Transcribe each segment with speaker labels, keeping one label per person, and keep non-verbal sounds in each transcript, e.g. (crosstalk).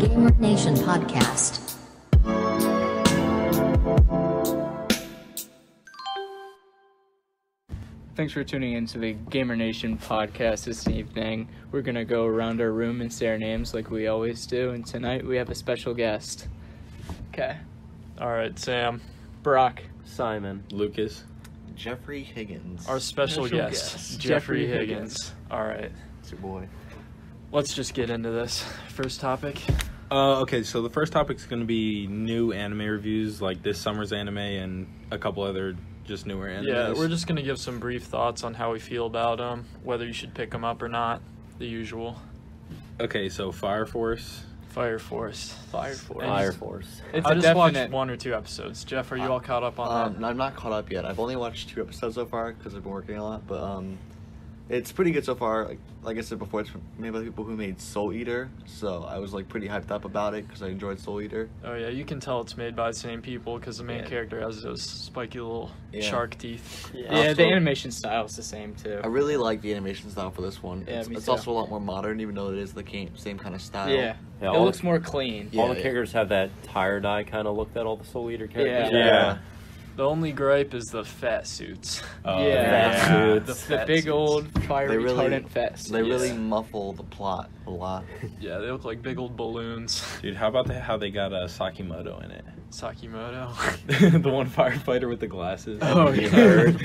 Speaker 1: Gamer Nation podcast.
Speaker 2: Thanks for tuning in to the Gamer Nation podcast this evening. We're going to go around our room and say our names like we always do, and tonight we have a special guest. Okay.
Speaker 3: All right, Sam,
Speaker 2: Brock.
Speaker 4: Simon.
Speaker 5: Lucas.
Speaker 6: Jeffrey Higgins.
Speaker 3: our special,
Speaker 2: Special
Speaker 3: guest,
Speaker 2: guest,
Speaker 3: Jeffrey,
Speaker 2: Jeffrey
Speaker 3: Higgins.
Speaker 2: Higgins.
Speaker 3: All right,
Speaker 6: It's your boy.
Speaker 3: let's just get into this. First topic.
Speaker 5: Uh, okay, so the first topic's going to be new anime reviews, like this summer's anime and a couple other just newer animes.
Speaker 3: yeah, we're just gonna give some brief thoughts on how we feel about them, whether you should pick them up or not. The usual.
Speaker 5: okay. So Fire Force.
Speaker 3: Fire Force.
Speaker 2: Fire Force.
Speaker 3: And- Fire
Speaker 6: Force.
Speaker 2: It's
Speaker 3: I
Speaker 2: a
Speaker 3: just
Speaker 2: definite.
Speaker 3: watched one or two episodes. Jeff, are you
Speaker 6: Uh,
Speaker 3: all caught up on
Speaker 6: Um,
Speaker 3: that?
Speaker 6: I'm not caught up yet. I've only watched two episodes so far because I've been working a lot, but um, it's pretty good so far. Like, like I said before, it's made by the people who made Soul Eater, so I was like pretty hyped up about it because I enjoyed Soul Eater.
Speaker 3: Oh yeah, you can tell it's made by the same people because the main
Speaker 2: Yeah.
Speaker 3: character has those spiky little
Speaker 6: Yeah.
Speaker 3: shark teeth.
Speaker 2: Yeah,
Speaker 6: Also-
Speaker 2: the animation style's the same, too.
Speaker 6: I really like the animation style for this one.
Speaker 2: Yeah,
Speaker 6: it's
Speaker 2: me
Speaker 6: it's
Speaker 2: too.
Speaker 6: also a lot more modern, even though it is the ca- same kind of style.
Speaker 2: yeah. It
Speaker 4: Yeah, all-
Speaker 2: looks more clean.
Speaker 6: Yeah,
Speaker 4: all the
Speaker 6: yeah.
Speaker 4: characters have that tired eye kind of look that all the Soul Eater characters
Speaker 2: Yeah.
Speaker 4: have.
Speaker 5: Yeah.
Speaker 3: The only gripe is the fat suits.
Speaker 2: Oh,
Speaker 5: Uh,
Speaker 2: Yeah.
Speaker 4: Yeah.
Speaker 3: The
Speaker 2: The
Speaker 3: fat
Speaker 2: big
Speaker 3: suits.
Speaker 2: old fire
Speaker 6: They really-
Speaker 2: retardant fest.
Speaker 6: They really
Speaker 2: Yeah.
Speaker 6: muffle the plot a
Speaker 4: (laughs)
Speaker 6: lot.
Speaker 3: Yeah, they look like big old balloons.
Speaker 5: Dude, how about the, how they got uh, Sakimoto in it?
Speaker 3: (laughs) Sakimoto.
Speaker 5: (laughs) the one firefighter with the glasses.
Speaker 2: Oh,
Speaker 6: You
Speaker 2: yeah.
Speaker 6: heard?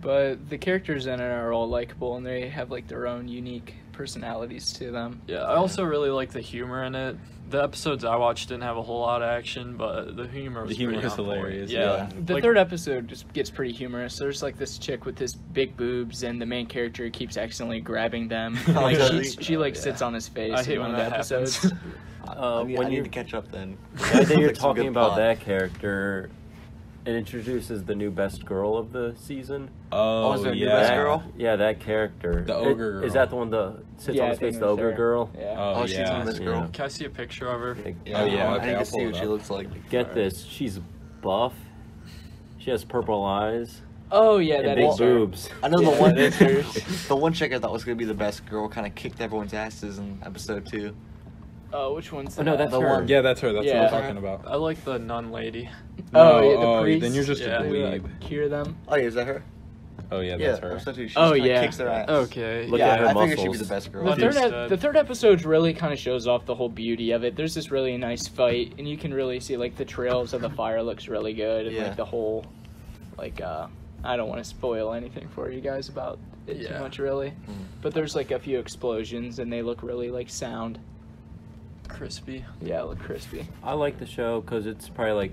Speaker 2: But the characters in it are all likable, and they have like their own unique personalities to them.
Speaker 3: Yeah, I also really like the humor in it. The episodes I watched didn't have a whole lot of action, but the humor was
Speaker 5: The humor
Speaker 3: pretty
Speaker 5: is
Speaker 3: on point.
Speaker 5: hilarious,
Speaker 3: Yeah,
Speaker 6: yeah.
Speaker 2: The
Speaker 3: Like,
Speaker 2: third episode just gets pretty humorous. There's like this chick with this big boobs, and the main character keeps accidentally grabbing them.
Speaker 5: Oh,
Speaker 2: Like she,
Speaker 6: really?
Speaker 2: she like
Speaker 6: Oh,
Speaker 2: sits on his face.
Speaker 3: I
Speaker 2: in
Speaker 3: hate
Speaker 2: one
Speaker 3: when
Speaker 2: of the
Speaker 3: that
Speaker 2: episodes.
Speaker 3: (laughs) happens.
Speaker 2: (laughs)
Speaker 6: I,
Speaker 4: Um,
Speaker 6: need- I
Speaker 4: when
Speaker 6: need
Speaker 4: you
Speaker 6: to catch up
Speaker 4: (laughs)
Speaker 6: then.
Speaker 4: now that you're
Speaker 6: Like some good
Speaker 4: talking about
Speaker 6: plot.
Speaker 4: that character, it introduces the new best girl of the season.
Speaker 5: Oh,
Speaker 6: Oh, is there a new
Speaker 5: yeah.
Speaker 6: best girl?
Speaker 4: Yeah, that character.
Speaker 5: The
Speaker 4: It-
Speaker 5: ogre girl.
Speaker 4: Is that the one that sits
Speaker 2: Yeah,
Speaker 4: on
Speaker 2: I
Speaker 4: his
Speaker 2: think
Speaker 4: face,
Speaker 2: it
Speaker 4: the
Speaker 2: was
Speaker 4: ogre
Speaker 2: her.
Speaker 4: girl?
Speaker 2: Yeah.
Speaker 5: Oh,
Speaker 6: Oh, she's
Speaker 5: yeah.
Speaker 6: on this
Speaker 4: Yeah.
Speaker 6: girl.
Speaker 3: can I see a picture of her?
Speaker 4: Like, oh,
Speaker 5: Oh, yeah,
Speaker 6: I
Speaker 5: okay,
Speaker 6: need
Speaker 5: I'll
Speaker 6: to see
Speaker 5: pull
Speaker 6: what
Speaker 5: it
Speaker 6: she
Speaker 5: up.
Speaker 6: looks like.
Speaker 4: Get this. She's buff. She has purple eyes
Speaker 2: Oh yeah,
Speaker 4: and
Speaker 2: that
Speaker 4: big
Speaker 2: is her.
Speaker 4: boobs.
Speaker 6: (laughs) I know
Speaker 2: Yeah,
Speaker 6: the one
Speaker 5: (laughs)
Speaker 2: that's hers.
Speaker 6: the one chick I thought was gonna be the best girl kind of kicked everyone's asses in episode two.
Speaker 2: (laughs) Oh, which one's?
Speaker 4: Oh, no,
Speaker 2: that?
Speaker 4: that's
Speaker 6: The
Speaker 4: her.
Speaker 6: one-
Speaker 5: Yeah, that's her. That's what
Speaker 2: Yeah.
Speaker 5: I'm talking about.
Speaker 3: I like the nun lady.
Speaker 2: Oh,
Speaker 5: No,
Speaker 2: yeah, the
Speaker 5: oh,
Speaker 2: priest.
Speaker 5: then you're just
Speaker 3: Yeah.
Speaker 5: a dweeb.
Speaker 2: Cure them.
Speaker 6: Oh yeah, is that her?
Speaker 5: Oh yeah,
Speaker 6: yeah,
Speaker 5: that's her.
Speaker 6: episode two. She
Speaker 2: Oh,
Speaker 6: just kinda
Speaker 2: yeah.
Speaker 6: kicks their ass.
Speaker 3: Okay.
Speaker 4: Look
Speaker 2: Yeah,
Speaker 4: at her
Speaker 6: I
Speaker 4: muscles.
Speaker 6: figured she'd be the best girl.
Speaker 2: The third,
Speaker 3: Understood.
Speaker 2: ep- the third episode really kind of shows off the whole beauty of it. There's this really nice fight, and you can really see like the trails of the fire looks really good, and
Speaker 6: Yeah.
Speaker 2: like the whole, like uh, I don't want to spoil anything for you guys about it too
Speaker 3: Yeah.
Speaker 2: much really,
Speaker 6: Mm.
Speaker 2: but there's like a few explosions, and they look really like sound.
Speaker 3: Crispy.
Speaker 2: Yeah, look crispy.
Speaker 4: I like the show because it's probably like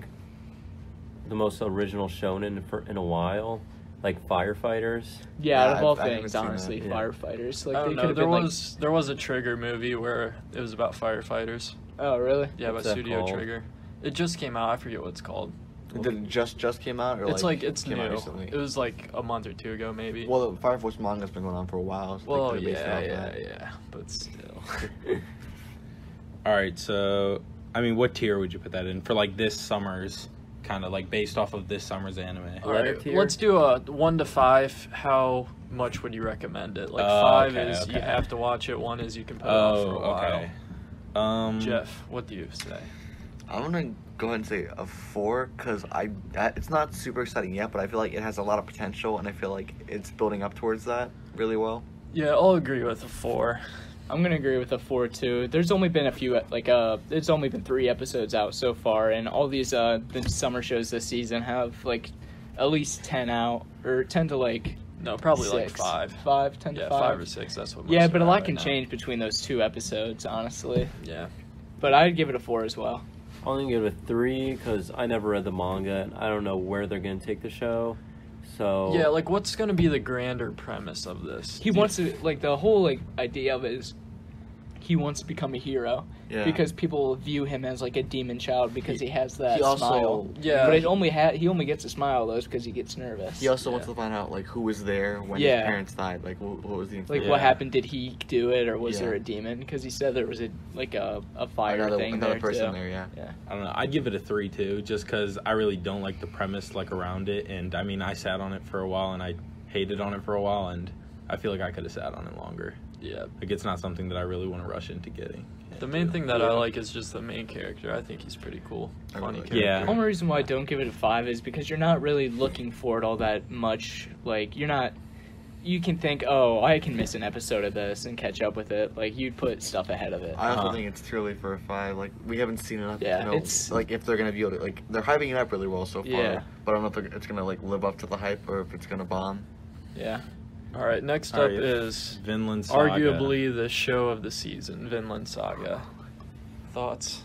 Speaker 4: the most original shonen for in a while, like firefighters.
Speaker 2: Yeah, out
Speaker 6: Yeah,
Speaker 2: of all
Speaker 6: I've- I haven't
Speaker 2: things,
Speaker 6: seen that,
Speaker 2: honestly,
Speaker 4: yeah.
Speaker 2: firefighters. Like
Speaker 3: I
Speaker 2: they
Speaker 3: don't
Speaker 2: could
Speaker 3: know.
Speaker 2: have
Speaker 3: Oh, There
Speaker 2: been
Speaker 3: was there was a Trigger movie where it was about firefighters.
Speaker 2: like, oh really?
Speaker 3: Yeah,
Speaker 4: What's
Speaker 3: by
Speaker 4: that
Speaker 3: Studio
Speaker 4: called?
Speaker 3: Trigger. It just came out. I forget what it's called.
Speaker 6: Did it just just came out or
Speaker 3: it's like, it's
Speaker 6: came
Speaker 3: new.
Speaker 6: out
Speaker 3: It
Speaker 6: recently?
Speaker 3: was like a month or two ago, maybe.
Speaker 6: Well, the Fire Force manga's been going on for a while. So they
Speaker 3: Well,
Speaker 6: could've based it
Speaker 3: yeah,
Speaker 6: off
Speaker 3: yeah,
Speaker 6: that.
Speaker 3: yeah. But
Speaker 6: (laughs)
Speaker 3: still.
Speaker 5: All right, so I mean, what tier would you put that in for like this summer's kind of like based off of this summer's anime?
Speaker 3: All
Speaker 4: Letter
Speaker 3: right,
Speaker 4: tier?
Speaker 3: let's do a one to five. How much would you recommend it? Like
Speaker 5: Oh,
Speaker 3: five
Speaker 5: okay,
Speaker 3: is you
Speaker 5: okay.
Speaker 3: have to watch it. One is you can put it off
Speaker 5: Oh,
Speaker 3: for a while.
Speaker 5: okay. Um,
Speaker 3: Jeff, what do you say?
Speaker 6: I'm gonna go ahead and say a four because I that, it's not super exciting yet, but I feel like it has a lot of potential, and I feel like it's building up towards that really well.
Speaker 3: Yeah, I'll agree with a four.
Speaker 2: I'm gonna agree with a four two. There's only been a few, like uh, it's only been three episodes out so far, and all these uh, the summer shows this season have like at least ten out or ten to like
Speaker 3: No, probably like
Speaker 2: six.
Speaker 3: five.
Speaker 2: five, ten
Speaker 3: Yeah,
Speaker 2: to
Speaker 3: five.
Speaker 2: five.
Speaker 3: or six. That's what.
Speaker 2: yeah,
Speaker 3: most
Speaker 2: but a
Speaker 3: are
Speaker 2: lot
Speaker 3: at
Speaker 2: can
Speaker 3: right now.
Speaker 2: change between those two episodes, honestly.
Speaker 3: Yeah,
Speaker 2: But I'd give it a four as well.
Speaker 4: I'm gonna give it a three because I never read the manga and I don't know where they're gonna take the show. So
Speaker 3: yeah. Like, what's gonna be the grander premise of this?
Speaker 2: He wants to like the whole like idea of it is he wants to become a hero
Speaker 6: Yeah.
Speaker 2: because people view him as like a demon child because he, has that
Speaker 6: he also-
Speaker 2: smile.
Speaker 3: Yeah.
Speaker 2: but it only ha- he only gets a smile though because he gets nervous.
Speaker 6: He also wants
Speaker 3: Yeah.
Speaker 6: to find out like who was there when
Speaker 2: Yeah.
Speaker 6: his parents died. Like what, what was the
Speaker 2: Like
Speaker 5: Yeah.
Speaker 2: what happened? Did he do it, or was
Speaker 6: Yeah.
Speaker 2: there a demon? Because he said there was a like a, a fire
Speaker 6: another,
Speaker 2: thing
Speaker 6: another
Speaker 2: there too.
Speaker 6: person there? Yeah.
Speaker 5: I don't know. I'd give it a three too, just because I really don't like the premise like around it, and I mean, I sat on it for a while, and I hated on it for a while, and I feel like I could have sat on it longer.
Speaker 3: Yeah.
Speaker 5: Like it's not something that I really want to rush into getting.
Speaker 3: The main thing that I like is just the main character. I think he's pretty cool.
Speaker 6: I
Speaker 3: Funny
Speaker 6: really like
Speaker 3: character.
Speaker 5: him. Yeah.
Speaker 2: The only reason why I don't give it a five is because you're not really looking for it all that much. Like you're not. You can think, oh, I can miss an episode of this and catch up with it. Like you'd put stuff ahead of it.
Speaker 6: I also
Speaker 5: Uh-huh.
Speaker 6: think it's too early for a five. Like we haven't seen enough
Speaker 2: Yeah,
Speaker 6: to know
Speaker 2: it's-
Speaker 6: like if they're gonna be able to like they're hyping it up really well so far.
Speaker 2: Yeah.
Speaker 6: But I don't know if they're- it's gonna like live up to the hype or if it's gonna bomb.
Speaker 2: yeah.
Speaker 3: All right. Next
Speaker 5: All
Speaker 3: up
Speaker 5: right.
Speaker 3: is
Speaker 5: Vinland Saga.
Speaker 3: arguably the show of the season, Vinland Saga. Thoughts?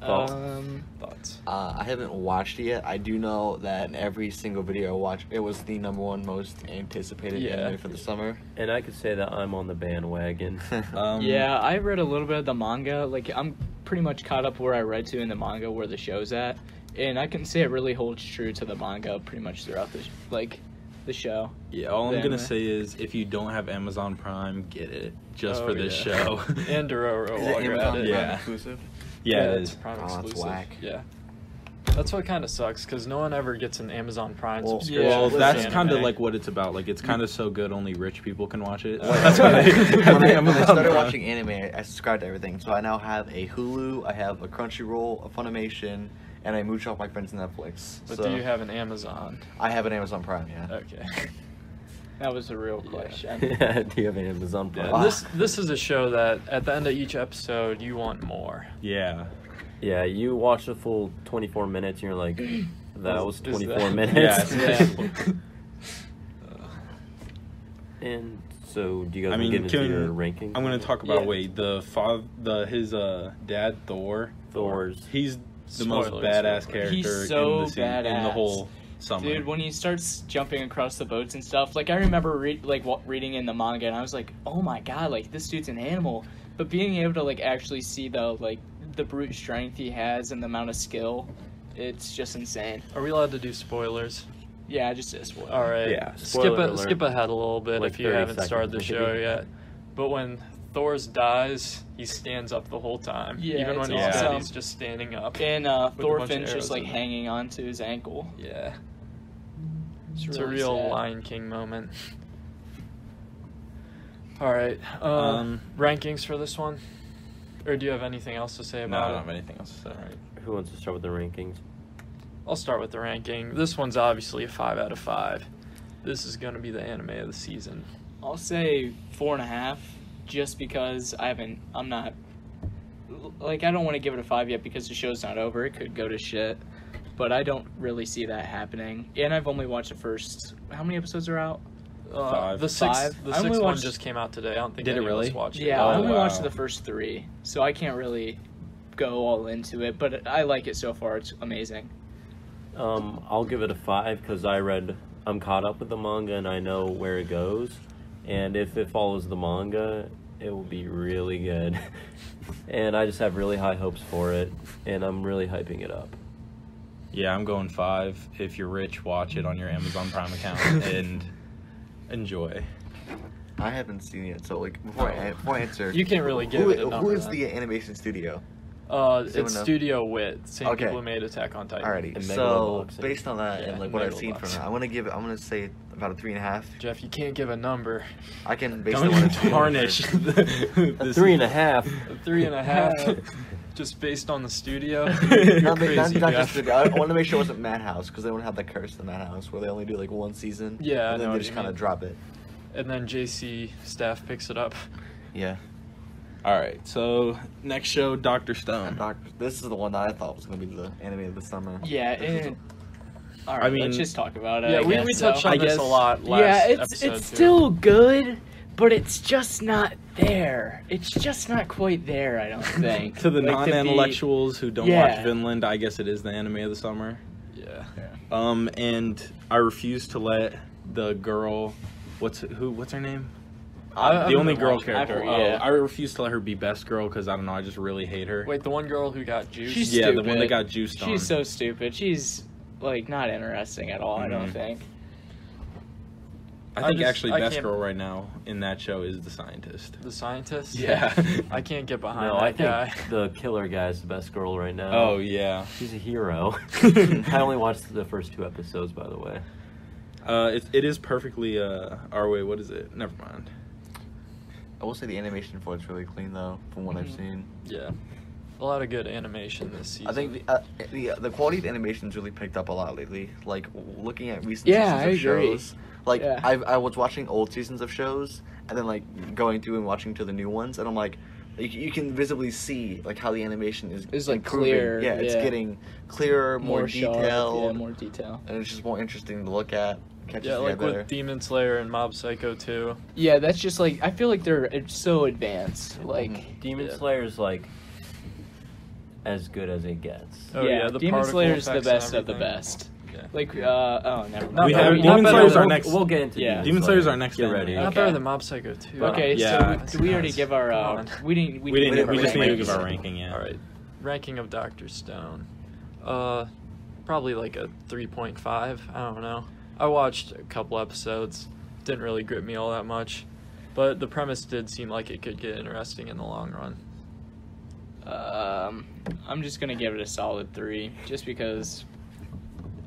Speaker 4: Thoughts?
Speaker 2: Um,
Speaker 3: Thoughts?
Speaker 6: Uh, I haven't watched it yet. I do know that in every single video I watched, it was the number one most anticipated
Speaker 3: Yeah.
Speaker 6: anime for the (laughs) summer.
Speaker 4: And I could say that I'm on
Speaker 5: (laughs)
Speaker 4: the bandwagon. (laughs)
Speaker 5: Um,
Speaker 2: yeah, I read a little bit of the manga. Like I'm pretty much caught up where I read to in the manga where the show's at, and I can say it really holds true to the manga pretty much throughout the sh- like the show.
Speaker 5: Yeah, all I'm gonna
Speaker 2: Anyway.
Speaker 5: say is if you don't have Amazon Prime, get it just
Speaker 3: Oh,
Speaker 5: for this
Speaker 3: yeah.
Speaker 5: show.
Speaker 3: (laughs) And Dororo.
Speaker 6: Is
Speaker 3: while
Speaker 6: it
Speaker 3: you're
Speaker 6: Amazon
Speaker 3: at it.
Speaker 6: Prime
Speaker 5: Yeah.
Speaker 6: exclusive?
Speaker 5: yeah, it
Speaker 3: it's
Speaker 5: is.
Speaker 3: Prime
Speaker 6: Oh, that's
Speaker 3: exclusive.
Speaker 6: whack.
Speaker 3: Yeah. That's what kind of sucks because no one ever gets an Amazon Prime
Speaker 6: Well,
Speaker 3: subscription.
Speaker 5: Well,
Speaker 3: for
Speaker 5: that's
Speaker 3: anime.
Speaker 5: kind of like what it's about. Like, it's kind of so good only rich people can watch it.
Speaker 6: (laughs)
Speaker 5: Um,
Speaker 6: Well,
Speaker 5: That's why (laughs)
Speaker 3: (laughs)
Speaker 5: they have
Speaker 6: when I, when I
Speaker 5: Amazon
Speaker 6: started
Speaker 5: Prime.
Speaker 6: watching anime, I, I subscribed to everything. So I now have a Hulu, I have a Crunchyroll, a Funimation, and I mooch off my friends' Netflix.
Speaker 3: But
Speaker 6: so
Speaker 3: do you have an Amazon?
Speaker 6: I have an Amazon Prime, yeah. (laughs)
Speaker 3: Okay.
Speaker 2: That was a real
Speaker 3: Yeah.
Speaker 2: question.
Speaker 4: (laughs) Do you have an Amazon Prime?
Speaker 3: And this this is a show that at the end of each episode you want more.
Speaker 5: Yeah.
Speaker 4: Yeah, you watch the full 24 minutes and
Speaker 5: (clears throat)
Speaker 4: you're like, that was
Speaker 3: Is (laughs)
Speaker 4: 24
Speaker 3: that-
Speaker 5: (laughs) Yeah.
Speaker 4: (laughs)
Speaker 5: (laughs)
Speaker 4: minutes.
Speaker 5: it's-
Speaker 4: And so, do you guys
Speaker 5: I
Speaker 4: wanna
Speaker 5: mean,
Speaker 4: get into
Speaker 5: can-
Speaker 4: your ranking?
Speaker 5: I'm gonna talk about
Speaker 2: Yeah.
Speaker 5: wait the father, the his uh dad Thor.
Speaker 4: Thor's.
Speaker 5: He's the most
Speaker 3: Spoilers.
Speaker 5: badass
Speaker 3: He's
Speaker 5: character
Speaker 2: so
Speaker 5: in, the se- in the
Speaker 2: badass.
Speaker 5: whole summer.
Speaker 2: Dude, when he starts jumping across the boats and stuff, like I remember re- like wa- reading in the manga, and I was like, "Oh my god, like this dude's an animal!" But being able to like actually see the like the brute strength he has and the amount of skill, it's just insane.
Speaker 3: Are we allowed to do spoilers?
Speaker 2: Yeah, just this one.
Speaker 3: All right.
Speaker 5: Yeah,
Speaker 3: Skip
Speaker 4: spoiler
Speaker 3: a,
Speaker 4: alert.
Speaker 3: skip ahead a little bit
Speaker 4: Like
Speaker 3: if you
Speaker 4: 30
Speaker 3: haven't started the
Speaker 4: seconds,
Speaker 3: show
Speaker 4: maybe.
Speaker 3: yet. But when Thor's dies, he stands up the whole time.
Speaker 2: Yeah,
Speaker 3: Even when
Speaker 2: it's
Speaker 3: he's
Speaker 5: awesome.
Speaker 3: dead, he's just standing up.
Speaker 2: And uh,
Speaker 3: With a bunch of
Speaker 2: Thorfinn's
Speaker 3: arrows
Speaker 2: just like
Speaker 3: in it.
Speaker 2: hanging onto his ankle.
Speaker 3: Yeah.
Speaker 2: It's,
Speaker 3: It's a
Speaker 2: really
Speaker 3: real
Speaker 2: sad.
Speaker 3: Lion King moment. All right. Um,
Speaker 5: Um,
Speaker 3: rankings for this one? Or do you have anything else to say
Speaker 5: no, I
Speaker 3: about
Speaker 5: don't
Speaker 3: it?
Speaker 5: have anything else to say.
Speaker 3: All right.
Speaker 4: Who wants to start with the rankings?
Speaker 3: I'll start with the ranking. This one's obviously a 5 out of 5. This is going to be the anime of the season.
Speaker 2: I'll say four and a half, just because I haven't. I'm not. Like I don't want to give it a five yet because the show's not over. It could go to shit, but I don't really see that happening. And I've only watched the first. How many episodes are out?
Speaker 3: Uh,
Speaker 5: Five.
Speaker 3: The sixth,
Speaker 2: Five?
Speaker 3: The
Speaker 2: I only
Speaker 3: sixth one
Speaker 2: watched-
Speaker 3: just came out today. I don't think
Speaker 5: Did it
Speaker 3: any of us
Speaker 5: really?
Speaker 3: watched
Speaker 2: Yeah,
Speaker 5: Oh,
Speaker 2: I only
Speaker 5: wow.
Speaker 2: watched the first three, so I can't really go all into it. But I like it so far. It's amazing.
Speaker 4: Um, I'll give it a five because I read, I'm caught up with the manga and I know where it goes. And if it follows the manga, it will be really good. (laughs) and I just have really high hopes for it, and I'm really hyping it up.
Speaker 5: Yeah, I'm going five. If you're rich, watch it on your Amazon
Speaker 3: (laughs)
Speaker 5: Prime account and enjoy.
Speaker 6: I haven't seen it, so like before, I, before I answer,
Speaker 3: You can't really give
Speaker 6: who,
Speaker 3: it a
Speaker 6: who
Speaker 3: number.
Speaker 6: is
Speaker 3: then.
Speaker 6: the animation studio?
Speaker 3: Uh,
Speaker 6: Does anyone
Speaker 3: it's
Speaker 6: know?
Speaker 3: Studio Wit, same
Speaker 6: Okay.
Speaker 3: people who made Attack on Titan.
Speaker 6: Alrighty,
Speaker 4: And
Speaker 6: so
Speaker 4: Megalobox, I
Speaker 6: based on that
Speaker 3: Yeah,
Speaker 6: and like what I've seen from
Speaker 3: Megalobox.
Speaker 6: it, I'm gonna give it. I'm gonna say about a three and a half.
Speaker 3: Jeff, you can't give a number. (laughs)
Speaker 6: I can based on what
Speaker 5: (laughs) Don't
Speaker 6: I've seen.
Speaker 5: tarnish the, (laughs)
Speaker 4: A three and a half.
Speaker 3: A three and a half, just based on
Speaker 2: (laughs)
Speaker 3: the studio. (laughs) You're
Speaker 6: Not, ma-
Speaker 3: crazy,
Speaker 6: not, not just
Speaker 3: Jeff.
Speaker 6: the, I want to make sure it wasn't Madhouse because they don't have the curse of Madhouse where they only do like one season.
Speaker 3: Yeah, I
Speaker 6: and
Speaker 3: know
Speaker 6: then they
Speaker 3: what
Speaker 6: just
Speaker 3: you
Speaker 6: kind of
Speaker 3: mean.
Speaker 6: drop it.
Speaker 3: And then JC staff picks it up.
Speaker 6: Yeah.
Speaker 5: All right, so next show, Doctor Stone.
Speaker 6: Doc, this is the one that I thought was gonna be the anime of the summer.
Speaker 2: Yeah,
Speaker 3: (laughs)
Speaker 2: and all right.
Speaker 5: mean-
Speaker 2: let's just talk about it.
Speaker 3: yeah,
Speaker 2: I
Speaker 3: we,
Speaker 2: guess,
Speaker 3: we
Speaker 2: so.
Speaker 3: touched on
Speaker 5: I
Speaker 3: this
Speaker 5: guess-
Speaker 3: a lot last
Speaker 2: yeah, it's
Speaker 3: episode.
Speaker 2: it's
Speaker 3: too.
Speaker 2: still good, but it's just not there. It's just not quite there. I (laughs) don't think.
Speaker 5: to the
Speaker 2: Like, be-
Speaker 5: non-intellectuals who don't
Speaker 2: Yeah.
Speaker 5: watch Vinland, I guess it is the anime of the summer.
Speaker 3: Yeah.
Speaker 5: Um, and I refuse to let the girl, what's who, what's her name?
Speaker 3: I- I
Speaker 5: the only
Speaker 3: haven't
Speaker 5: girl
Speaker 3: watched-
Speaker 5: character.
Speaker 2: I-
Speaker 5: oh,
Speaker 2: yeah.
Speaker 5: I refuse to let her be best girl because I don't know. I just really hate her.
Speaker 3: Wait, the one girl who got juiced.
Speaker 2: She's
Speaker 5: yeah, the one that
Speaker 2: stupid.
Speaker 5: got juiced on.
Speaker 2: she's so stupid. She's like not interesting at all. I don't
Speaker 5: Mhm.
Speaker 2: think.
Speaker 5: I
Speaker 3: I
Speaker 5: think
Speaker 3: just-
Speaker 5: actually
Speaker 3: I
Speaker 5: best
Speaker 3: can't-
Speaker 5: girl right now in that show is the scientist.
Speaker 3: the scientist.
Speaker 5: Yeah.
Speaker 3: I can't get behind
Speaker 4: No, I
Speaker 3: that guy.
Speaker 4: think the killer guy is the best girl right now.
Speaker 5: oh yeah.
Speaker 4: She's a hero. (laughs) I only
Speaker 5: (laughs)
Speaker 4: watched the first two episodes, by the way.
Speaker 5: Uh, it, it is perfectly. Uh, our way. What is it? Never mind.
Speaker 6: I will say the animation for it's really clean though, from what I've
Speaker 2: Mhm.
Speaker 6: seen.
Speaker 3: Yeah, a lot of good animation this season.
Speaker 6: I think the, uh, the the quality of animation's really picked up a lot lately. Like w- looking at recent
Speaker 2: Yeah,
Speaker 6: seasons of
Speaker 2: I agree.
Speaker 6: shows, like
Speaker 2: Yeah.
Speaker 6: I I was watching old seasons of shows and then like going through and watching to the new ones, and I'm like, you, you can visibly see like how the animation is
Speaker 2: It's, like,
Speaker 6: improving.
Speaker 2: clear,
Speaker 6: Yeah, it's
Speaker 2: yeah.
Speaker 6: getting clearer, more,
Speaker 2: sharp,
Speaker 6: detailed,
Speaker 2: yeah, more detail.
Speaker 6: and it's just more interesting to look at. Catches
Speaker 3: yeah,
Speaker 6: the
Speaker 3: like
Speaker 6: eye better.
Speaker 3: with Demon Slayer and Mob Psycho 2.
Speaker 2: Yeah, that's just like I feel like they're it's so
Speaker 5: Mm-hmm.
Speaker 2: advanced. Like
Speaker 4: Demon
Speaker 3: Yeah.
Speaker 4: Slayer's like as good as it gets.
Speaker 3: Oh,
Speaker 2: yeah,
Speaker 3: yeah, the
Speaker 2: Demon
Speaker 3: particle
Speaker 2: Slayer is the
Speaker 3: effects and
Speaker 2: best of the
Speaker 3: everything.
Speaker 2: best.
Speaker 3: Yeah.
Speaker 2: Like uh oh, never mind.
Speaker 3: Not
Speaker 5: We
Speaker 3: bad.
Speaker 5: have
Speaker 3: Not
Speaker 5: Demon
Speaker 3: bad.
Speaker 5: Slayer's our
Speaker 4: We'll-
Speaker 5: next.
Speaker 4: We'll get into
Speaker 2: Yeah.
Speaker 4: Demon,
Speaker 5: Demon Slayer's our next.
Speaker 4: Get
Speaker 5: anime.
Speaker 4: ready.
Speaker 3: Not
Speaker 2: Okay.
Speaker 3: better than Mob Psycho 2.
Speaker 2: Okay,
Speaker 5: Yeah.
Speaker 2: so we, we already give our uh,
Speaker 3: Come on.
Speaker 2: we didn't we,
Speaker 5: We didn't.
Speaker 2: didn't
Speaker 5: We
Speaker 2: give
Speaker 5: just
Speaker 2: our
Speaker 5: need to
Speaker 2: rankings.
Speaker 5: give our ranking. Yeah.
Speaker 3: All right. Ranking of Dr. Stone. Uh, probably like a 3.5. I don't know. I watched a couple episodes. Didn't really grip me all that much. But the premise did seem like it could get interesting in the long run.
Speaker 2: Um, I'm just gonna give it a solid three, just because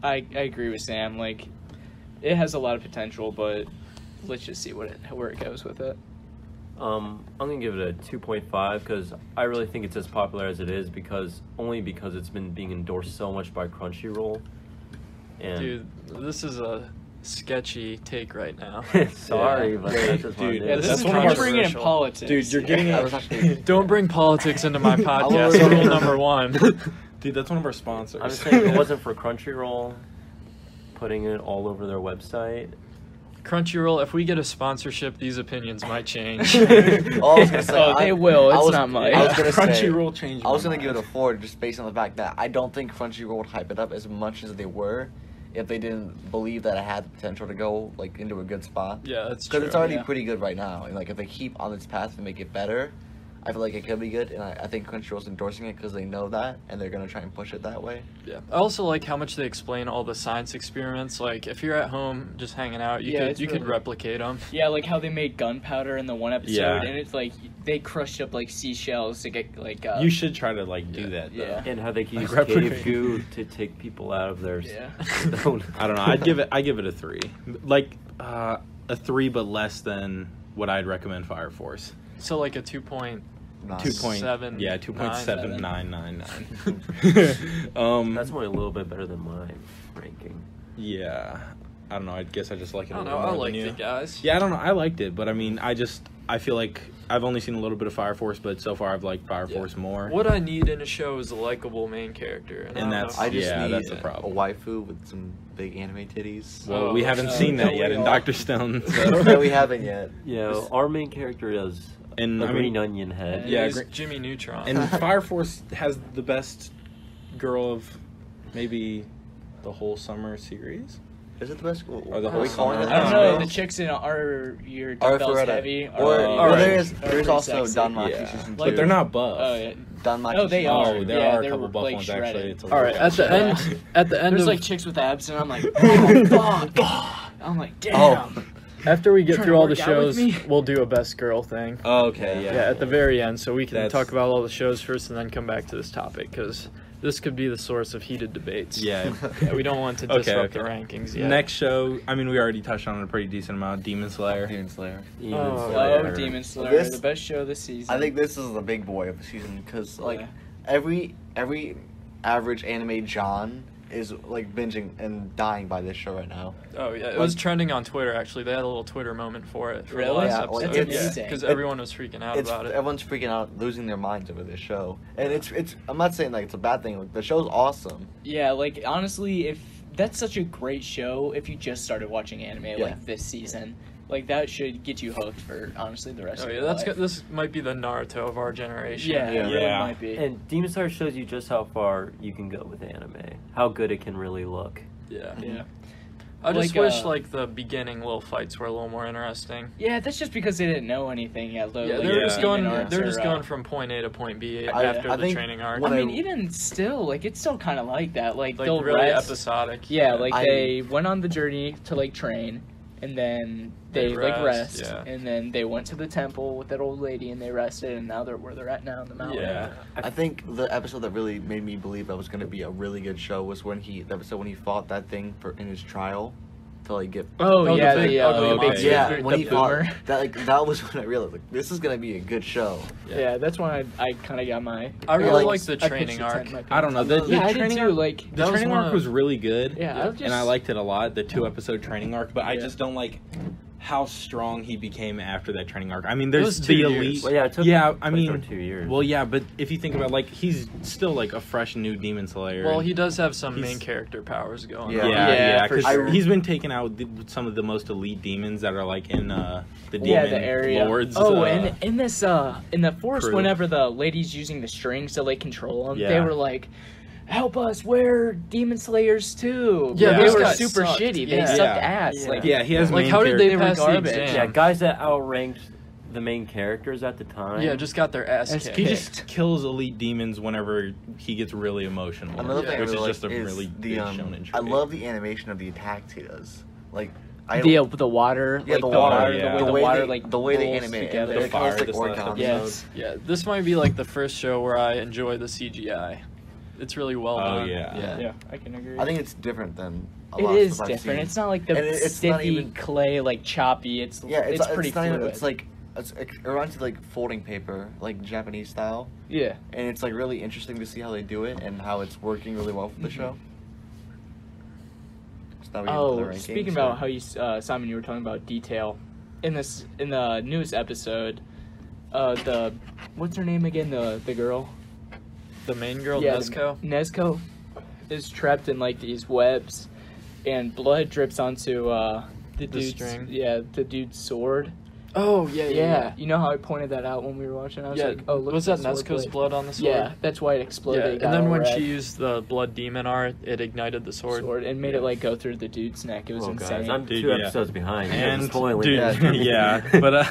Speaker 2: I I agree with Sam. Like, it has a lot of potential, but let's just see what it where it goes with it.
Speaker 4: Um, I'm gonna give it a 2.5 because I really think it's as popular as it is because only because it's been being endorsed so much by Crunchyroll. And
Speaker 3: Dude, this is a sketchy take right now.
Speaker 4: (laughs)
Speaker 2: (laughs)
Speaker 4: sorry,
Speaker 3: Yeah.
Speaker 4: but that's just what it
Speaker 5: Dude,
Speaker 4: is.
Speaker 5: Yeah,
Speaker 2: Yeah, this
Speaker 5: that's
Speaker 2: is
Speaker 5: one of our-
Speaker 2: we're bringing in politics.
Speaker 5: Dude, you're getting
Speaker 6: I
Speaker 5: it.
Speaker 6: was (laughs) actually-
Speaker 3: (laughs) Don't bring politics
Speaker 2: (laughs)
Speaker 3: into (laughs) my podcast.
Speaker 6: already-
Speaker 3: Rule number one.
Speaker 5: (laughs) Dude, that's one of our sponsors.
Speaker 4: I'm just saying,
Speaker 5: (laughs)
Speaker 4: if it wasn't for Crunchyroll putting it all over their website,
Speaker 3: Crunchyroll, if we get a sponsorship, these opinions might (laughs) change.
Speaker 6: Oh, I was gonna say,
Speaker 2: Oh, they
Speaker 6: I-
Speaker 2: will,
Speaker 6: I
Speaker 2: it's
Speaker 6: was-
Speaker 2: not mine.
Speaker 6: I was gonna say,
Speaker 5: (laughs) Crunchyroll changed.
Speaker 6: I was
Speaker 5: my
Speaker 6: gonna give it
Speaker 5: mind.
Speaker 6: a four just based on the fact that I don't think Crunchyroll would hype it up as much as they were if they didn't believe that it had the potential to go like into a good spot.
Speaker 3: yeah, that's true.
Speaker 6: Because it's already
Speaker 2: yeah.
Speaker 6: pretty good right now, and like if they keep on this path and make it better, I feel like it could be good. And I, I think Crunchyroll's endorsing it because they know that, and they're gonna try and push it that way.
Speaker 3: Yeah. I also like how much they explain all the science experiments. Like, if you're at home just hanging out, you
Speaker 2: Yeah,
Speaker 3: could
Speaker 2: it's
Speaker 3: you could
Speaker 2: really-
Speaker 3: replicate (laughs) them.
Speaker 2: (laughs) Yeah, like how they made gunpowder in the one episode,
Speaker 5: Yeah.
Speaker 2: and it's like they crushed up like seashells to get like. Uh,
Speaker 5: You should try to like do that. Though.
Speaker 2: Yeah.
Speaker 4: and how they can
Speaker 5: Like
Speaker 4: use
Speaker 5: replicate.
Speaker 4: cave goo to take people out of their
Speaker 2: Yeah.
Speaker 4: stone.
Speaker 5: I don't know. I'd give it. I give it a three. Like uh, a three, but less than what I'd recommend Fire Force.
Speaker 3: (laughs) So like a two point.
Speaker 6: Not-
Speaker 5: Two point.
Speaker 3: Seven,
Speaker 5: yeah, two point
Speaker 3: nine,
Speaker 5: seven
Speaker 2: seven.
Speaker 5: nine nine nine. (laughs) um,
Speaker 4: That's only a little bit better than my ranking.
Speaker 5: yeah. I don't know. I guess I just like it.
Speaker 3: I
Speaker 5: a
Speaker 3: don't know.
Speaker 5: little
Speaker 3: I
Speaker 5: more
Speaker 3: like
Speaker 5: than you.
Speaker 3: it, guys.
Speaker 5: Yeah, I don't know. I liked it, but I mean, I just I feel like I've only seen a little bit of Fire Force, but so far I've liked Fire
Speaker 3: Yeah.
Speaker 5: Force more.
Speaker 3: What I need in a show is a likable main character, and,
Speaker 5: And
Speaker 3: I
Speaker 5: that's-
Speaker 3: don't know.
Speaker 6: I just
Speaker 5: Yeah,
Speaker 6: need
Speaker 5: that's the
Speaker 6: a
Speaker 5: problem.
Speaker 6: waifu with some big anime titties.
Speaker 5: Well,
Speaker 3: Oh,
Speaker 5: we haven't
Speaker 2: uh,
Speaker 5: seen that (laughs)
Speaker 6: (laughs)
Speaker 2: don't
Speaker 5: yet
Speaker 2: we
Speaker 5: in
Speaker 2: all?
Speaker 5: Doctor Stone. So.
Speaker 6: that we haven't yet.
Speaker 4: Yeah, our main character is
Speaker 5: And,
Speaker 4: a
Speaker 5: I mean-
Speaker 4: green onion head.
Speaker 3: And
Speaker 5: Yeah,
Speaker 3: he's
Speaker 5: agree.
Speaker 3: Jimmy Neutron.
Speaker 5: (laughs) And
Speaker 3: (laughs)
Speaker 5: Fire Force has the best girl of maybe the whole summer series.
Speaker 6: Is it the best? Or (laughs)
Speaker 5: the
Speaker 6: Are
Speaker 5: whole
Speaker 6: we calling
Speaker 5: summer.
Speaker 2: I
Speaker 6: it
Speaker 5: I
Speaker 2: don't know.
Speaker 5: don't
Speaker 2: The
Speaker 5: know.
Speaker 2: chicks in our your
Speaker 6: Or
Speaker 2: belts
Speaker 6: Florida.
Speaker 2: heavy.
Speaker 6: Or,
Speaker 5: Uh,
Speaker 6: or
Speaker 5: Alright.
Speaker 6: there's
Speaker 2: Are
Speaker 6: there's
Speaker 2: pretty
Speaker 6: also
Speaker 2: sexy.
Speaker 6: Danmachi
Speaker 5: Yeah.
Speaker 6: season two.
Speaker 5: But they're not buff.
Speaker 2: Oh, yeah.
Speaker 6: Danmachi.
Speaker 2: No, they
Speaker 6: season
Speaker 2: are.
Speaker 5: Oh, there
Speaker 2: Yeah,
Speaker 5: are a
Speaker 2: they're,
Speaker 5: couple buff
Speaker 2: like,
Speaker 5: ones
Speaker 2: shredded.
Speaker 5: actually. It's a
Speaker 3: all
Speaker 5: little
Speaker 3: right, at the
Speaker 2: Yeah.
Speaker 3: end, at
Speaker 5: (laughs)
Speaker 3: the end
Speaker 2: There's
Speaker 3: of
Speaker 2: like chicks with abs, and I'm
Speaker 3: (laughs)
Speaker 2: like, oh, fuck. I'm like, damn.
Speaker 6: Oh.
Speaker 3: after we get
Speaker 2: trying
Speaker 3: through
Speaker 2: to
Speaker 3: all the
Speaker 2: work out with
Speaker 3: shows,
Speaker 2: me.
Speaker 3: we'll do a best girl thing.
Speaker 5: Okay,
Speaker 3: Yeah,
Speaker 5: yeah.
Speaker 3: at the very end, so we can
Speaker 5: That's-
Speaker 3: talk about all the shows first, and then come back to this topic because this could be the source of heated debates.
Speaker 5: Yeah.
Speaker 3: Yeah, we don't want to
Speaker 5: Okay,
Speaker 3: disrupt
Speaker 5: okay.
Speaker 3: the rankings yet.
Speaker 5: Next show, I mean, we already touched on it a pretty decent amount. Demon Slayer.
Speaker 6: Demon Slayer.
Speaker 4: Demon
Speaker 3: Oh,
Speaker 2: Oh,
Speaker 4: Slayer.
Speaker 2: Demon Slayer,
Speaker 6: This-
Speaker 2: the best show this season.
Speaker 6: I think this is the big boy of the season because like
Speaker 2: Yeah.
Speaker 6: every every average anime John is like binging and dying by this show right now.
Speaker 3: Oh yeah, it
Speaker 6: Like-
Speaker 3: was trending on Twitter actually. They had a little Twitter moment for it for
Speaker 2: Really?
Speaker 3: the last
Speaker 6: Yeah, like,
Speaker 3: episode.
Speaker 6: That's it's-
Speaker 2: amazing.
Speaker 3: because
Speaker 6: it-
Speaker 3: everyone was freaking out
Speaker 6: It's
Speaker 3: about it.
Speaker 6: everyone's freaking out, losing their minds over this show, and it's it's. I'm not saying like it's a bad thing. Like, the show's awesome.
Speaker 2: Yeah, like honestly, if that's such a great show, if you just started watching anime
Speaker 6: Yeah.
Speaker 2: like this season, like that should get you hooked for honestly the rest
Speaker 3: Oh
Speaker 2: of
Speaker 3: yeah,
Speaker 2: your
Speaker 3: that's
Speaker 2: life.
Speaker 3: good. This might be the Naruto of our generation.
Speaker 2: Yeah,
Speaker 6: Yeah.
Speaker 2: it really
Speaker 5: Yeah.
Speaker 2: might be.
Speaker 4: And Demon Slayer shows you just how far you can go with anime, how good it can really look.
Speaker 3: yeah.
Speaker 2: yeah.
Speaker 3: Mm-hmm. I just
Speaker 2: Like,
Speaker 3: wish
Speaker 2: uh,
Speaker 3: like the beginning little fights were a little more interesting.
Speaker 2: Yeah, that's just because they didn't know anything yet. Though,
Speaker 3: Yeah,
Speaker 2: like,
Speaker 3: they're just
Speaker 2: Demon
Speaker 3: going.
Speaker 2: Arms
Speaker 3: They're
Speaker 2: or,
Speaker 3: just
Speaker 2: uh,
Speaker 3: going from point A to point B
Speaker 6: I-
Speaker 3: after
Speaker 6: I
Speaker 3: the
Speaker 6: think
Speaker 3: training arc.
Speaker 6: when
Speaker 2: I
Speaker 6: I-
Speaker 2: mean, even still, like it's still kind of like that. Like,
Speaker 3: like
Speaker 2: they'll
Speaker 3: really
Speaker 2: rest.
Speaker 3: episodic.
Speaker 2: Yeah, like
Speaker 6: I-
Speaker 2: they went on the journey to like train, and then they,
Speaker 3: They
Speaker 2: like
Speaker 3: rest,
Speaker 2: rest,
Speaker 3: yeah.
Speaker 2: and then they went to the temple with that old lady, and they rested, and now they're where they're at now in the mountain.
Speaker 5: Yeah.
Speaker 6: I think the episode that really made me believe that was going to be a really good show was when he the episode when he fought that thing for in his trial. to like get.
Speaker 2: Oh,
Speaker 5: Oh, the
Speaker 2: yeah,
Speaker 5: big-
Speaker 2: the, uh,
Speaker 5: oh,
Speaker 2: the
Speaker 5: okay.
Speaker 2: big
Speaker 6: yeah,
Speaker 2: secret,
Speaker 6: when
Speaker 2: the
Speaker 6: he
Speaker 2: boomer.
Speaker 6: uh, that like that was (laughs) when I realized like this is gonna be a good show.
Speaker 2: yeah. that's when I, I kind of got my.
Speaker 3: I
Speaker 6: really
Speaker 2: uh,
Speaker 6: like
Speaker 3: the
Speaker 2: I pitched
Speaker 3: training
Speaker 2: a
Speaker 3: arc.
Speaker 2: tent in my
Speaker 5: I don't know. The,
Speaker 2: pants.
Speaker 5: the
Speaker 2: Yeah, I did
Speaker 5: training
Speaker 2: too.
Speaker 5: arc,
Speaker 2: Like,
Speaker 5: the
Speaker 3: That was
Speaker 5: training
Speaker 3: one
Speaker 5: arc
Speaker 3: of-
Speaker 5: was really good.
Speaker 2: Yeah, I was
Speaker 5: and I
Speaker 2: just-
Speaker 5: liked it a lot. The two episode training arc, but I
Speaker 2: Yeah.
Speaker 5: just don't like how strong he became after that training arc. I mean,
Speaker 3: was
Speaker 5: there's
Speaker 3: two
Speaker 5: the
Speaker 3: years.
Speaker 5: elite.
Speaker 4: Well, yeah, it took
Speaker 5: yeah. I
Speaker 4: like,
Speaker 5: mean,
Speaker 4: over two years.
Speaker 5: Well, yeah, but if you think about like he's still like a fresh new demon slayer.
Speaker 3: Well,
Speaker 5: and-
Speaker 3: he does have some main
Speaker 5: He's-
Speaker 3: character powers going.
Speaker 6: Yeah.
Speaker 5: Yeah,
Speaker 3: on.
Speaker 5: yeah,
Speaker 2: Yeah, for
Speaker 5: 'cause
Speaker 6: sure.
Speaker 5: he's been taking out the, some of the most elite demons that are like in uh, the demon
Speaker 2: yeah, the area.
Speaker 5: lords.
Speaker 2: oh,
Speaker 5: uh,
Speaker 2: and in this uh in the forest,
Speaker 5: crew.
Speaker 2: whenever the ladies using the strings to like control them, they
Speaker 5: Yeah.
Speaker 2: were like, "Help us, we're demon slayers too."
Speaker 3: Yeah,
Speaker 2: But
Speaker 5: those
Speaker 2: they were
Speaker 3: guys
Speaker 2: super
Speaker 3: sucked.
Speaker 2: shitty.
Speaker 3: Yeah.
Speaker 2: They sucked
Speaker 5: Yeah.
Speaker 2: ass.
Speaker 3: Yeah.
Speaker 2: Like,
Speaker 5: yeah, he has
Speaker 3: Like,
Speaker 5: main
Speaker 3: how did they
Speaker 5: characters.
Speaker 2: were
Speaker 3: pass the
Speaker 2: garbage.
Speaker 3: exam?
Speaker 4: yeah, guys that outranked the main characters at the time.
Speaker 3: Yeah, just got their ass
Speaker 2: That's
Speaker 3: kicked.
Speaker 5: He just kills elite demons whenever he gets really emotional,
Speaker 6: Another
Speaker 3: Yeah.
Speaker 6: thing
Speaker 5: which
Speaker 6: I really
Speaker 5: is just a
Speaker 6: like is
Speaker 5: really
Speaker 6: the
Speaker 5: big
Speaker 6: um,
Speaker 5: shonen trait.
Speaker 6: I love the animation of the attacks he does. Like I
Speaker 2: the uh, the water,
Speaker 6: yeah,
Speaker 2: like
Speaker 6: the,
Speaker 2: the,
Speaker 6: water,
Speaker 5: yeah.
Speaker 2: the way the,
Speaker 6: the way
Speaker 2: water
Speaker 6: they,
Speaker 2: like
Speaker 6: the way they
Speaker 2: rolls
Speaker 6: animate it, and
Speaker 2: together.
Speaker 6: the,
Speaker 5: The fire
Speaker 6: like
Speaker 5: this last
Speaker 6: origami.
Speaker 5: episode.
Speaker 2: yes,
Speaker 3: (laughs) Yeah, this might be like the first show where I enjoy the CGI. It's really well
Speaker 5: Oh,
Speaker 3: done.
Speaker 5: yeah.
Speaker 6: Yeah.
Speaker 2: yeah, I can agree.
Speaker 6: I think it's different than a
Speaker 2: it
Speaker 6: lot of
Speaker 2: is
Speaker 6: stuff I've
Speaker 2: different.
Speaker 6: seen.
Speaker 2: It's not like the
Speaker 6: And it- it's
Speaker 2: stiffy
Speaker 6: not even-
Speaker 2: clay, like choppy. It's
Speaker 6: yeah, it's,
Speaker 2: it's, pretty
Speaker 6: not
Speaker 2: fluid.
Speaker 6: even, it's like it's, it reminds me like folding paper, like Japanese style,
Speaker 2: yeah,
Speaker 6: and it's like really interesting to see how they do it and how it's working really well for
Speaker 2: Mm-hmm.
Speaker 6: the show. So now we get into the
Speaker 2: Oh,
Speaker 6: rankings,
Speaker 2: speaking
Speaker 6: or-
Speaker 2: about how you, s- uh, Simon, you were talking about detail in this in the news episode. Uh, the what's her name again? The the girl.
Speaker 3: The main girl,
Speaker 2: Yeah, the-
Speaker 3: Nezuko.
Speaker 2: Nezuko is trapped in like these webs, and blood drips onto uh, the, dude's
Speaker 3: string.
Speaker 2: yeah the dude's sword.
Speaker 3: Oh yeah,
Speaker 2: Yeah, you know how I pointed that out when we were watching. I was
Speaker 3: Yeah,
Speaker 2: like, oh look,
Speaker 3: was
Speaker 2: at the
Speaker 3: that
Speaker 2: sword
Speaker 3: Nezuko's
Speaker 2: blade.
Speaker 3: blood on the sword?
Speaker 2: Yeah, that's why it
Speaker 3: Yeah,
Speaker 2: exploded. it got
Speaker 3: and then
Speaker 2: all
Speaker 3: when
Speaker 2: red.
Speaker 3: she used the blood demon art, it ignited the sword.
Speaker 2: sword and made it like go through the dude's neck. It was
Speaker 4: Oh,
Speaker 2: insane.
Speaker 4: guys, I'm
Speaker 5: Dude,
Speaker 4: two
Speaker 5: yeah.
Speaker 4: episodes behind. You guys are
Speaker 5: and
Speaker 4: spoiling.
Speaker 5: dude,
Speaker 6: Yeah.
Speaker 5: (laughs) yeah, But
Speaker 4: (laughs)
Speaker 5: uh,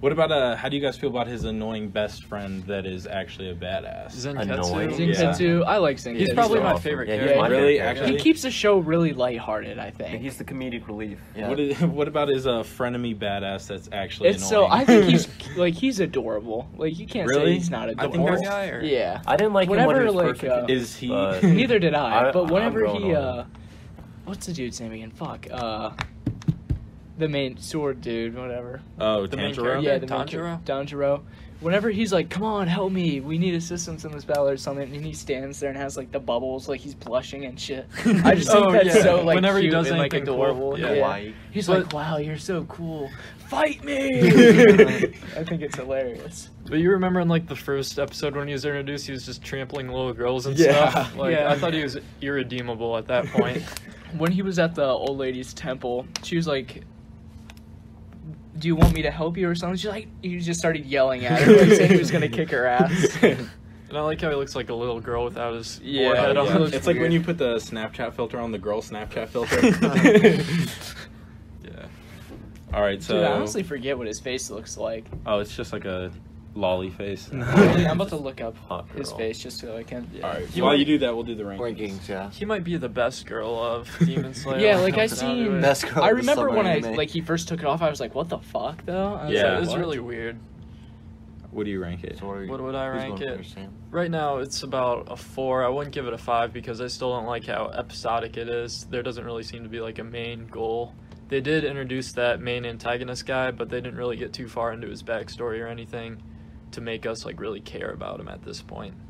Speaker 5: what about uh? How do you guys feel about his annoying best friend that is actually a badass?
Speaker 3: Zenketsu.
Speaker 4: Annoying.
Speaker 2: Zinketsu, I like Zinketsu.
Speaker 3: He's probably
Speaker 4: he's
Speaker 3: my
Speaker 4: awesome.
Speaker 3: favorite
Speaker 4: Yeah, he's
Speaker 3: character.
Speaker 4: my
Speaker 5: Really?
Speaker 4: favorite.
Speaker 5: Actually-
Speaker 2: He keeps the show really lighthearted, I
Speaker 4: Yeah.
Speaker 2: think.
Speaker 4: he's the comedic relief.
Speaker 6: Yeah. (laughs)
Speaker 5: What is (laughs) what about his uh frenemy badass that's actually
Speaker 2: it's so
Speaker 5: annoying?
Speaker 2: I think he's
Speaker 3: (laughs)
Speaker 2: like he's adorable. Like you can't
Speaker 5: Really?
Speaker 2: say he's not
Speaker 5: I
Speaker 3: The
Speaker 5: think
Speaker 2: adorable.
Speaker 3: poor
Speaker 5: that's-
Speaker 3: guy, or
Speaker 2: yeah.
Speaker 4: I didn't like him when
Speaker 2: Whenever,
Speaker 4: he was
Speaker 2: like,
Speaker 4: perfect.
Speaker 2: uh,
Speaker 5: (laughs) is he
Speaker 4: (laughs) But-
Speaker 2: Neither did I.
Speaker 4: I-
Speaker 2: but
Speaker 4: I'm
Speaker 2: whenever
Speaker 4: growing
Speaker 2: he
Speaker 4: old.
Speaker 2: uh what's the dude's name again? Fuck. Uh the main sword dude, whatever.
Speaker 5: (laughs) oh
Speaker 3: the main
Speaker 5: Tanjiro?
Speaker 3: character?
Speaker 2: Yeah, the main
Speaker 3: Tanjiro?
Speaker 2: cha- Tanjiro. Whenever he's like, "Come on, help me! We need assistance in this battle or something," and he stands there and has like the bubbles, like he's blushing and shit.
Speaker 5: (laughs)
Speaker 2: I just think
Speaker 3: Oh,
Speaker 2: that's
Speaker 3: yeah.
Speaker 2: so like
Speaker 3: Whenever he
Speaker 2: cute
Speaker 3: does
Speaker 2: and, like
Speaker 3: anything cool.
Speaker 2: adorable.
Speaker 3: Yeah.
Speaker 6: Kawaii.
Speaker 2: He's
Speaker 3: But-
Speaker 2: like, "Wow, you're so cool! Fight me!" I think it's hilarious.
Speaker 3: But you remember in like the first episode when he was introduced, he was just trampling little girls and
Speaker 2: (laughs)
Speaker 5: Yeah.
Speaker 3: stuff. Like
Speaker 2: Yeah.
Speaker 3: I thought he was irredeemable at
Speaker 2: (laughs)
Speaker 3: that point.
Speaker 5: (laughs)
Speaker 2: When he was at the old lady's temple, she was like. Do you want me to help you or something? She like he just started yelling at her, like, saying he was (laughs) gonna kick her
Speaker 5: (laughs)
Speaker 2: ass.
Speaker 3: and I like how he looks like a little girl without his
Speaker 2: Yeah,
Speaker 5: Oh,
Speaker 3: forehead
Speaker 5: yeah.
Speaker 2: That
Speaker 3: on.
Speaker 2: looks
Speaker 5: It's like when
Speaker 2: weird.
Speaker 5: you put the Snapchat filter on the girl
Speaker 6: (laughs)
Speaker 2: (laughs)
Speaker 5: Snapchat (laughs) filter.
Speaker 3: Yeah.
Speaker 5: All right, so
Speaker 2: Dude, I honestly forget what his face looks like.
Speaker 5: oh, it's just like a lolly face.
Speaker 2: (laughs) Really, I'm about to look up
Speaker 4: Hot
Speaker 2: his
Speaker 4: girl.
Speaker 2: face just so I can.
Speaker 5: All right.
Speaker 3: He
Speaker 5: while
Speaker 3: might-
Speaker 5: you do that, we'll do the rankings.
Speaker 6: rankings, yeah.
Speaker 3: He might be the best girl of Demon Slayer.
Speaker 2: Yeah,
Speaker 3: when it
Speaker 2: like I
Speaker 3: comes down
Speaker 2: seen.
Speaker 3: to it.
Speaker 6: Best girl
Speaker 2: I
Speaker 6: of the
Speaker 2: remember
Speaker 6: summer
Speaker 2: when I
Speaker 6: anime.
Speaker 2: like he first took it off. I was like, "What the fuck, though?" I was
Speaker 5: Yeah.
Speaker 2: like,
Speaker 3: it's
Speaker 2: "What?"
Speaker 3: really weird.
Speaker 5: What do you rank it?
Speaker 6: So are we-
Speaker 3: What would I
Speaker 6: who's
Speaker 3: rank
Speaker 6: going
Speaker 3: it?
Speaker 6: first, Sam?
Speaker 3: Right now, it's about a four. I wouldn't give it a five because I still don't like how episodic it is. There doesn't really seem to be like a main goal. They did introduce that main antagonist guy, but they didn't really get too far into his backstory or anything to make us like really care about him at this point. (laughs)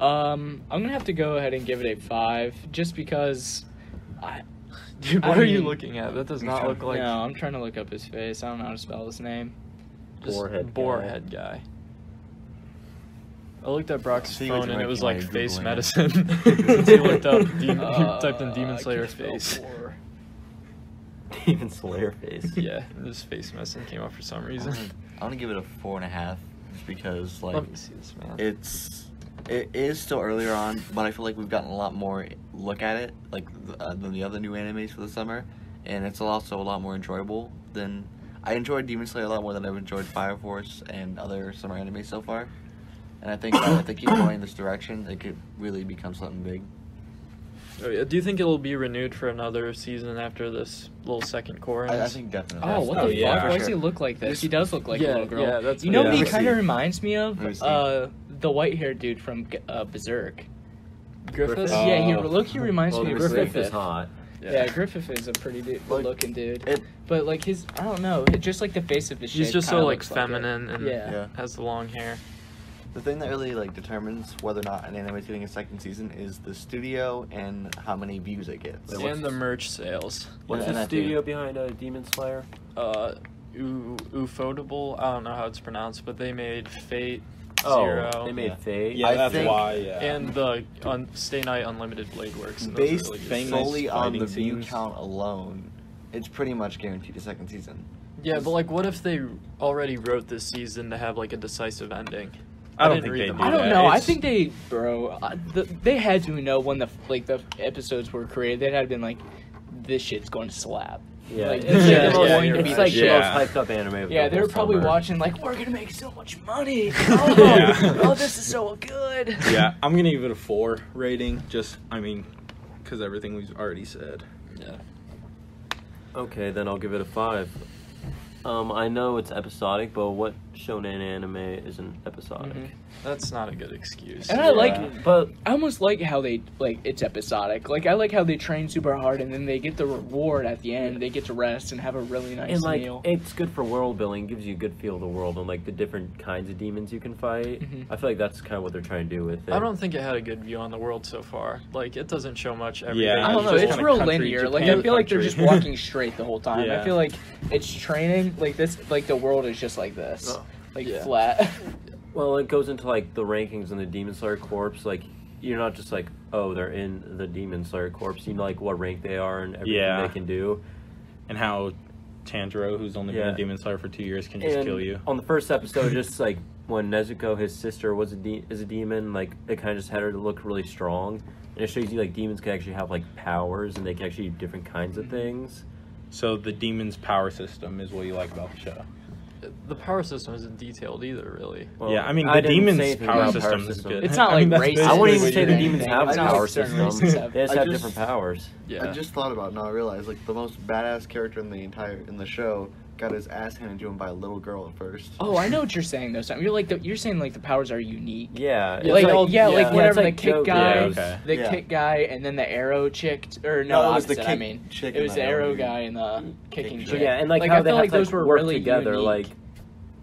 Speaker 2: Um, I'm gonna have to go ahead and give it a five, just because. I,
Speaker 3: Dude,
Speaker 2: I
Speaker 3: what are you
Speaker 2: mean-
Speaker 3: looking at? That does not look like
Speaker 2: no, I'm trying to look up his face. I don't know how to spell his name.
Speaker 3: just
Speaker 4: Boarhead guy.
Speaker 3: boarhead guy. I looked at Brock's
Speaker 6: See what
Speaker 3: phone
Speaker 6: you
Speaker 3: and it
Speaker 6: like
Speaker 3: was
Speaker 6: by
Speaker 3: like face
Speaker 6: Googling.
Speaker 3: medicine. (laughs) Since he
Speaker 2: (laughs)
Speaker 3: looked up, demon, he
Speaker 2: Uh,
Speaker 3: typed in Demon
Speaker 2: I
Speaker 3: Slayer
Speaker 2: can't spell
Speaker 3: face. (laughs)
Speaker 2: boar.
Speaker 4: (laughs) Demon Slayer face.
Speaker 3: Yeah, and his face medicine came up for some reason.
Speaker 6: I'm gonna give it a four and a half, just because Oh, like
Speaker 3: Let me see this man.
Speaker 6: it's it is still earlier on, but I feel like we've gotten a lot more look at it, like th- uh, than the other new animes for the summer, and it's also a lot more enjoyable than I enjoyed Demon Slayer a lot more than I've enjoyed Fire Force and other summer anime so far. And I think uh, if they keep (coughs) going in this direction, it could really become something big.
Speaker 3: Oh, yeah. Do you think it'll be renewed for another season after this little second core?
Speaker 6: I, I
Speaker 3: ends?
Speaker 6: think definitely.
Speaker 2: Oh, what the
Speaker 5: Oh,
Speaker 2: fuck?
Speaker 5: yeah, for
Speaker 2: Why does he
Speaker 6: sure.
Speaker 2: look like this?
Speaker 6: This-
Speaker 2: He does look like
Speaker 3: Yeah,
Speaker 2: a little girl.
Speaker 3: yeah, that's
Speaker 2: you
Speaker 3: what
Speaker 2: know
Speaker 5: it
Speaker 2: what he
Speaker 5: is.
Speaker 2: kind
Speaker 6: Let
Speaker 2: of
Speaker 6: me see.
Speaker 2: reminds me of?
Speaker 6: Let me see.
Speaker 2: Uh, the white-haired dude from uh, Berserk.
Speaker 3: Griffiths.
Speaker 5: Oh.
Speaker 3: Oh.
Speaker 6: Oh.
Speaker 2: yeah, he look. He reminds
Speaker 4: Well,
Speaker 2: me
Speaker 4: the
Speaker 2: of
Speaker 4: Griffith is
Speaker 2: Griffith.
Speaker 4: hot.
Speaker 2: Yeah. Griffith is a pretty du-
Speaker 6: Like,
Speaker 2: looking dude.
Speaker 6: it-
Speaker 2: but like his, I don't know, just like the face of his.
Speaker 3: He's
Speaker 2: shape
Speaker 3: just so
Speaker 2: kinda
Speaker 3: like
Speaker 2: looks
Speaker 3: feminine
Speaker 2: it.
Speaker 3: and
Speaker 2: yeah.
Speaker 6: Yeah.
Speaker 3: has the long hair.
Speaker 6: The thing that really like determines whether or not an anime is getting a second season is the studio and how many views it gets.
Speaker 4: Wait, what's-
Speaker 3: and the merch sales.
Speaker 4: What's
Speaker 6: Yeah,
Speaker 4: the
Speaker 6: that dude.
Speaker 4: studio behind uh, Demon Slayer?
Speaker 3: Uh, U- Ufotable. I don't know how it's pronounced, but they made Fate
Speaker 4: Oh,
Speaker 3: Zero
Speaker 4: they made
Speaker 6: Yeah.
Speaker 4: Fate.
Speaker 5: Yeah,
Speaker 6: I
Speaker 5: that's
Speaker 6: think-
Speaker 5: why. Yeah.
Speaker 3: and the un- Stay Night Unlimited Blade Works. And those are
Speaker 6: based
Speaker 3: really good.
Speaker 5: famous
Speaker 6: solely on the
Speaker 5: fighting
Speaker 6: view
Speaker 5: scenes.
Speaker 6: count alone, it's pretty much guaranteed a second season.
Speaker 3: Yeah, but like, what if they already wrote this season to have like a decisive ending?
Speaker 5: I don't
Speaker 3: didn't
Speaker 5: think
Speaker 3: read
Speaker 5: they
Speaker 3: them.
Speaker 5: do
Speaker 2: I don't
Speaker 5: that.
Speaker 2: know. I
Speaker 5: It's-
Speaker 2: think they, bro, uh, the, they had to know when the like the episodes were created. They had been like, this shit's going to slap.
Speaker 4: Yeah,
Speaker 2: Like,
Speaker 4: it's,
Speaker 2: it's
Speaker 4: yeah,
Speaker 2: like the most-
Speaker 4: yeah,
Speaker 2: it's
Speaker 4: you're
Speaker 2: like
Speaker 4: right.
Speaker 2: the
Speaker 5: Yeah.
Speaker 4: most hyped up anime. of
Speaker 2: Yeah,
Speaker 4: the
Speaker 2: they were
Speaker 4: whole
Speaker 2: probably
Speaker 4: summer.
Speaker 2: watching like, we're gonna make so much (laughs) money.
Speaker 5: Yeah.
Speaker 2: Oh, oh, this is so good.
Speaker 5: (laughs) yeah, I'm gonna give it a four rating. Just, I mean, because everything we've already said.
Speaker 3: Yeah.
Speaker 4: Okay, then I'll give it a five. Um, I know it's episodic, but what shonen anime isn't episodic?
Speaker 2: Mhm.
Speaker 3: That's not a good excuse.
Speaker 2: And I like
Speaker 5: Yeah.
Speaker 4: But
Speaker 2: (laughs) I almost like how they like it's episodic. Like I like how they train super hard and then they get the reward at the end. They get to rest and have a really nice
Speaker 4: and like
Speaker 2: meal.
Speaker 4: it's good for world building, gives you a good feel of the world and like the different kinds of demons you can fight.
Speaker 2: Mhm.
Speaker 4: I feel like that's kind of what they're trying to do with it.
Speaker 3: I don't think it had a good view on the world so far. Like, it doesn't show much. Every
Speaker 5: Yeah.
Speaker 3: day.
Speaker 2: I don't know.
Speaker 5: just
Speaker 2: It's
Speaker 5: wanna
Speaker 2: real
Speaker 5: country
Speaker 2: linear. like I
Speaker 5: Japan
Speaker 2: feel like they're just
Speaker 5: country.
Speaker 2: walking straight the whole time. I
Speaker 5: Yeah.
Speaker 2: feel like it's training. Like this. Like the world is just like this.
Speaker 4: Oh,
Speaker 2: like
Speaker 3: yeah.
Speaker 2: flat. (laughs)
Speaker 4: Well, it goes into like the rankings in the Demon Slayer Corps. Like you're not just like oh they're in the Demon Slayer Corps. You know like what rank they are and everything
Speaker 5: Yeah.
Speaker 4: they can do.
Speaker 5: And how Tanjiro, who's only been
Speaker 4: Yeah.
Speaker 5: a Demon Slayer for two years, can just
Speaker 4: And
Speaker 5: kill you.
Speaker 4: On the first
Speaker 5: (laughs)
Speaker 4: episode, just like when Nezuko, his sister, was a de- is a demon, like it kind of just had her to look really strong, and it shows you like demons can actually have like powers and they can actually do different kinds of things.
Speaker 5: So the demon's power system is what you like about the show.
Speaker 3: The power system isn't detailed either, really.
Speaker 4: Well,
Speaker 5: yeah, I mean the
Speaker 4: didn't
Speaker 5: demon's
Speaker 4: say anything
Speaker 5: power
Speaker 4: about
Speaker 5: system is good. (laughs)
Speaker 2: It's not
Speaker 5: I mean,
Speaker 2: like
Speaker 5: that's
Speaker 2: racist.
Speaker 4: I wouldn't even
Speaker 5: basically
Speaker 4: say
Speaker 5: what
Speaker 4: the
Speaker 5: you're
Speaker 4: demons
Speaker 5: saying.
Speaker 4: have a
Speaker 6: I
Speaker 2: just-
Speaker 4: power
Speaker 2: certain
Speaker 4: system.
Speaker 2: races have-
Speaker 4: They just
Speaker 6: I
Speaker 4: have
Speaker 6: just-
Speaker 4: different powers.
Speaker 3: Yeah.
Speaker 6: I just thought about it now. I realized like the most badass character in the entire in the show got his ass handed to him by a little girl at first.
Speaker 2: Oh, I know what you're saying though. Sam. You're like the, you're saying like the powers are unique.
Speaker 4: Yeah,
Speaker 2: Like,
Speaker 3: like all-
Speaker 2: yeah,
Speaker 3: yeah. Yeah,
Speaker 2: like
Speaker 3: it's
Speaker 2: whatever
Speaker 4: like
Speaker 2: the kick
Speaker 4: Joker.
Speaker 2: guy,
Speaker 5: Yeah, okay.
Speaker 2: the
Speaker 6: Yeah.
Speaker 2: kick guy, and then the arrow chick, or no,
Speaker 6: No, it was the
Speaker 2: opposite. I
Speaker 6: kick
Speaker 2: mean,
Speaker 6: chick
Speaker 2: it
Speaker 6: and
Speaker 2: was
Speaker 6: the
Speaker 2: the arrow
Speaker 6: arrow
Speaker 2: guy and the kicking
Speaker 6: Yeah.
Speaker 2: chick.
Speaker 4: yeah, and like,
Speaker 2: I
Speaker 4: how
Speaker 2: feel
Speaker 4: they have
Speaker 2: like
Speaker 4: to, like,
Speaker 2: those were
Speaker 4: work
Speaker 2: really
Speaker 4: together,
Speaker 2: unique.
Speaker 4: like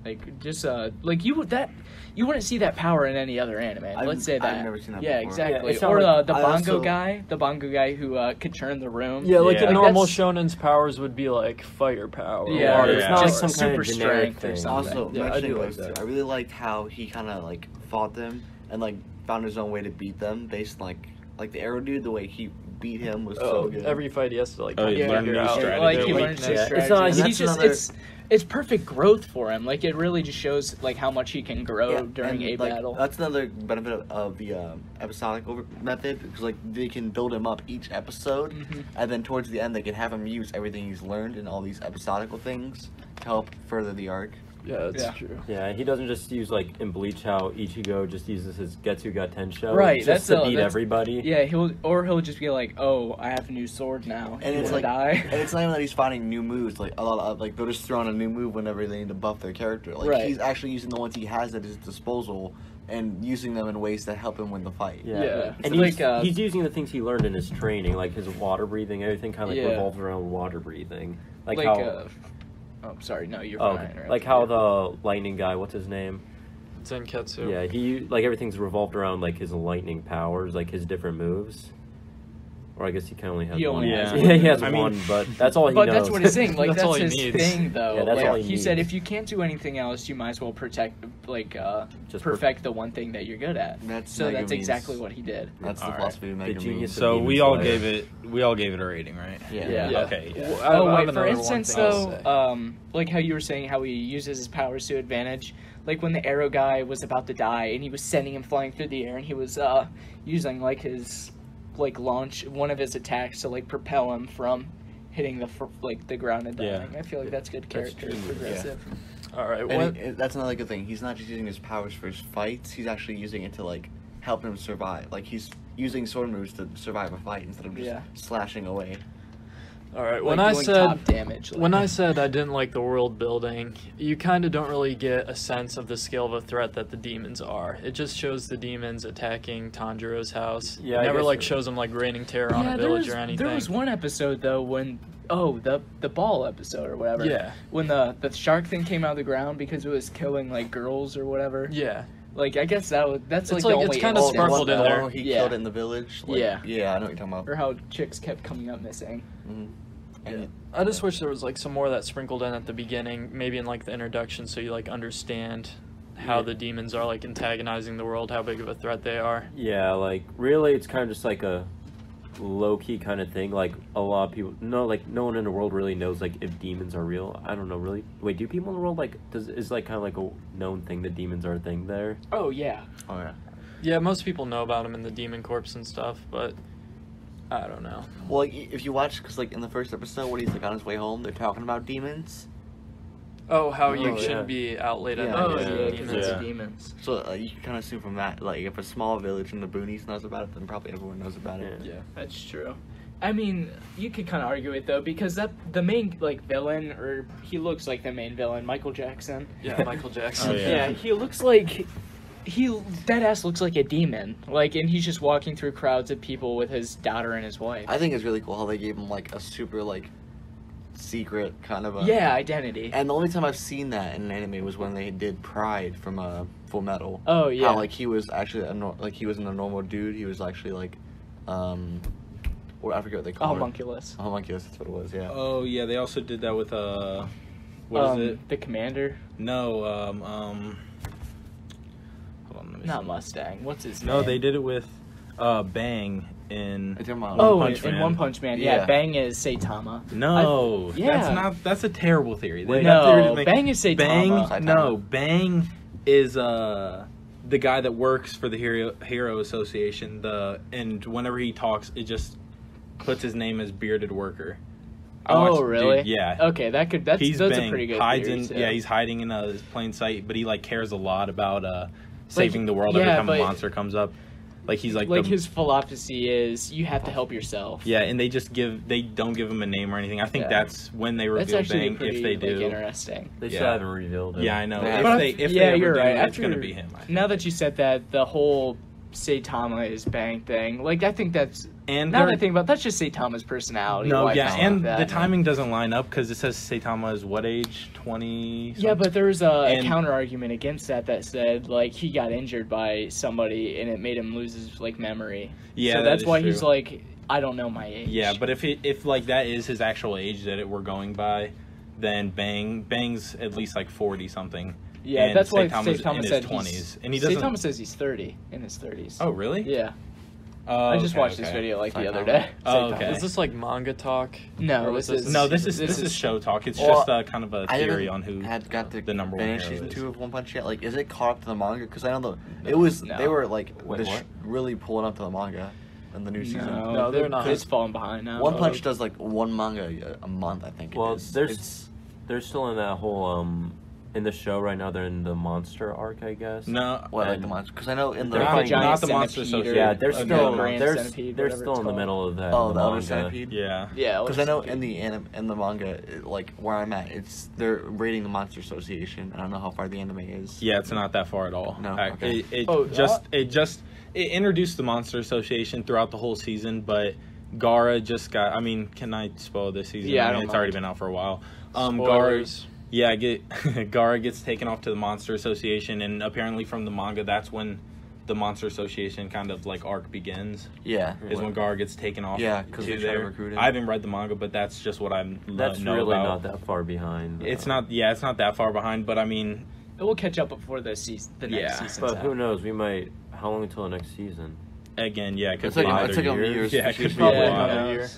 Speaker 2: like just uh, like you would that you wouldn't see that power in any other anime.
Speaker 6: I've-
Speaker 2: Let's say
Speaker 6: I've
Speaker 2: that.
Speaker 6: never seen that
Speaker 2: Yeah,
Speaker 6: before.
Speaker 4: Yeah,
Speaker 2: exactly.
Speaker 4: it's not
Speaker 2: or
Speaker 4: like-
Speaker 2: uh, the
Speaker 6: I
Speaker 2: bongo
Speaker 6: also-
Speaker 2: guy, the bongo guy who uh, could turn the room.
Speaker 3: Yeah, like
Speaker 5: Yeah.
Speaker 3: a
Speaker 5: Like,
Speaker 3: normal
Speaker 2: that's-
Speaker 3: shonen's powers would be like firepower.
Speaker 2: Yeah,
Speaker 4: water.
Speaker 5: yeah.
Speaker 4: It's not like
Speaker 2: Just
Speaker 4: some kind
Speaker 2: super
Speaker 4: of generic
Speaker 2: strength or
Speaker 4: thing.
Speaker 2: something.
Speaker 6: Also,
Speaker 2: Yeah, I
Speaker 6: mentioning
Speaker 2: do like
Speaker 6: those two,
Speaker 2: that.
Speaker 6: I really liked how he kind of like fought them and like found his own way to beat them based like like the arrow dude. The way he beat him was so
Speaker 3: Oh,
Speaker 6: good.
Speaker 3: every fight he has to like
Speaker 5: Oh, you
Speaker 3: kinda
Speaker 5: learn
Speaker 3: figure
Speaker 5: new
Speaker 3: out.
Speaker 5: strategies.
Speaker 2: Like
Speaker 5: They're
Speaker 2: he
Speaker 5: like
Speaker 2: learns
Speaker 4: that.
Speaker 2: new
Speaker 4: It's not
Speaker 2: strategies.
Speaker 4: like-
Speaker 2: He's
Speaker 4: that's
Speaker 2: just
Speaker 4: another-
Speaker 2: it's it's perfect growth for him. Like it really just shows like how much he can grow
Speaker 6: Yeah,
Speaker 2: during
Speaker 6: and,
Speaker 2: a
Speaker 6: like,
Speaker 2: battle.
Speaker 6: That's another benefit of, of the um, episodic over- method because like they can build him up each episode,
Speaker 2: Mm-hmm.
Speaker 6: and then towards the end they can have him use everything he's learned and all these episodical things to help further the arc.
Speaker 3: Yeah, that's
Speaker 2: Yeah.
Speaker 3: true.
Speaker 4: Yeah, he doesn't just use like in Bleach how Ichigo just uses his Getsu Gatenshou
Speaker 2: Right,
Speaker 4: just
Speaker 2: that's
Speaker 4: to
Speaker 2: a-
Speaker 4: beat
Speaker 2: that's-
Speaker 4: everybody.
Speaker 2: Yeah, he'll or he'll just be like, "Oh, I have a new sword now,"
Speaker 6: And
Speaker 2: You
Speaker 6: it's like,
Speaker 2: wanna die.
Speaker 6: and it's not even that he's finding new moves. Like a lot of like they're just throwing a new move whenever they need to buff their character. Like
Speaker 2: Right.
Speaker 6: he's actually using the ones he has at his disposal and using them in ways that help him win the fight.
Speaker 4: Yeah.
Speaker 2: Yeah. It's
Speaker 4: And he's,
Speaker 2: like, uh,
Speaker 4: he's using the things he learned in his training, like his water breathing, everything kind of like
Speaker 2: Yeah.
Speaker 4: revolves around water breathing. Like,
Speaker 2: like,
Speaker 4: how
Speaker 2: uh, oh, sorry, no, you're
Speaker 4: oh,
Speaker 2: fine.
Speaker 4: okay.
Speaker 2: right?
Speaker 4: like how the lightning guy, what's his name?
Speaker 3: Zenketsu.
Speaker 4: Yeah, he like everything's revolved around like his lightning powers, like his different moves. Or I guess he can only has
Speaker 2: He
Speaker 4: one.
Speaker 2: only
Speaker 4: (laughs)
Speaker 5: has
Speaker 4: yeah.
Speaker 5: one.
Speaker 4: he has
Speaker 5: I mean-
Speaker 4: one, but that's all he
Speaker 2: But
Speaker 4: knows.
Speaker 2: that's what he's saying. Like
Speaker 3: That's
Speaker 2: that's,
Speaker 3: all he
Speaker 2: his
Speaker 3: needs.
Speaker 2: thing, though.
Speaker 4: Yeah, that's
Speaker 2: like,
Speaker 4: all he
Speaker 2: said,
Speaker 4: needs.
Speaker 2: if you can't do anything else, you might as well protect, like, uh,
Speaker 4: Just per-
Speaker 2: perfect the one thing that you're good at.
Speaker 6: That's
Speaker 2: so
Speaker 6: Mega
Speaker 2: that's
Speaker 6: Means.
Speaker 2: exactly what he did.
Speaker 6: That's the
Speaker 5: Alright.
Speaker 6: philosophy of Mega
Speaker 4: genius
Speaker 6: Means.
Speaker 4: of-
Speaker 5: So
Speaker 4: Demon
Speaker 5: we all
Speaker 4: Slayer.
Speaker 5: gave it. We all gave it a rating, right?
Speaker 6: Yeah.
Speaker 2: Yeah.
Speaker 5: Okay. Yeah.
Speaker 3: Well, I- I
Speaker 2: Oh
Speaker 3: have
Speaker 2: wait, for
Speaker 3: another one
Speaker 2: instance,
Speaker 3: thing I'll
Speaker 2: though,
Speaker 3: say.
Speaker 2: um, like how you were saying how he uses his powers to advantage. Like when the arrow guy was about to die, and he was sending him flying through the air, and he was uh, using like his like launch one of his attacks to like propel him from hitting the fr- like the ground and
Speaker 5: Yeah.
Speaker 2: dying. I feel like that's good character
Speaker 4: true.
Speaker 2: progressive.
Speaker 3: All right.
Speaker 6: And
Speaker 3: What?
Speaker 6: he- that's another good thing. He's not just using his powers for his fights. He's actually using it to like help him survive. Like he's using sword moves to survive a fight instead of just
Speaker 2: Yeah.
Speaker 6: slashing away.
Speaker 3: All right.
Speaker 2: Like
Speaker 3: When I
Speaker 2: doing
Speaker 3: said
Speaker 2: top damage, like-
Speaker 3: when I said I didn't like the world building, you kind of don't really get a sense of the scale of a threat that the demons are. It just shows the demons attacking Tanjiro's house.
Speaker 4: Yeah,
Speaker 3: It
Speaker 4: I
Speaker 3: never
Speaker 4: guess
Speaker 3: like
Speaker 4: it-
Speaker 3: shows them like raining terror on
Speaker 2: yeah,
Speaker 3: a
Speaker 2: there
Speaker 3: village
Speaker 2: was,
Speaker 3: or anything.
Speaker 2: there was one episode though when oh the the ball episode or whatever.
Speaker 3: Yeah.
Speaker 2: When the the shark thing came out of the ground because it was killing like girls or whatever.
Speaker 3: Yeah.
Speaker 2: Like I guess that was that's
Speaker 3: It's
Speaker 2: like, the
Speaker 3: like-
Speaker 2: only
Speaker 3: it's kinda
Speaker 6: Oh, the one-
Speaker 3: sparkled in
Speaker 6: the
Speaker 3: there.
Speaker 6: one He
Speaker 2: Yeah.
Speaker 6: killed it in the village. Like,
Speaker 2: Yeah.
Speaker 6: Yeah, I know what you're talking
Speaker 2: or
Speaker 6: about.
Speaker 2: how chicks kept coming up missing.
Speaker 6: Mhm. And
Speaker 3: Yeah. I just wish there was like some more of that sprinkled in at the beginning, maybe in like the introduction, so you like understand how the demons are like antagonizing the world, how big of a threat they are.
Speaker 4: Yeah, like really, it's kind of just like a low key kind of thing. Like a lot of people, no, like no one in the world really knows like if demons are real. I don't know really. Wait, do people in the world like does is like kind of like a known thing that demons are a thing there?
Speaker 2: Oh yeah.
Speaker 6: Oh yeah.
Speaker 3: Yeah, most people know about them in the demon corpse and stuff, but I don't know.
Speaker 6: Well, like, if you watch, because like in the first episode when he's like on his way home, they're talking about demons.
Speaker 3: Oh, how you
Speaker 6: Oh,
Speaker 3: shouldn't
Speaker 4: yeah.
Speaker 3: be out late at
Speaker 6: Yeah.
Speaker 3: night
Speaker 6: Oh,
Speaker 3: with
Speaker 6: yeah,
Speaker 3: the
Speaker 6: 'cause
Speaker 3: demons.
Speaker 4: Yeah.
Speaker 2: demons.
Speaker 6: So uh, you can kind of assume from that, like if a small village in the boonies knows about it, then probably everyone knows about it.
Speaker 4: Yeah.
Speaker 3: Yeah.
Speaker 2: That's true. I mean, you could kind of argue it though because that the main like villain or he looks like the main villain, Michael Jackson.
Speaker 3: Yeah, Michael Jackson. (laughs)
Speaker 5: Oh,
Speaker 2: Yeah,
Speaker 5: yeah.
Speaker 2: he looks like he dead ass looks like a demon. Like, and he's just walking through crowds of people with his daughter and his wife.
Speaker 6: I think it's really cool how they gave him like a super like secret kind of a
Speaker 2: yeah, identity.
Speaker 6: And the only time I've seen that in an anime was when they did Pride from uh, Full Metal.
Speaker 2: Oh, yeah.
Speaker 6: How like he was actually a nor- like he wasn't a normal dude. He was actually like, um, or I forget what they
Speaker 2: A
Speaker 6: call it.
Speaker 2: homunculus.
Speaker 6: A homunculus. That's what it was. Yeah.
Speaker 5: Oh yeah, they also did that with uh, what is
Speaker 2: Um,
Speaker 5: it?
Speaker 2: The commander,
Speaker 5: No, um, um, hold on, let me
Speaker 2: not
Speaker 5: see.
Speaker 2: Mustang. What's his name?
Speaker 5: No, they did it with uh Bang in.
Speaker 6: I think my-
Speaker 2: oh,
Speaker 5: Punch
Speaker 2: in, in
Speaker 5: Man.
Speaker 2: One Punch Man. Yeah,
Speaker 6: Yeah.
Speaker 2: Bang is Saitama.
Speaker 5: No,
Speaker 2: I- yeah.
Speaker 5: that's not. That's a terrible theory.
Speaker 2: Wait,
Speaker 5: That
Speaker 2: No,
Speaker 5: theory
Speaker 2: Bang is Saitama.
Speaker 5: Bang,
Speaker 6: Saitama.
Speaker 5: no, Bang is uh the guy that works for the Hero Hero Association. The and whenever he talks, it just puts his name as bearded worker. I watched-
Speaker 2: oh,
Speaker 5: dude,
Speaker 2: really?
Speaker 5: yeah.
Speaker 2: Okay, that could that's
Speaker 5: he's
Speaker 2: that's
Speaker 5: Bang.
Speaker 2: a pretty good.
Speaker 5: hides
Speaker 2: theory,
Speaker 5: in,
Speaker 2: so.
Speaker 5: yeah, he's hiding in uh, plain sight, but he like cares a lot about uh saving the world every
Speaker 2: yeah,
Speaker 5: time a
Speaker 2: but-
Speaker 5: monster comes up. Like he's like
Speaker 2: like
Speaker 5: the-
Speaker 2: his philosophy is you have to help yourself.
Speaker 5: Yeah, and they just give they don't give him a name or anything. I think
Speaker 2: Yeah.
Speaker 5: that's when they
Speaker 2: that's
Speaker 5: reveal
Speaker 2: actually
Speaker 5: Bang
Speaker 2: pretty
Speaker 5: if they do.
Speaker 2: Like, interesting.
Speaker 4: They
Speaker 5: Yeah.
Speaker 4: still haven't revealed it.
Speaker 5: yeah, I know.
Speaker 6: Yeah.
Speaker 5: If
Speaker 6: But
Speaker 5: they if
Speaker 2: yeah,
Speaker 5: they ever
Speaker 2: you're
Speaker 5: do,
Speaker 2: right.
Speaker 5: it's
Speaker 2: After-
Speaker 5: gonna be him. I think.
Speaker 2: Now that you said that, the whole Saitama is Bang thing. Like I think that's
Speaker 5: and
Speaker 2: now
Speaker 5: they're-
Speaker 2: that I think about it, that's just Saitama's personality.
Speaker 5: no,
Speaker 2: why
Speaker 5: yeah,
Speaker 2: it's
Speaker 5: and
Speaker 2: like
Speaker 5: the
Speaker 2: that.
Speaker 5: timing doesn't line up because it says Saitama is what age? Twenty.
Speaker 2: Yeah, but there was a, a
Speaker 5: And-
Speaker 2: counter argument against that that said like he got injured by somebody and it made him lose his like memory.
Speaker 5: Yeah,
Speaker 2: so
Speaker 5: that
Speaker 2: that's
Speaker 5: is
Speaker 2: why
Speaker 5: true.
Speaker 2: he's like I don't know my age.
Speaker 5: Yeah, but if it, if like that is his actual age that it we're going by, then Bang Bang's at least like forty something.
Speaker 2: yeah,
Speaker 5: and
Speaker 2: that's why
Speaker 5: Saitama's
Speaker 2: Saitama
Speaker 5: in his
Speaker 2: said
Speaker 5: 20s,
Speaker 2: he's
Speaker 5: and he doesn't-
Speaker 2: Saitama says he's thirty in his thirties.
Speaker 5: Oh really?
Speaker 2: yeah,
Speaker 5: Oh,
Speaker 2: I just
Speaker 5: okay,
Speaker 2: watched this
Speaker 5: okay.
Speaker 2: video like the other
Speaker 6: Saitama.
Speaker 2: day.
Speaker 5: Oh,
Speaker 2: Saitama.
Speaker 5: okay.
Speaker 3: Is this like manga talk?
Speaker 2: No,
Speaker 3: Or was
Speaker 2: this is-
Speaker 5: No, this is this,
Speaker 2: This
Speaker 5: is,
Speaker 2: is-
Speaker 5: show talk. It's
Speaker 6: Well,
Speaker 5: just uh, kind of a
Speaker 6: I
Speaker 5: theory
Speaker 6: haven't
Speaker 5: on who
Speaker 6: had got to
Speaker 5: the number one
Speaker 6: finish
Speaker 5: hero
Speaker 6: season
Speaker 5: is.
Speaker 6: two of One Punch yet. Like, is it caught up to the manga? Because I don't know the it was
Speaker 2: No.
Speaker 6: they were like
Speaker 4: Wait,
Speaker 6: dis-
Speaker 4: what?
Speaker 6: really pulling up to the manga in the new
Speaker 2: No,
Speaker 6: season.
Speaker 3: No, they're
Speaker 2: they're
Speaker 3: not.
Speaker 2: It's falling behind now.
Speaker 6: One Punch does like one manga a- a month, I think.
Speaker 4: Well,
Speaker 6: it is.
Speaker 4: there's
Speaker 6: It's-
Speaker 4: they're still in that whole um in the show right now. They're in the monster arc, I guess.
Speaker 5: No,
Speaker 6: what like
Speaker 4: and-
Speaker 6: the monster? Because I know in the
Speaker 5: They're
Speaker 2: Not,
Speaker 5: fighting-
Speaker 2: giant
Speaker 5: not the monster
Speaker 2: centipede or-
Speaker 5: association.
Speaker 4: Yeah, they're
Speaker 5: Okay.
Speaker 4: still
Speaker 2: Grand
Speaker 4: they're,
Speaker 2: centipede,
Speaker 4: they're
Speaker 2: whatever
Speaker 4: still
Speaker 2: it's
Speaker 4: in the
Speaker 2: called.
Speaker 4: middle of that.
Speaker 6: oh
Speaker 4: in
Speaker 6: the
Speaker 4: manga.
Speaker 6: other centipede.
Speaker 5: Yeah.
Speaker 2: Yeah,
Speaker 6: Because I know in the anim- in the manga, it- like where I'm at, it's they're rating the Monster Association. I don't know how far the anime is.
Speaker 5: Yeah, it's not that far at all.
Speaker 6: No,
Speaker 5: I-
Speaker 6: okay.
Speaker 5: It, it
Speaker 2: Oh,
Speaker 5: just
Speaker 2: uh,
Speaker 5: it just it introduced the Monster Association throughout the whole season, but Gara just got. I mean, can I spoil this season?
Speaker 2: Yeah, I
Speaker 5: I mean,
Speaker 2: don't
Speaker 5: it's already
Speaker 2: mind.
Speaker 5: been out for a while. Um, Gara,
Speaker 3: Spoilers.
Speaker 5: yeah, get (laughs) Gara gets taken off to the Monster Association, and apparently from the manga, that's when the Monster Association kind of like arc begins.
Speaker 6: Yeah.
Speaker 5: Is when Gara gets taken off.
Speaker 6: Yeah, 'cause
Speaker 5: to
Speaker 6: they try to
Speaker 5: there.
Speaker 6: recruit him.
Speaker 5: I haven't read the manga, but that's just what I'm.
Speaker 4: That's
Speaker 5: know
Speaker 4: really
Speaker 5: about.
Speaker 4: not that far behind. though.
Speaker 5: It's not. Yeah, it's not that far behind. But I mean,
Speaker 2: It will catch up before the season. The next
Speaker 5: Yeah.
Speaker 2: season's
Speaker 4: But
Speaker 2: out.
Speaker 4: who knows? We might. How long until next season?
Speaker 5: again, yeah, it could
Speaker 6: It's
Speaker 5: be
Speaker 6: like-
Speaker 5: another
Speaker 6: it's like a
Speaker 5: year.
Speaker 6: year's-
Speaker 5: Yeah, it could
Speaker 6: it's
Speaker 5: be a
Speaker 2: probably
Speaker 5: while.
Speaker 2: another year.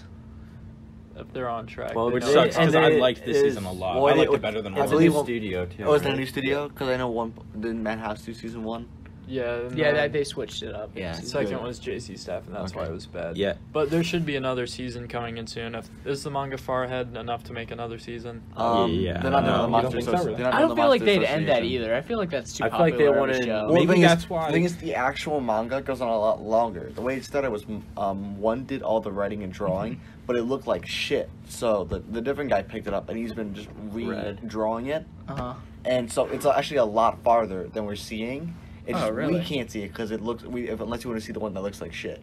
Speaker 3: If they're on track.
Speaker 4: Well,
Speaker 3: they
Speaker 5: Which
Speaker 3: know
Speaker 5: sucks
Speaker 3: that.
Speaker 5: because
Speaker 4: And
Speaker 5: I
Speaker 4: it
Speaker 5: liked this
Speaker 4: is-
Speaker 5: season a lot.
Speaker 6: well,
Speaker 5: I
Speaker 6: it-
Speaker 5: liked it better than
Speaker 6: I
Speaker 5: Hall.
Speaker 4: It's a
Speaker 6: believe
Speaker 4: new
Speaker 6: we'll-
Speaker 4: studio too.
Speaker 6: Oh, is it a
Speaker 4: right?
Speaker 6: new studio? Because I know one. Didn't Madhouse do season one?
Speaker 3: Yeah. and
Speaker 2: Yeah,
Speaker 3: then
Speaker 2: that, they switched it up.
Speaker 6: Yeah.
Speaker 3: Second was JC staff, and that's why
Speaker 6: Okay.
Speaker 3: it was bad.
Speaker 5: Yeah.
Speaker 3: But there should be another season coming in soon. If is the manga far ahead enough to make another season?
Speaker 6: Um,
Speaker 4: Yeah.
Speaker 6: They're not doing
Speaker 5: No,
Speaker 6: the
Speaker 5: you
Speaker 6: monster.
Speaker 5: don't think so,
Speaker 6: Associ-
Speaker 5: really?
Speaker 6: they're not
Speaker 2: I
Speaker 6: doing
Speaker 2: don't
Speaker 6: the
Speaker 2: feel like
Speaker 6: Monster
Speaker 2: they'd end that
Speaker 6: Association.
Speaker 2: either. I feel like that's too
Speaker 4: I feel like they
Speaker 2: popular of a
Speaker 4: wanted-
Speaker 2: show.
Speaker 6: Well,
Speaker 5: Maybe
Speaker 6: the thing
Speaker 5: that's
Speaker 6: is,
Speaker 5: why-
Speaker 6: The thing is, the actual manga goes on a lot longer. The way it's done, it was um, one did all the writing and drawing,
Speaker 2: Mm-hmm.
Speaker 6: but it looked like shit. So the, the different guy picked it up, and he's been just
Speaker 4: Red.
Speaker 6: redrawing it.
Speaker 2: Uh-huh.
Speaker 6: And so it's actually a lot farther than we're seeing. It's
Speaker 2: Oh,
Speaker 6: just
Speaker 2: really?
Speaker 6: We can't see it because it looks we if, unless you want to see the one that looks like shit.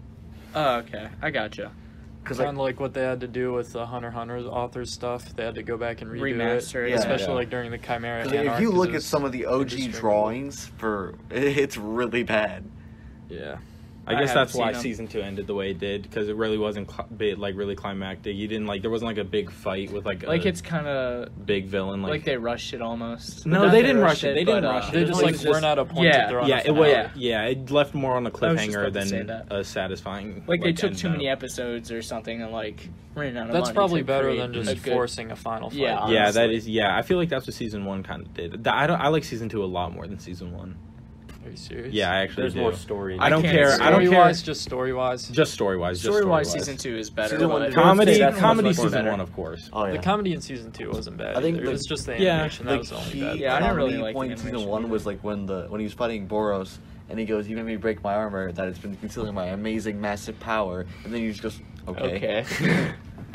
Speaker 2: Oh, okay. I gotcha.
Speaker 6: Because
Speaker 3: kind of like what they had to do with the Hunter x Hunter author stuff. They had to go back and redo
Speaker 2: Remaster
Speaker 3: it,
Speaker 2: it.
Speaker 6: Yeah.
Speaker 3: especially
Speaker 4: Yeah.
Speaker 3: like during the Chimera.
Speaker 6: Because if
Speaker 3: Anarch,
Speaker 6: you
Speaker 3: 'cause
Speaker 6: look
Speaker 3: it
Speaker 6: at
Speaker 3: was
Speaker 6: some of the OG
Speaker 3: indistinguishable.
Speaker 6: drawings for (laughs) it's really bad.
Speaker 3: Yeah.
Speaker 5: I
Speaker 2: I
Speaker 5: guess
Speaker 2: haven't
Speaker 5: that's why
Speaker 2: seen 'em.
Speaker 5: season two ended the way it did because it really wasn't cl- bit, like really climactic. You didn't like there wasn't like a big fight with like
Speaker 2: Like
Speaker 5: a
Speaker 2: it's kind of
Speaker 5: big villain
Speaker 2: like,
Speaker 5: like,
Speaker 2: they rushed it almost.
Speaker 5: No,
Speaker 2: Not
Speaker 5: they didn't rush
Speaker 2: rushed
Speaker 5: it. They didn't
Speaker 2: but,
Speaker 5: rush
Speaker 2: uh,
Speaker 3: They
Speaker 5: It
Speaker 3: just
Speaker 5: was
Speaker 3: like
Speaker 5: just-
Speaker 3: we're not a point
Speaker 2: yeah.
Speaker 3: that they're on
Speaker 5: yeah
Speaker 3: a
Speaker 5: it was
Speaker 3: finale.
Speaker 5: yeah. it left more on a
Speaker 2: was just
Speaker 5: cliffhanger
Speaker 2: about to say
Speaker 5: than
Speaker 2: that.
Speaker 5: a satisfying
Speaker 2: Like they took
Speaker 5: end
Speaker 2: too many
Speaker 5: note.
Speaker 2: episodes or something and like ran out of
Speaker 3: That's
Speaker 2: money
Speaker 3: probably
Speaker 2: to
Speaker 3: better
Speaker 2: create
Speaker 3: than
Speaker 2: a
Speaker 3: just
Speaker 2: good-
Speaker 3: forcing a final fight.
Speaker 2: Yeah,
Speaker 5: yeah that
Speaker 2: honestly.
Speaker 5: is yeah I feel like that's what season one kind of did Th- I don't I like season two a lot more than season one
Speaker 3: Are you serious?
Speaker 5: yeah I actually
Speaker 4: There's
Speaker 5: do.
Speaker 4: more story.
Speaker 5: I don't
Speaker 2: can't
Speaker 5: care I don't
Speaker 3: Story
Speaker 5: care
Speaker 3: wise, just story wise.
Speaker 5: just story wise just
Speaker 2: Story wise, season two is better.
Speaker 6: Season one
Speaker 2: but-
Speaker 6: did-
Speaker 5: comedy
Speaker 4: That's
Speaker 5: comedy
Speaker 4: much more
Speaker 5: season
Speaker 4: better.
Speaker 5: one of course
Speaker 6: Oh
Speaker 3: The comedy in season two wasn't bad.
Speaker 6: I think
Speaker 3: either.
Speaker 6: the-
Speaker 3: it was just the
Speaker 5: yeah,
Speaker 3: animation that was the only
Speaker 6: key
Speaker 3: bad.
Speaker 2: Yeah, I didn't really
Speaker 6: comedy
Speaker 2: like the
Speaker 6: point in season
Speaker 2: animation
Speaker 6: one
Speaker 2: either.
Speaker 6: was like when the when he was fighting Boros and he goes, "You made me break my armor that has been concealing my amazing, massive power," and then you just goes, "Okay."
Speaker 2: Okay.
Speaker 5: (laughs)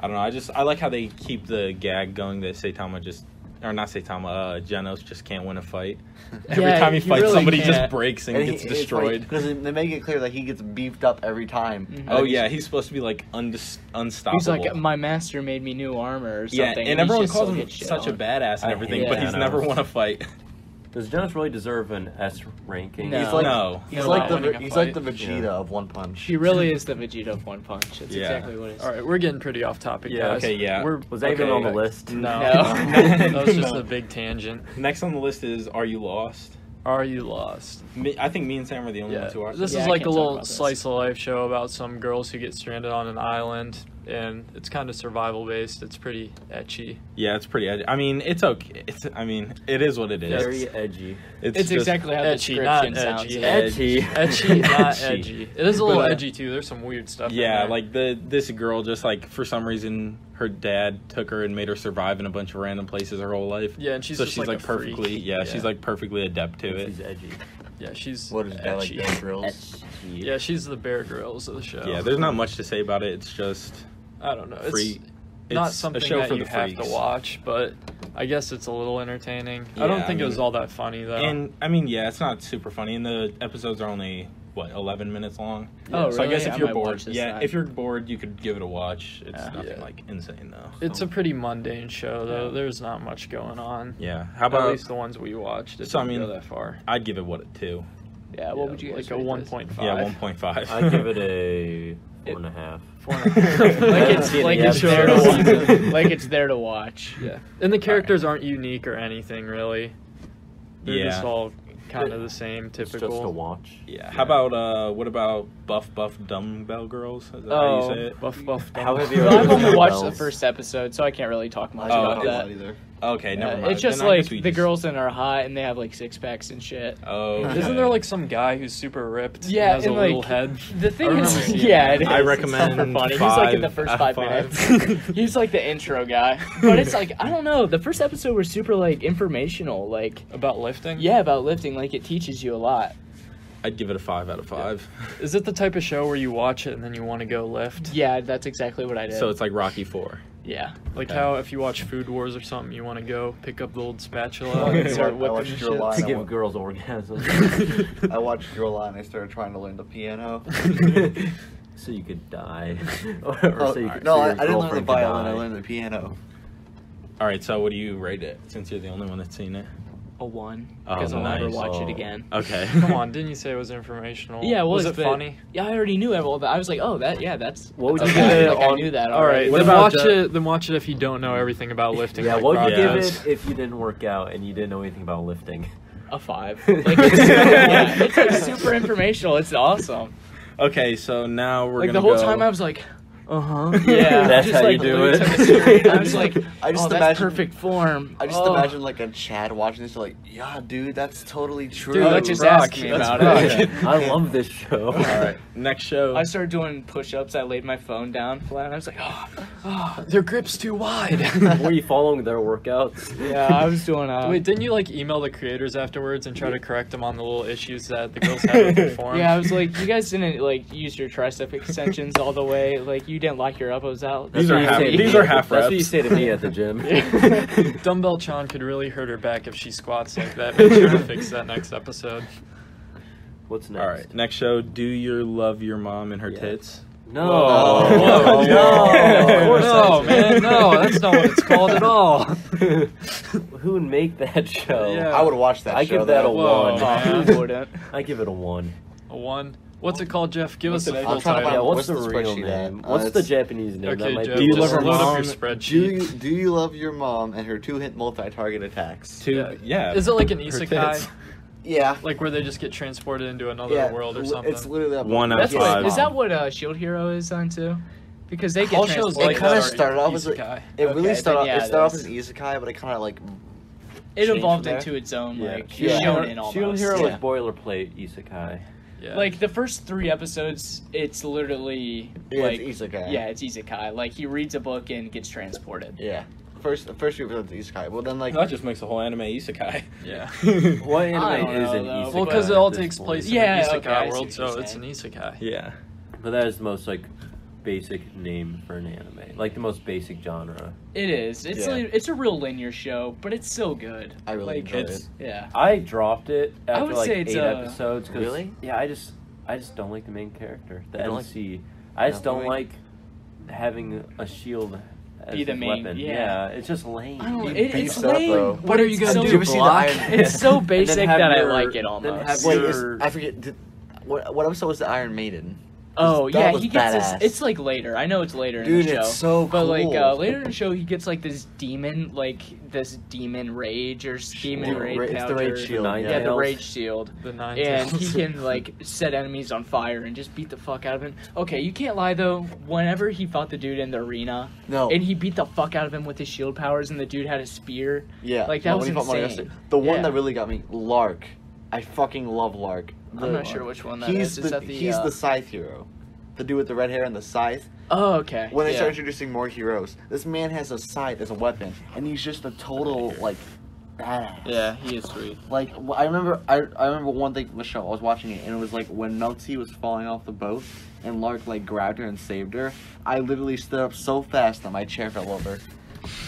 Speaker 5: I don't know. I just I like how they keep the gag going that Saitama just or not Saitama, uh, Genos just can't win
Speaker 2: (laughs)
Speaker 5: a fight. Every
Speaker 2: Yeah,
Speaker 5: time he,
Speaker 2: he
Speaker 5: fights,
Speaker 2: really
Speaker 5: somebody just
Speaker 2: can't.
Speaker 5: breaks and, gets
Speaker 6: (laughs)
Speaker 5: destroyed.
Speaker 6: because they make it clear that he gets beefed up every time.
Speaker 2: Mm-hmm.
Speaker 6: And
Speaker 5: oh
Speaker 6: then
Speaker 5: yeah, he's supposed to be like undis- unstoppable.
Speaker 2: He's like, my master made me new armor or something.
Speaker 5: yeah, and
Speaker 2: he
Speaker 5: everyone
Speaker 2: just
Speaker 5: calls
Speaker 2: still
Speaker 5: him
Speaker 2: gets shit
Speaker 5: such a
Speaker 2: on.
Speaker 5: badass and
Speaker 4: I
Speaker 5: everything,
Speaker 2: hate
Speaker 5: but he's
Speaker 4: Genos.
Speaker 5: never won a fight. (laughs)
Speaker 4: Does Jonas really deserve an S ranking?
Speaker 2: No.
Speaker 6: He's like
Speaker 5: No.
Speaker 6: he's
Speaker 2: No,
Speaker 6: like
Speaker 2: not
Speaker 6: the
Speaker 3: winning a
Speaker 6: he's like the
Speaker 3: fight.
Speaker 6: Vegeta
Speaker 4: Yeah.
Speaker 6: of One Punch.
Speaker 2: He really is the Vegeta of One Punch. It's
Speaker 5: Yeah.
Speaker 2: exactly what it is.
Speaker 3: All right, we're getting pretty off topic,
Speaker 5: Yeah,
Speaker 3: guys.
Speaker 5: okay, yeah.
Speaker 3: We're,
Speaker 4: Was that even
Speaker 3: okay.
Speaker 4: on the list?
Speaker 2: No.
Speaker 5: No.
Speaker 3: (laughs) that was just
Speaker 5: No.
Speaker 3: a big tangent.
Speaker 5: Next on the list is Are You Lost?
Speaker 3: Are you lost?
Speaker 5: Me, I think me and Sam are the only
Speaker 3: Yeah.
Speaker 5: ones who watch
Speaker 3: This
Speaker 2: Yeah,
Speaker 3: is
Speaker 2: I
Speaker 3: like
Speaker 2: can't talk
Speaker 3: a little
Speaker 2: about this.
Speaker 3: slice of life show about some girls who get stranded on an island, and it's kind of survival based. It's pretty etchy.
Speaker 5: Yeah, it's pretty. ed- I mean, it's okay. It's I mean, it is what it is.
Speaker 4: Very edgy.
Speaker 2: It's,
Speaker 5: just-
Speaker 2: exactly how the
Speaker 3: edgy, not
Speaker 2: description sounds.
Speaker 3: edgy.
Speaker 2: Ed-
Speaker 4: Edgy. (laughs)
Speaker 3: Etchy, not
Speaker 5: Edgy.
Speaker 3: edgy. It is a little
Speaker 5: But, uh,
Speaker 3: edgy too. There's some weird stuff. in
Speaker 5: Yeah,
Speaker 3: there.
Speaker 5: like the this girl just like for some reason her dad took her and made her survive in a bunch of random places her whole life.
Speaker 3: Yeah, and she's
Speaker 5: so
Speaker 3: just,
Speaker 5: she's
Speaker 3: like,
Speaker 5: like
Speaker 3: a freak.
Speaker 5: perfectly yeah, she's
Speaker 3: Yeah.
Speaker 5: like perfectly adept to it.
Speaker 4: She's edgy.
Speaker 3: yeah, she's
Speaker 6: what is that like?
Speaker 3: edgy.
Speaker 6: Bear Grylls?
Speaker 3: Yeah, she's the Bear Grylls of the show.
Speaker 5: Yeah, there's not much to say about it. It's just
Speaker 3: I don't know. It's
Speaker 5: free.
Speaker 3: not
Speaker 5: it's
Speaker 3: something
Speaker 5: a show
Speaker 3: that
Speaker 5: for
Speaker 3: you
Speaker 5: the
Speaker 3: have
Speaker 5: freaks.
Speaker 3: to watch, but I guess it's a little entertaining.
Speaker 5: Yeah,
Speaker 3: I don't
Speaker 5: I
Speaker 3: think it was
Speaker 5: mean-
Speaker 3: all that funny though.
Speaker 5: And I mean, yeah, it's not super funny, and the episodes are only what 11 minutes long.
Speaker 2: Oh,
Speaker 5: So I guess
Speaker 2: really?
Speaker 5: if
Speaker 2: I
Speaker 5: you're
Speaker 2: might
Speaker 5: bored,
Speaker 2: watch this
Speaker 5: yeah,
Speaker 2: then.
Speaker 5: if you're bored, you could give it a watch. It's
Speaker 2: Yeah.
Speaker 5: nothing
Speaker 3: Yeah.
Speaker 5: like insane though.
Speaker 3: it's a pretty mundane show though.
Speaker 5: Yeah.
Speaker 3: There's not much going on.
Speaker 5: yeah. How
Speaker 3: At
Speaker 5: about
Speaker 3: least the ones we watched. It
Speaker 5: So, I
Speaker 3: didn't
Speaker 5: mean,
Speaker 3: go that far.
Speaker 5: I'd give it what a two.
Speaker 2: yeah, what would you guys
Speaker 3: like a
Speaker 2: rate
Speaker 3: one
Speaker 2: this?
Speaker 3: point
Speaker 5: Yeah,
Speaker 3: five?
Speaker 5: 1.5.
Speaker 4: I give it a four and a half.
Speaker 5: (laughs)
Speaker 2: like it's
Speaker 4: Yeah,
Speaker 2: like
Speaker 4: yeah,
Speaker 2: it's
Speaker 4: sure.
Speaker 2: there to like it's there to watch.
Speaker 3: Yeah, and the characters aren't unique or anything really. They're
Speaker 5: Yeah.
Speaker 3: just all kind of the same,
Speaker 4: It's just a
Speaker 3: typical.
Speaker 4: watch.
Speaker 5: Yeah. How about uh? What about Buff Buff Dumbbell Girls? Is that how you say
Speaker 3: Oh,
Speaker 5: it?
Speaker 3: buff buff.
Speaker 4: (laughs) How
Speaker 3: dumb.
Speaker 4: have you
Speaker 2: Well, Um, I've only
Speaker 4: Bells.
Speaker 2: watched the first episode, so I can't really talk much
Speaker 5: Oh,
Speaker 2: about
Speaker 5: okay.
Speaker 2: that.
Speaker 6: either.
Speaker 5: Okay, never
Speaker 2: Yeah,
Speaker 5: mind.
Speaker 2: It's just
Speaker 5: Then I
Speaker 2: like
Speaker 5: guess we
Speaker 2: the
Speaker 5: just-
Speaker 2: girls in are hot and they have like six packs and shit. (laughs)
Speaker 5: Oh,
Speaker 3: Isn't there like some guy who's super ripped?
Speaker 2: Yeah,
Speaker 3: and has
Speaker 2: and,
Speaker 3: a little
Speaker 2: like,
Speaker 3: head.
Speaker 2: The
Speaker 3: I
Speaker 2: thing
Speaker 3: remember
Speaker 2: is,
Speaker 3: seeing
Speaker 2: (laughs) yeah,
Speaker 3: that.
Speaker 2: it is.
Speaker 5: (laughs) I
Speaker 2: It's
Speaker 5: recommend
Speaker 2: super (laughs) funny. He's like in the
Speaker 5: five
Speaker 2: first
Speaker 5: out of
Speaker 2: five,
Speaker 5: five.
Speaker 2: minutes. (laughs) He's like the intro (laughs) guy, but it's like I don't know. The first episode was super like informational, like
Speaker 3: about lifting.
Speaker 2: yeah, about lifting. Like it teaches you a lot.
Speaker 5: (laughs) I'd give it a five out of five.
Speaker 3: Is it the type of show where you watch it and then you want to go lift?
Speaker 2: Yeah, that's exactly what I did.
Speaker 5: So it's like Rocky Four.
Speaker 2: yeah,
Speaker 3: Like
Speaker 5: Okay.
Speaker 3: how if you watch Food Wars or something, you want to go pick up the old spatula.
Speaker 6: I
Speaker 3: and
Speaker 6: watched-
Speaker 2: Start
Speaker 6: I
Speaker 2: whipping the
Speaker 6: watched Girl
Speaker 2: shit.
Speaker 6: Line,
Speaker 4: To
Speaker 6: I
Speaker 4: give
Speaker 6: wa-
Speaker 3: (laughs)
Speaker 4: girls orgasms,
Speaker 6: I watched Girl Line. I started trying to learn the piano.
Speaker 4: so you could die, (laughs) or,
Speaker 6: Oh,
Speaker 4: so you could,
Speaker 6: no,
Speaker 4: so
Speaker 6: I, I
Speaker 4: your
Speaker 6: didn't learn the
Speaker 4: girlfriend could
Speaker 6: violin. I
Speaker 4: die.
Speaker 6: learned the piano.
Speaker 5: All right, so what do you rate it? Since you're the only one that's seen it.
Speaker 2: a one
Speaker 5: Oh,
Speaker 2: because I'll never
Speaker 5: nice.
Speaker 2: watch
Speaker 4: Oh.
Speaker 2: it again.
Speaker 5: (laughs) Okay.
Speaker 3: Come on, didn't you say it was informational?
Speaker 2: Yeah, it was,
Speaker 3: was it
Speaker 2: but-
Speaker 3: funny?
Speaker 2: Yeah, I already knew it all. That I was like, oh, that yeah, that's.
Speaker 4: What would
Speaker 2: that's
Speaker 4: you give
Speaker 2: okay.
Speaker 4: it
Speaker 2: Like, I
Speaker 4: on-
Speaker 2: knew that.
Speaker 3: All right,
Speaker 2: already.
Speaker 5: What
Speaker 3: then
Speaker 5: about
Speaker 3: watch
Speaker 5: the-
Speaker 3: it. Then watch it if you don't know everything about lifting.
Speaker 4: Yeah,
Speaker 3: like
Speaker 4: what would you give
Speaker 3: Rob
Speaker 5: Yes.
Speaker 3: does.
Speaker 4: it if you didn't work out and you didn't know anything about lifting?
Speaker 2: a five. Like it's, yeah, it's like super informational. It's awesome.
Speaker 5: Okay, so now we're
Speaker 2: like
Speaker 5: gonna
Speaker 2: the whole
Speaker 5: go-
Speaker 2: time I was like,
Speaker 3: Uh huh.
Speaker 2: Yeah,
Speaker 4: (laughs) That's
Speaker 2: just,
Speaker 4: how you
Speaker 2: like,
Speaker 4: do
Speaker 2: Louis
Speaker 4: it.
Speaker 2: Tomasi-
Speaker 4: (laughs)
Speaker 2: I was
Speaker 6: I
Speaker 2: like,
Speaker 6: just- I just
Speaker 2: oh, that's
Speaker 6: imagine-
Speaker 2: perfect form.
Speaker 6: I just
Speaker 2: Oh.
Speaker 6: imagine like a Chad watching this, like, yeah, dude, that's totally true.
Speaker 2: Dude,
Speaker 5: That's
Speaker 2: just
Speaker 5: rock.
Speaker 2: ask me
Speaker 5: That's
Speaker 2: about
Speaker 5: rock.
Speaker 2: it.
Speaker 4: I love this
Speaker 5: (laughs)
Speaker 4: show.
Speaker 5: All right, next show.
Speaker 2: Oh, I started doing push-ups. I laid my phone down flat. and I was like, oh,
Speaker 3: "Ah, Their grip's too wide. (laughs)
Speaker 4: Were (laughs) you following their workouts?
Speaker 2: (laughs) yeah, I was doing. Uh,
Speaker 3: Wait, didn't you like email the creators afterwards and try to correct them on the little issues that the girls had with their form?
Speaker 2: yeah, I was like, you guys didn't like use your tricep extensions all the way. Like, you didn't lock your elbows out.
Speaker 5: These
Speaker 4: That's what
Speaker 5: are
Speaker 4: you
Speaker 5: half-
Speaker 4: say to
Speaker 5: these
Speaker 4: me-
Speaker 5: are half
Speaker 4: That's what you
Speaker 5: reps.
Speaker 4: say to me at the gym.
Speaker 3: (laughs) Dumbbell Chan could really hurt her back if she squats like that. Make sure to fix that next episode.
Speaker 4: What's next?
Speaker 5: All right, next show. Do you love your mom and her tits?
Speaker 4: No.
Speaker 6: Whoa. Whoa,
Speaker 4: no.
Speaker 6: dude.
Speaker 4: Of course
Speaker 3: no,
Speaker 4: I
Speaker 3: man,
Speaker 4: did.
Speaker 3: no, that's not what it's called at all.
Speaker 4: (laughs) Who would make that show?
Speaker 3: Yeah.
Speaker 6: (laughs) I would watch that
Speaker 4: I
Speaker 6: show.
Speaker 4: give that a
Speaker 6: though.
Speaker 3: Whoa,
Speaker 2: (laughs)
Speaker 4: one.
Speaker 2: Oh,
Speaker 3: man.
Speaker 2: who wouldn't?
Speaker 4: I give it a one.
Speaker 3: (laughs) A one. What's it called, Jeff? Give us a
Speaker 6: I'll
Speaker 3: full
Speaker 6: try
Speaker 3: title.
Speaker 6: to find
Speaker 4: Yeah,
Speaker 6: out what's
Speaker 4: what's, the,
Speaker 6: the
Speaker 4: real
Speaker 6: spreadsheet at?
Speaker 4: name?
Speaker 6: Uh,
Speaker 4: what's the
Speaker 6: it's-
Speaker 4: Japanese name?
Speaker 3: Okay,
Speaker 4: that
Speaker 3: Jeff.
Speaker 4: might
Speaker 5: Do you
Speaker 4: be
Speaker 5: love
Speaker 3: just
Speaker 5: her
Speaker 3: load up
Speaker 5: mom?
Speaker 3: your spreadsheet.
Speaker 6: Do you, do you love your mom and her two hit multi target attacks?
Speaker 5: Two. Yeah.
Speaker 3: Is it like an
Speaker 5: Her
Speaker 3: isekai?
Speaker 5: tits.
Speaker 6: Yeah.
Speaker 3: Like where they just get transported into another
Speaker 6: yeah.
Speaker 3: world or
Speaker 6: li-
Speaker 3: something?
Speaker 6: It's literally that
Speaker 5: One out
Speaker 2: That's
Speaker 5: That's of
Speaker 2: what,
Speaker 5: five.
Speaker 2: is that what uh, Shield Hero is on too? Because they get
Speaker 3: All shows
Speaker 2: transported.
Speaker 3: like
Speaker 6: it kind
Speaker 3: that
Speaker 6: of
Speaker 3: are
Speaker 6: started off as like,
Speaker 3: isekai.
Speaker 6: it
Speaker 2: Okay,
Speaker 6: really
Speaker 2: then
Speaker 6: started off.
Speaker 2: yeah,
Speaker 6: it started off
Speaker 2: that's-
Speaker 6: as an isekai, but it kind of like
Speaker 2: It
Speaker 6: Change
Speaker 2: evolved
Speaker 6: from there?
Speaker 2: into its own like
Speaker 4: Yeah.
Speaker 2: shonen
Speaker 4: Shield-
Speaker 2: almost.
Speaker 4: Shield Hero
Speaker 6: Yeah.
Speaker 4: is boilerplate isekai.
Speaker 3: Yeah.
Speaker 2: Like the first three episodes, it's literally
Speaker 6: Yeah,
Speaker 2: like
Speaker 6: it's isekai.
Speaker 2: Yeah, it's isekai. Like he reads a book and gets transported.
Speaker 6: yeah. First, the first few episodes of isekai. Well, then like
Speaker 5: That just makes a whole anime isekai.
Speaker 3: yeah.
Speaker 4: What anime
Speaker 2: don't know,
Speaker 4: is an
Speaker 2: though.
Speaker 4: isekai?
Speaker 3: Well, because it all
Speaker 4: at this
Speaker 3: takes
Speaker 4: point?
Speaker 3: place
Speaker 2: Yeah,
Speaker 3: in
Speaker 2: okay,
Speaker 3: an
Speaker 2: I
Speaker 3: isekai
Speaker 2: see
Speaker 3: world,
Speaker 2: what you're
Speaker 3: so it's an
Speaker 2: saying.
Speaker 3: isekai.
Speaker 5: (laughs) Yeah.
Speaker 4: But that is the most like basic name for an anime, like the most basic genre.
Speaker 2: It is. It's
Speaker 6: Yeah.
Speaker 2: li- it's a real linear show, but it's still good.
Speaker 6: I really
Speaker 2: like,
Speaker 6: enjoyed
Speaker 5: it's-
Speaker 6: it.
Speaker 2: Yeah.
Speaker 4: I dropped it
Speaker 2: I
Speaker 4: after
Speaker 2: would
Speaker 4: like
Speaker 2: say
Speaker 4: eight
Speaker 2: it's, uh,
Speaker 4: episodes. 'cause-
Speaker 6: Really?
Speaker 4: Yeah, I just I just don't like the main character, the
Speaker 6: You don't like-
Speaker 4: NC. I just
Speaker 6: No,
Speaker 4: don't
Speaker 6: you-
Speaker 4: like having a shield as
Speaker 2: Be the
Speaker 4: his
Speaker 2: main-
Speaker 4: weapon.
Speaker 2: yeah.
Speaker 4: it's just lame.
Speaker 2: I don't.
Speaker 6: He
Speaker 4: (laughs)
Speaker 2: It, it's
Speaker 6: beefs up,
Speaker 2: lame.
Speaker 6: though.
Speaker 2: but
Speaker 3: What are you
Speaker 2: it's
Speaker 3: gonna
Speaker 2: so
Speaker 3: do,
Speaker 6: Did you ever see the
Speaker 3: block?
Speaker 2: (laughs)
Speaker 6: Iron-
Speaker 2: It's so basic
Speaker 4: have
Speaker 2: that I
Speaker 4: your-
Speaker 2: like it
Speaker 4: then have
Speaker 2: almost.
Speaker 6: Wait,
Speaker 4: your-
Speaker 6: is, I forget. Did, what what episode was the Iron Maiden?
Speaker 2: Oh
Speaker 6: That
Speaker 2: yeah,
Speaker 6: was
Speaker 2: he gets this.
Speaker 6: badass.
Speaker 2: It's like later. I know it's later
Speaker 6: Dude,
Speaker 2: in the show.
Speaker 6: it's so
Speaker 2: But like uh,
Speaker 6: cool.
Speaker 2: later in the show, he gets like this demon, like this demon rage or s- demon
Speaker 6: Dude,
Speaker 2: raid.
Speaker 6: ra- it's the
Speaker 2: powder.
Speaker 6: raid shield.
Speaker 4: Nine
Speaker 2: Yeah,
Speaker 6: Yeah,
Speaker 2: the
Speaker 4: Tails.
Speaker 2: rage shield.
Speaker 3: The nine
Speaker 2: And
Speaker 3: tails.
Speaker 2: he can like set enemies on fire and just beat the fuck out of him. Okay, you can't lie though. Whenever he fought the dude in the arena,
Speaker 6: No.
Speaker 2: and he beat the fuck out of him with his shield powers, and the dude had a spear.
Speaker 6: Yeah,
Speaker 2: like that
Speaker 6: no,
Speaker 2: was
Speaker 6: when he fought Mario
Speaker 2: insane.
Speaker 6: Kart. The one
Speaker 2: Yeah.
Speaker 6: that really got me, Lark. I fucking love Lark.
Speaker 2: I'm
Speaker 6: The-
Speaker 2: not sure which one that
Speaker 6: he's
Speaker 2: is. Is
Speaker 6: The,
Speaker 2: that the,
Speaker 6: he's
Speaker 2: uh,
Speaker 6: the scythe hero, the dude with the red hair and the scythe.
Speaker 2: Oh okay.
Speaker 6: When they
Speaker 2: yeah.
Speaker 6: start introducing more heroes, this man has a scythe as a weapon, and he's just a total like badass.
Speaker 2: Yeah, he is sweet.
Speaker 6: Like wh- I remember, I, I remember one thing from the show. I was watching it, and it was like when Melty was falling off the boat, and Lark like grabbed her and saved her. I literally stood up so fast that my chair fell over.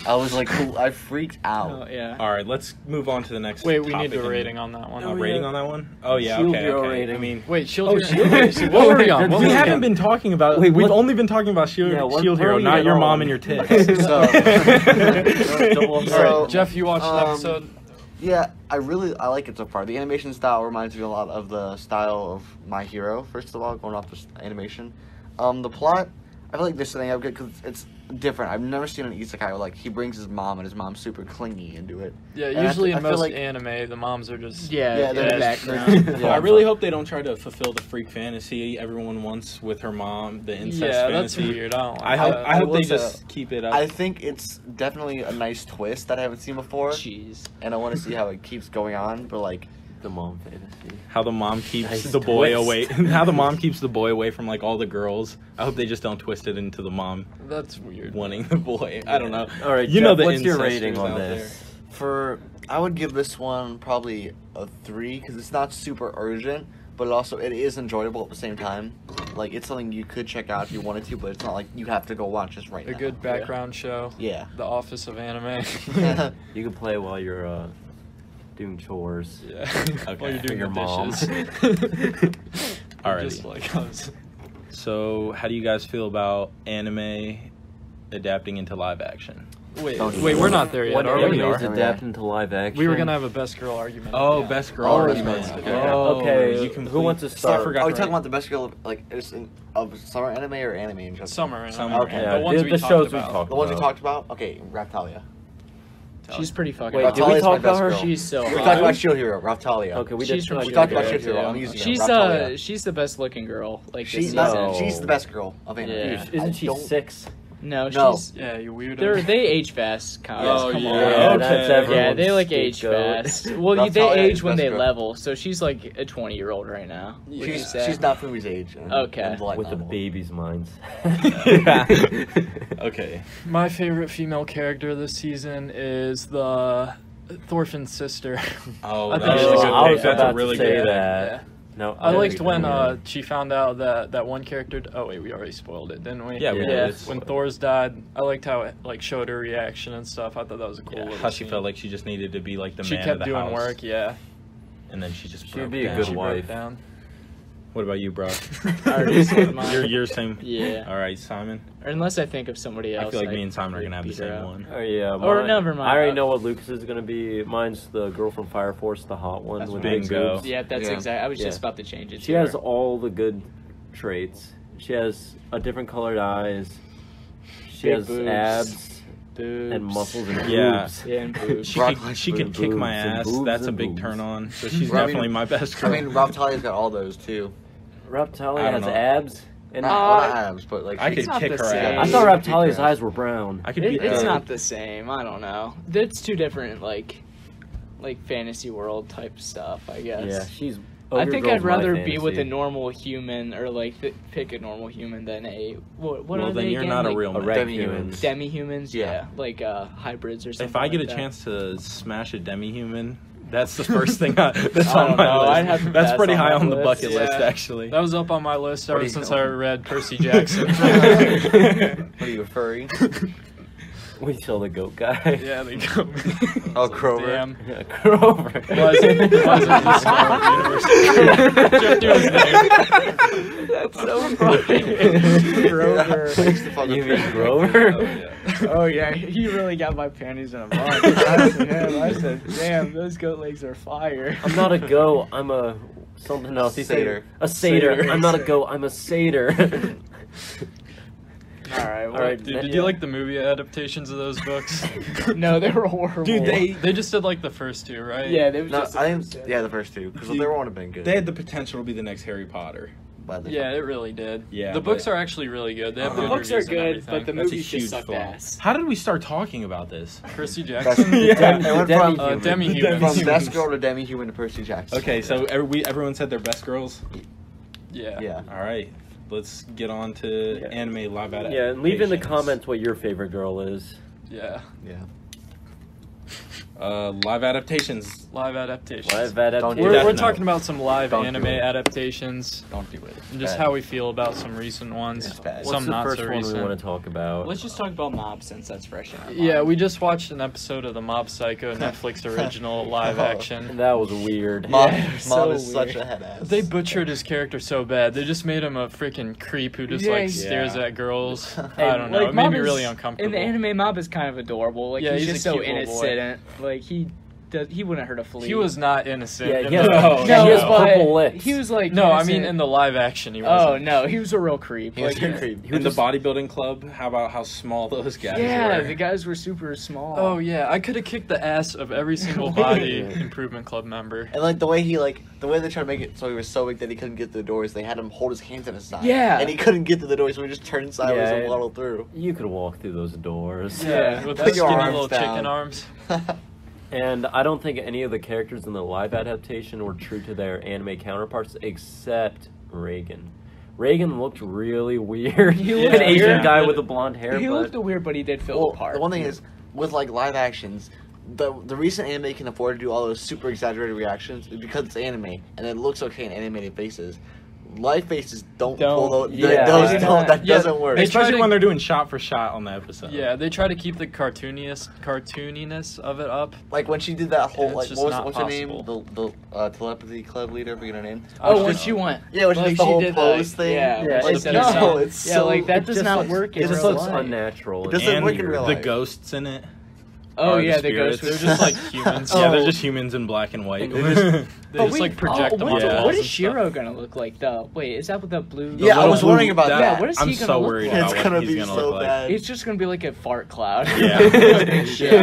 Speaker 6: I was like, (laughs) I freaked
Speaker 2: Oh
Speaker 6: out.
Speaker 2: yeah.
Speaker 5: All right, let's move on to the
Speaker 3: (laughs)
Speaker 5: next.
Speaker 3: Wait, we
Speaker 5: topic
Speaker 3: need a
Speaker 5: and-
Speaker 3: rating on that one.
Speaker 5: Uh, rating on that one? Oh yeah.
Speaker 4: Shield
Speaker 5: okay.
Speaker 4: Hero
Speaker 5: okay.
Speaker 4: rating.
Speaker 5: I mean,
Speaker 3: Wait, Shield.
Speaker 5: Oh,
Speaker 3: Hero- (laughs)
Speaker 5: Shield-
Speaker 3: what were we on? What
Speaker 5: we
Speaker 3: were
Speaker 5: haven't
Speaker 3: on?
Speaker 5: been talking about.
Speaker 4: Wait,
Speaker 5: we've
Speaker 4: what-
Speaker 5: only been talking about Shield,
Speaker 4: Yeah, what-
Speaker 5: Shield
Speaker 4: where
Speaker 5: Hero,
Speaker 4: are we
Speaker 5: not
Speaker 4: at
Speaker 5: your
Speaker 4: all?
Speaker 5: mom and
Speaker 6: (laughs)
Speaker 5: your tits. (laughs)
Speaker 6: So-
Speaker 3: All right,
Speaker 6: So-
Speaker 3: Jeff, you watched
Speaker 6: um,
Speaker 3: an episode.
Speaker 6: Yeah, I really I like it so far. The animation style reminds me a lot of the style of My Hero. First of all, going off the s- animation, um, the plot I feel like they're setting up good because it's different. I've never seen an isekai where like he brings his mom and his mom's super clingy into it. And I
Speaker 3: Yeah,
Speaker 6: th-
Speaker 3: usually
Speaker 6: I
Speaker 3: in
Speaker 6: feel
Speaker 3: most
Speaker 6: like-
Speaker 3: anime, the moms are just
Speaker 2: Yeah, yeah,
Speaker 6: they're just- (laughs)
Speaker 2: background.
Speaker 6: they're-
Speaker 5: I
Speaker 6: yeah,
Speaker 5: really hope they don't try to fulfill the freak fantasy everyone wants with her mom, the incest
Speaker 3: Yeah, that's
Speaker 5: fantasy.
Speaker 3: weird. I don't like
Speaker 5: I hope,
Speaker 3: that.
Speaker 5: I hope they
Speaker 6: what's, uh,
Speaker 5: just keep it up.
Speaker 6: I think it's definitely a nice twist that I haven't seen before,
Speaker 2: Jeez.
Speaker 6: and I want to see how it keeps going on. But like,
Speaker 4: The mom fantasy.
Speaker 5: how the mom keeps
Speaker 4: Nice
Speaker 5: the boy away. (laughs)
Speaker 4: twist.
Speaker 5: how the
Speaker 4: (laughs)
Speaker 5: mom keeps the boy away from like all the girls. I hope they just don't twist it into the mom
Speaker 3: That's weird.
Speaker 5: wanting the boy. I don't know.
Speaker 4: All right,
Speaker 5: you
Speaker 4: Jeff,
Speaker 5: know the
Speaker 4: what's your
Speaker 5: incestors
Speaker 4: rating on
Speaker 5: out
Speaker 4: this?
Speaker 6: for I would give this one probably a three because it's not super urgent, but it also it is enjoyable at the same time. Like it's something you could check out if you wanted to, but it's not like you have to go watch this right
Speaker 3: A
Speaker 6: now.
Speaker 3: good background show.
Speaker 6: Yeah. (laughs)
Speaker 3: The Office of (laughs) Anime.
Speaker 6: Yeah.
Speaker 4: You can play while you're uh, doing chores.
Speaker 3: yeah.
Speaker 4: (laughs)
Speaker 5: Okay.
Speaker 3: While you're doing
Speaker 4: Your
Speaker 3: your
Speaker 4: mom. (laughs)
Speaker 2: (laughs)
Speaker 3: dishes.
Speaker 5: (laughs) All right.
Speaker 3: Just like us.
Speaker 5: So, how do you guys feel about anime adapting into live action?
Speaker 3: Wait,
Speaker 6: Don't do
Speaker 3: wait,
Speaker 6: that.
Speaker 3: we're not there yet.
Speaker 4: What
Speaker 3: are
Speaker 5: Yeah,
Speaker 4: anime
Speaker 3: we?
Speaker 5: we are.
Speaker 4: is adapted to live action?
Speaker 3: We were gonna have a best girl argument.
Speaker 5: Oh,
Speaker 3: Yeah.
Speaker 5: best girl.
Speaker 6: girl Oh,
Speaker 5: argument.
Speaker 6: argument. best girl. Yeah.
Speaker 4: Okay, Oh,
Speaker 5: You
Speaker 4: who
Speaker 5: complete-
Speaker 4: wants to
Speaker 5: I
Speaker 4: start?
Speaker 5: forgot.
Speaker 6: Are we
Speaker 5: to
Speaker 6: talking
Speaker 5: write-
Speaker 6: about the best girl of, like it's in, of summer anime or anime in general?
Speaker 3: Summer. anime.
Speaker 5: Summer.
Speaker 6: Okay.
Speaker 4: Yeah,
Speaker 3: The ones
Speaker 4: the,
Speaker 3: we
Speaker 4: the
Speaker 3: talked
Speaker 4: shows we
Speaker 3: about.
Speaker 4: talked
Speaker 6: The ones we
Speaker 4: about.
Speaker 6: talked about. Okay, Reptalia.
Speaker 2: She's pretty fucking.
Speaker 4: Wait,
Speaker 2: hot.
Speaker 4: did we
Speaker 6: Raftalia's my
Speaker 4: talk about
Speaker 6: best
Speaker 4: her?
Speaker 6: girl.
Speaker 2: She's so
Speaker 6: We
Speaker 2: hot.
Speaker 6: talked about Shield Hero, Raftalia.
Speaker 4: Okay, we
Speaker 2: She's
Speaker 4: did
Speaker 2: from
Speaker 4: talk
Speaker 2: Shield
Speaker 4: about
Speaker 2: Hero,
Speaker 4: Shield
Speaker 2: too.
Speaker 4: Hero.
Speaker 6: I'm using her,
Speaker 2: She's uh,
Speaker 6: Raftalia.
Speaker 2: she's the best looking girl. Like this
Speaker 6: She's
Speaker 2: season.
Speaker 4: not-
Speaker 6: no. she's the best girl of anime.
Speaker 2: Yeah.
Speaker 4: Dude, Isn't she
Speaker 6: I don't-
Speaker 4: six?
Speaker 2: No,
Speaker 6: No.
Speaker 2: she's
Speaker 3: Yeah, you weirdo.
Speaker 2: they're they age fast. Kyle.
Speaker 5: Oh,
Speaker 2: Come
Speaker 5: yeah.
Speaker 2: on.
Speaker 5: Okay.
Speaker 4: that's
Speaker 5: Yeah,
Speaker 4: everyone's
Speaker 2: Yeah, they like age
Speaker 4: scapegoat. (laughs)
Speaker 2: fast. Well, you, they
Speaker 6: Raftalia
Speaker 2: age
Speaker 6: is
Speaker 2: when
Speaker 6: best
Speaker 2: they
Speaker 6: girl.
Speaker 2: level, so she's like a twenty-year-old right now. which is
Speaker 6: She's,
Speaker 2: sad.
Speaker 6: she's not Fumi's age. in-
Speaker 2: Okay.
Speaker 6: in the light
Speaker 4: With the
Speaker 6: novel.
Speaker 4: baby's minds. (laughs)
Speaker 5: Okay.
Speaker 3: My favorite female character this season is the Thorfinn's sister.
Speaker 5: (laughs) Oh,
Speaker 3: I
Speaker 5: that
Speaker 3: think she's a good
Speaker 5: was a good pick.
Speaker 4: I was
Speaker 5: That's
Speaker 4: about
Speaker 5: a really
Speaker 4: to say
Speaker 5: good.
Speaker 4: that. No,
Speaker 3: I liked
Speaker 4: agree.
Speaker 3: when uh, she found out that that one character. Oh wait, we already spoiled it, didn't we?
Speaker 5: Yeah, we
Speaker 4: Yeah.
Speaker 5: did.
Speaker 3: When Thor's died, I liked how it like showed her reaction and stuff. I thought that was a cool.
Speaker 2: Yeah.
Speaker 3: little
Speaker 5: How she
Speaker 3: scene.
Speaker 5: felt like she just needed to be like the
Speaker 3: she
Speaker 5: man
Speaker 3: kept
Speaker 5: of the
Speaker 3: doing
Speaker 5: house,
Speaker 3: work. Yeah,
Speaker 5: and then she just
Speaker 4: She'd
Speaker 5: broke
Speaker 4: be a
Speaker 5: down.
Speaker 4: good
Speaker 3: she
Speaker 4: wife.
Speaker 3: broke
Speaker 5: (laughs)
Speaker 3: down.
Speaker 5: What
Speaker 2: (laughs)
Speaker 5: about you, Brock?
Speaker 2: I already said mine.
Speaker 5: you're, you're same.
Speaker 2: Yeah.
Speaker 5: All right, Simon.
Speaker 2: Or unless I think of somebody else.
Speaker 5: I feel like me and Simon are gonna have the
Speaker 2: beat her
Speaker 5: same
Speaker 2: up.
Speaker 5: one.
Speaker 4: Oh yeah.
Speaker 2: Or
Speaker 4: mine-
Speaker 2: never mind.
Speaker 4: I already know what Lucas is gonna be. Mine's the girl from Fire Force, the hot one.
Speaker 5: That's
Speaker 4: with
Speaker 5: what I
Speaker 4: big
Speaker 5: said.
Speaker 4: boobs.
Speaker 2: Yeah, that's
Speaker 6: Yeah.
Speaker 2: exactly. I was just
Speaker 4: Yeah.
Speaker 2: about to change it.
Speaker 4: She
Speaker 2: to
Speaker 4: has
Speaker 2: her.
Speaker 4: all the good traits. She has a different colored eyes. She
Speaker 2: Big
Speaker 4: has
Speaker 2: boobs.
Speaker 4: abs
Speaker 2: boobs
Speaker 4: and muscles and
Speaker 5: Yeah.
Speaker 4: boobs.
Speaker 2: Yeah, and
Speaker 4: (laughs)
Speaker 2: boobs.
Speaker 5: She
Speaker 6: Brock
Speaker 5: could,
Speaker 6: likes
Speaker 5: she could kick
Speaker 4: boob-
Speaker 5: my
Speaker 4: boobs and
Speaker 5: ass.
Speaker 4: boobs
Speaker 5: That's a
Speaker 4: and
Speaker 5: big
Speaker 4: boobs.
Speaker 5: turn on. So she's
Speaker 6: Well, I mean-
Speaker 5: definitely my best
Speaker 6: I
Speaker 5: girl.
Speaker 6: mean, Raftalia's got all those too.
Speaker 4: Raptalia
Speaker 5: I don't
Speaker 4: has
Speaker 5: know.
Speaker 4: abs and
Speaker 6: Not, well, not abs, but like she's-
Speaker 5: I could
Speaker 2: It's not
Speaker 5: kick
Speaker 2: the
Speaker 5: her
Speaker 2: same.
Speaker 4: I
Speaker 5: ass.
Speaker 4: thought Raptalia's eyes were brown.
Speaker 5: I could
Speaker 2: It,
Speaker 5: beat
Speaker 2: it's
Speaker 5: her.
Speaker 2: not the same. I don't know. That's two different like, like fantasy world type stuff. I guess.
Speaker 4: Yeah, she's.
Speaker 2: I
Speaker 4: Ogre
Speaker 2: think
Speaker 4: Girl's
Speaker 2: I'd
Speaker 4: my
Speaker 2: rather be with a
Speaker 4: fantasy.
Speaker 2: normal human or like th- pick a normal human than a what? what
Speaker 5: well,
Speaker 2: are
Speaker 5: then
Speaker 2: they
Speaker 5: you're
Speaker 2: again?
Speaker 5: not
Speaker 2: Like,
Speaker 5: a real
Speaker 4: a
Speaker 5: man.
Speaker 4: red
Speaker 6: Demi
Speaker 4: human.
Speaker 6: humans.
Speaker 2: demi-humans. Yeah.
Speaker 6: Yeah.
Speaker 2: like uh, hybrids or something.
Speaker 5: If I get a
Speaker 2: like that. (laughs)
Speaker 5: chance to smash a demi-human, that's the first thing I, (laughs) that's
Speaker 2: I don't
Speaker 5: on my
Speaker 2: know,
Speaker 5: list.
Speaker 2: I'd have to
Speaker 5: that's
Speaker 2: pass
Speaker 5: pretty
Speaker 2: on
Speaker 5: high
Speaker 2: that
Speaker 5: on the
Speaker 2: list,
Speaker 5: bucket list,
Speaker 2: yeah.
Speaker 5: actually.
Speaker 3: That was up on my list
Speaker 6: What do
Speaker 3: ever
Speaker 6: you
Speaker 3: since
Speaker 6: know?
Speaker 3: I read
Speaker 5: (laughs)
Speaker 3: Percy Jackson.
Speaker 6: (laughs)
Speaker 3: (laughs)
Speaker 6: What are you, a furry?
Speaker 4: (laughs) We saw the goat guy.
Speaker 3: (laughs)
Speaker 4: (laughs)
Speaker 3: yeah, they go.
Speaker 6: Oh, Crover.
Speaker 3: Damn.
Speaker 4: Yeah, Grover. (laughs)
Speaker 3: Was it? Was it? Just Marvel Jumped through his
Speaker 4: (laughs)
Speaker 2: That's so funny. Grover.
Speaker 6: I used to fuck
Speaker 4: You
Speaker 6: with
Speaker 4: mean
Speaker 6: Crover.
Speaker 4: Grover?
Speaker 2: Oh yeah, he really got my panties in a (laughs) bunch. I was him. I said, "Damn, those goat legs are fire."
Speaker 4: I'm not a go. I'm a something else. He said-
Speaker 6: Satyr.
Speaker 4: A satyr.
Speaker 5: Satyr.
Speaker 4: I'm not a go. I'm a satyr.
Speaker 2: All right, well,
Speaker 4: All right,
Speaker 3: Dude,
Speaker 4: then,
Speaker 3: did
Speaker 4: yeah.
Speaker 3: you like the movie adaptations of those books?
Speaker 2: No, they were horrible.
Speaker 5: Dude, they-
Speaker 3: they just did like the first two, right?
Speaker 2: yeah, (laughs) they were
Speaker 6: No,
Speaker 2: just.
Speaker 6: I think yeah, the first two because they
Speaker 5: You-
Speaker 6: would have been good.
Speaker 5: They had the potential to be the next Harry Potter.
Speaker 6: but they-
Speaker 3: Yeah, it really did.
Speaker 5: Yeah,
Speaker 3: the
Speaker 5: but-
Speaker 3: books are actually really good. They have
Speaker 2: the
Speaker 3: good
Speaker 2: books are
Speaker 3: reviews
Speaker 2: good,
Speaker 3: and
Speaker 2: but the
Speaker 5: (laughs)
Speaker 3: everything.
Speaker 5: That's a
Speaker 2: movies
Speaker 5: huge
Speaker 2: just sucked
Speaker 5: flaw.
Speaker 2: ass.
Speaker 5: How did we start talking about this?
Speaker 3: Percy
Speaker 6: That's- (laughs)
Speaker 3: Jackson.
Speaker 5: Yeah.
Speaker 4: Dem-
Speaker 6: It went
Speaker 4: demi-
Speaker 6: from,
Speaker 3: Uh, demi-
Speaker 6: from
Speaker 5: Demi-human.
Speaker 6: best girl to demi human to Percy Jackson.
Speaker 5: Okay, so every, we, everyone said their best girls.
Speaker 3: yeah.
Speaker 6: yeah,
Speaker 5: All right, let's get on to
Speaker 4: Yeah.
Speaker 5: anime live adaptations.
Speaker 4: (laughs) yeah, and leave in the comments what your favorite girl is.
Speaker 3: Yeah.
Speaker 6: yeah.
Speaker 5: Uh, live adaptations.
Speaker 3: Live adaptations.
Speaker 4: Live adaptation.
Speaker 6: do
Speaker 3: We're,
Speaker 5: that.
Speaker 3: we're
Speaker 5: No.
Speaker 3: talking about some live
Speaker 6: Don't do
Speaker 3: anime
Speaker 6: it.
Speaker 3: adaptations
Speaker 6: Don't do it.
Speaker 3: and just
Speaker 6: Bad.
Speaker 3: how we feel about some recent ones.
Speaker 6: It's bad.
Speaker 4: What's
Speaker 3: Some
Speaker 4: the
Speaker 3: not
Speaker 4: first
Speaker 3: so
Speaker 4: one we
Speaker 3: recent.
Speaker 4: want to talk about?
Speaker 2: Let's just talk about Mob since that's fresh in our
Speaker 3: Yeah,
Speaker 2: mind.
Speaker 3: we just watched an episode of the Mob Psycho Netflix original live action.
Speaker 4: that was weird.
Speaker 6: Mom,
Speaker 2: Yeah,
Speaker 6: mom
Speaker 2: so
Speaker 6: is such
Speaker 2: weird.
Speaker 6: a head ass.
Speaker 3: They butchered his character so bad. They just made him a freaking creep who just
Speaker 2: Yeah.
Speaker 3: like stares
Speaker 5: Yeah.
Speaker 2: (laughs)
Speaker 3: at girls. I
Speaker 2: And,
Speaker 3: don't know.
Speaker 2: like,
Speaker 3: it made
Speaker 2: Mob
Speaker 3: me
Speaker 2: is-
Speaker 3: really uncomfortable.
Speaker 2: And the anime Mob is kind of adorable. Like
Speaker 3: Yeah,
Speaker 2: he's,
Speaker 3: he's
Speaker 2: just
Speaker 3: a
Speaker 2: so
Speaker 3: cute little boy.
Speaker 2: innocent. Like he does, he wouldn't hurt a flea.
Speaker 3: he was not innocent.
Speaker 4: Yeah,
Speaker 3: in
Speaker 4: he has,
Speaker 3: the-
Speaker 5: No,
Speaker 4: he
Speaker 2: no,
Speaker 4: has
Speaker 2: but
Speaker 4: purple lips.
Speaker 2: He was like
Speaker 3: No, I mean
Speaker 2: innocent.
Speaker 3: in the live action he
Speaker 2: Oh
Speaker 3: wasn't.
Speaker 2: no, he was a real creep.
Speaker 6: He was
Speaker 2: Like,
Speaker 6: a
Speaker 2: (laughs)
Speaker 6: creep.
Speaker 4: He was
Speaker 5: in
Speaker 4: just-
Speaker 5: the bodybuilding club, how about how small those guys
Speaker 2: yeah,
Speaker 5: were?
Speaker 2: the guys were super small.
Speaker 3: Oh yeah, I could have kicked the ass of every
Speaker 2: (laughs)
Speaker 3: single body improvement club member.
Speaker 6: And like the way he like the way they tried to make it so he was so weak that he couldn't get to the doors, they had him hold his hands at his side.
Speaker 2: Yeah.
Speaker 6: And he couldn't get to the doors, so he just turned sideways
Speaker 4: Yeah,
Speaker 6: and
Speaker 4: it-
Speaker 6: waddled through. (laughs)
Speaker 4: You could walk through those doors.
Speaker 2: Yeah,
Speaker 3: with
Speaker 6: put
Speaker 3: those
Speaker 6: your
Speaker 3: skinny
Speaker 6: arms
Speaker 3: little chicken
Speaker 6: down.
Speaker 3: arms.
Speaker 4: And I don't think any of the characters in the live adaptation were true to their anime counterparts except Reagan. Reagan looked really weird.
Speaker 2: He
Speaker 3: looked
Speaker 4: (laughs) An Asian
Speaker 3: weird.
Speaker 4: guy with a blonde hair.
Speaker 2: he
Speaker 4: but
Speaker 2: looked weird, but he did fill
Speaker 6: well,
Speaker 2: the part.
Speaker 6: the one thing is with like live actions, the the reason anime can afford to do all those super exaggerated reactions is because it's anime and it looks okay in animated faces. Live faces don't,
Speaker 2: Don't-
Speaker 6: pull those,
Speaker 4: yeah.
Speaker 6: those
Speaker 2: Yeah.
Speaker 6: don't, that
Speaker 3: Yeah,
Speaker 6: doesn't work.
Speaker 3: they try to-
Speaker 5: Especially when they're doing shot for shot on the episode.
Speaker 3: Yeah, they try to keep the cartooniness cartooniness of it up.
Speaker 6: Like when she did that whole
Speaker 3: It's
Speaker 6: like
Speaker 3: just
Speaker 6: what was,
Speaker 3: not
Speaker 6: what's her
Speaker 3: possible.
Speaker 6: name? The the uh, telepathy club leader, I forget her name.
Speaker 2: oh,
Speaker 3: when
Speaker 2: what you want?
Speaker 6: Yeah, which
Speaker 2: like,
Speaker 6: makes the
Speaker 2: she
Speaker 6: whole
Speaker 2: did
Speaker 6: pose
Speaker 2: the,
Speaker 6: thing.
Speaker 2: Yeah,
Speaker 4: Yeah,
Speaker 2: like,
Speaker 4: it's
Speaker 2: that
Speaker 4: no,
Speaker 2: doesn't-
Speaker 6: it's
Speaker 2: yeah,
Speaker 6: so-
Speaker 2: like that
Speaker 4: it
Speaker 2: does
Speaker 4: just
Speaker 2: not
Speaker 4: looks-
Speaker 2: work.
Speaker 4: It
Speaker 2: in
Speaker 4: just
Speaker 2: real
Speaker 4: looks
Speaker 2: life.
Speaker 4: unnatural.
Speaker 6: It doesn't
Speaker 5: and
Speaker 6: work in real
Speaker 5: the
Speaker 6: life.
Speaker 5: ghosts in it.
Speaker 2: Oh
Speaker 5: are the
Speaker 2: yeah, the
Speaker 5: spirits.
Speaker 2: ghosts.
Speaker 5: They're
Speaker 2: were
Speaker 6: (laughs)
Speaker 5: just like
Speaker 3: humans.
Speaker 5: Yeah,
Speaker 2: Oh.
Speaker 5: they're just humans in black and (laughs) white.
Speaker 3: They're just- They
Speaker 2: But
Speaker 3: just
Speaker 2: wait,
Speaker 3: like project
Speaker 2: oh,
Speaker 3: them
Speaker 2: what-
Speaker 3: onto
Speaker 5: yeah.
Speaker 3: walls
Speaker 2: What is
Speaker 3: and stuff.
Speaker 2: Shiro gonna look like though? Wait, is that with the blue?
Speaker 5: The
Speaker 6: Yeah, I
Speaker 5: little
Speaker 6: was
Speaker 5: blue-
Speaker 6: wondering about that.
Speaker 2: what is
Speaker 5: I'm
Speaker 2: he gonna
Speaker 5: so
Speaker 2: look
Speaker 5: worried
Speaker 2: like?
Speaker 5: about
Speaker 6: it's
Speaker 5: what
Speaker 6: gonna
Speaker 5: he's
Speaker 6: be
Speaker 5: gonna
Speaker 6: so
Speaker 5: look like.
Speaker 2: (laughs)
Speaker 6: bad. (laughs)
Speaker 2: It's just gonna be like a fart cloud. (laughs)
Speaker 5: Yeah.
Speaker 2: Shit.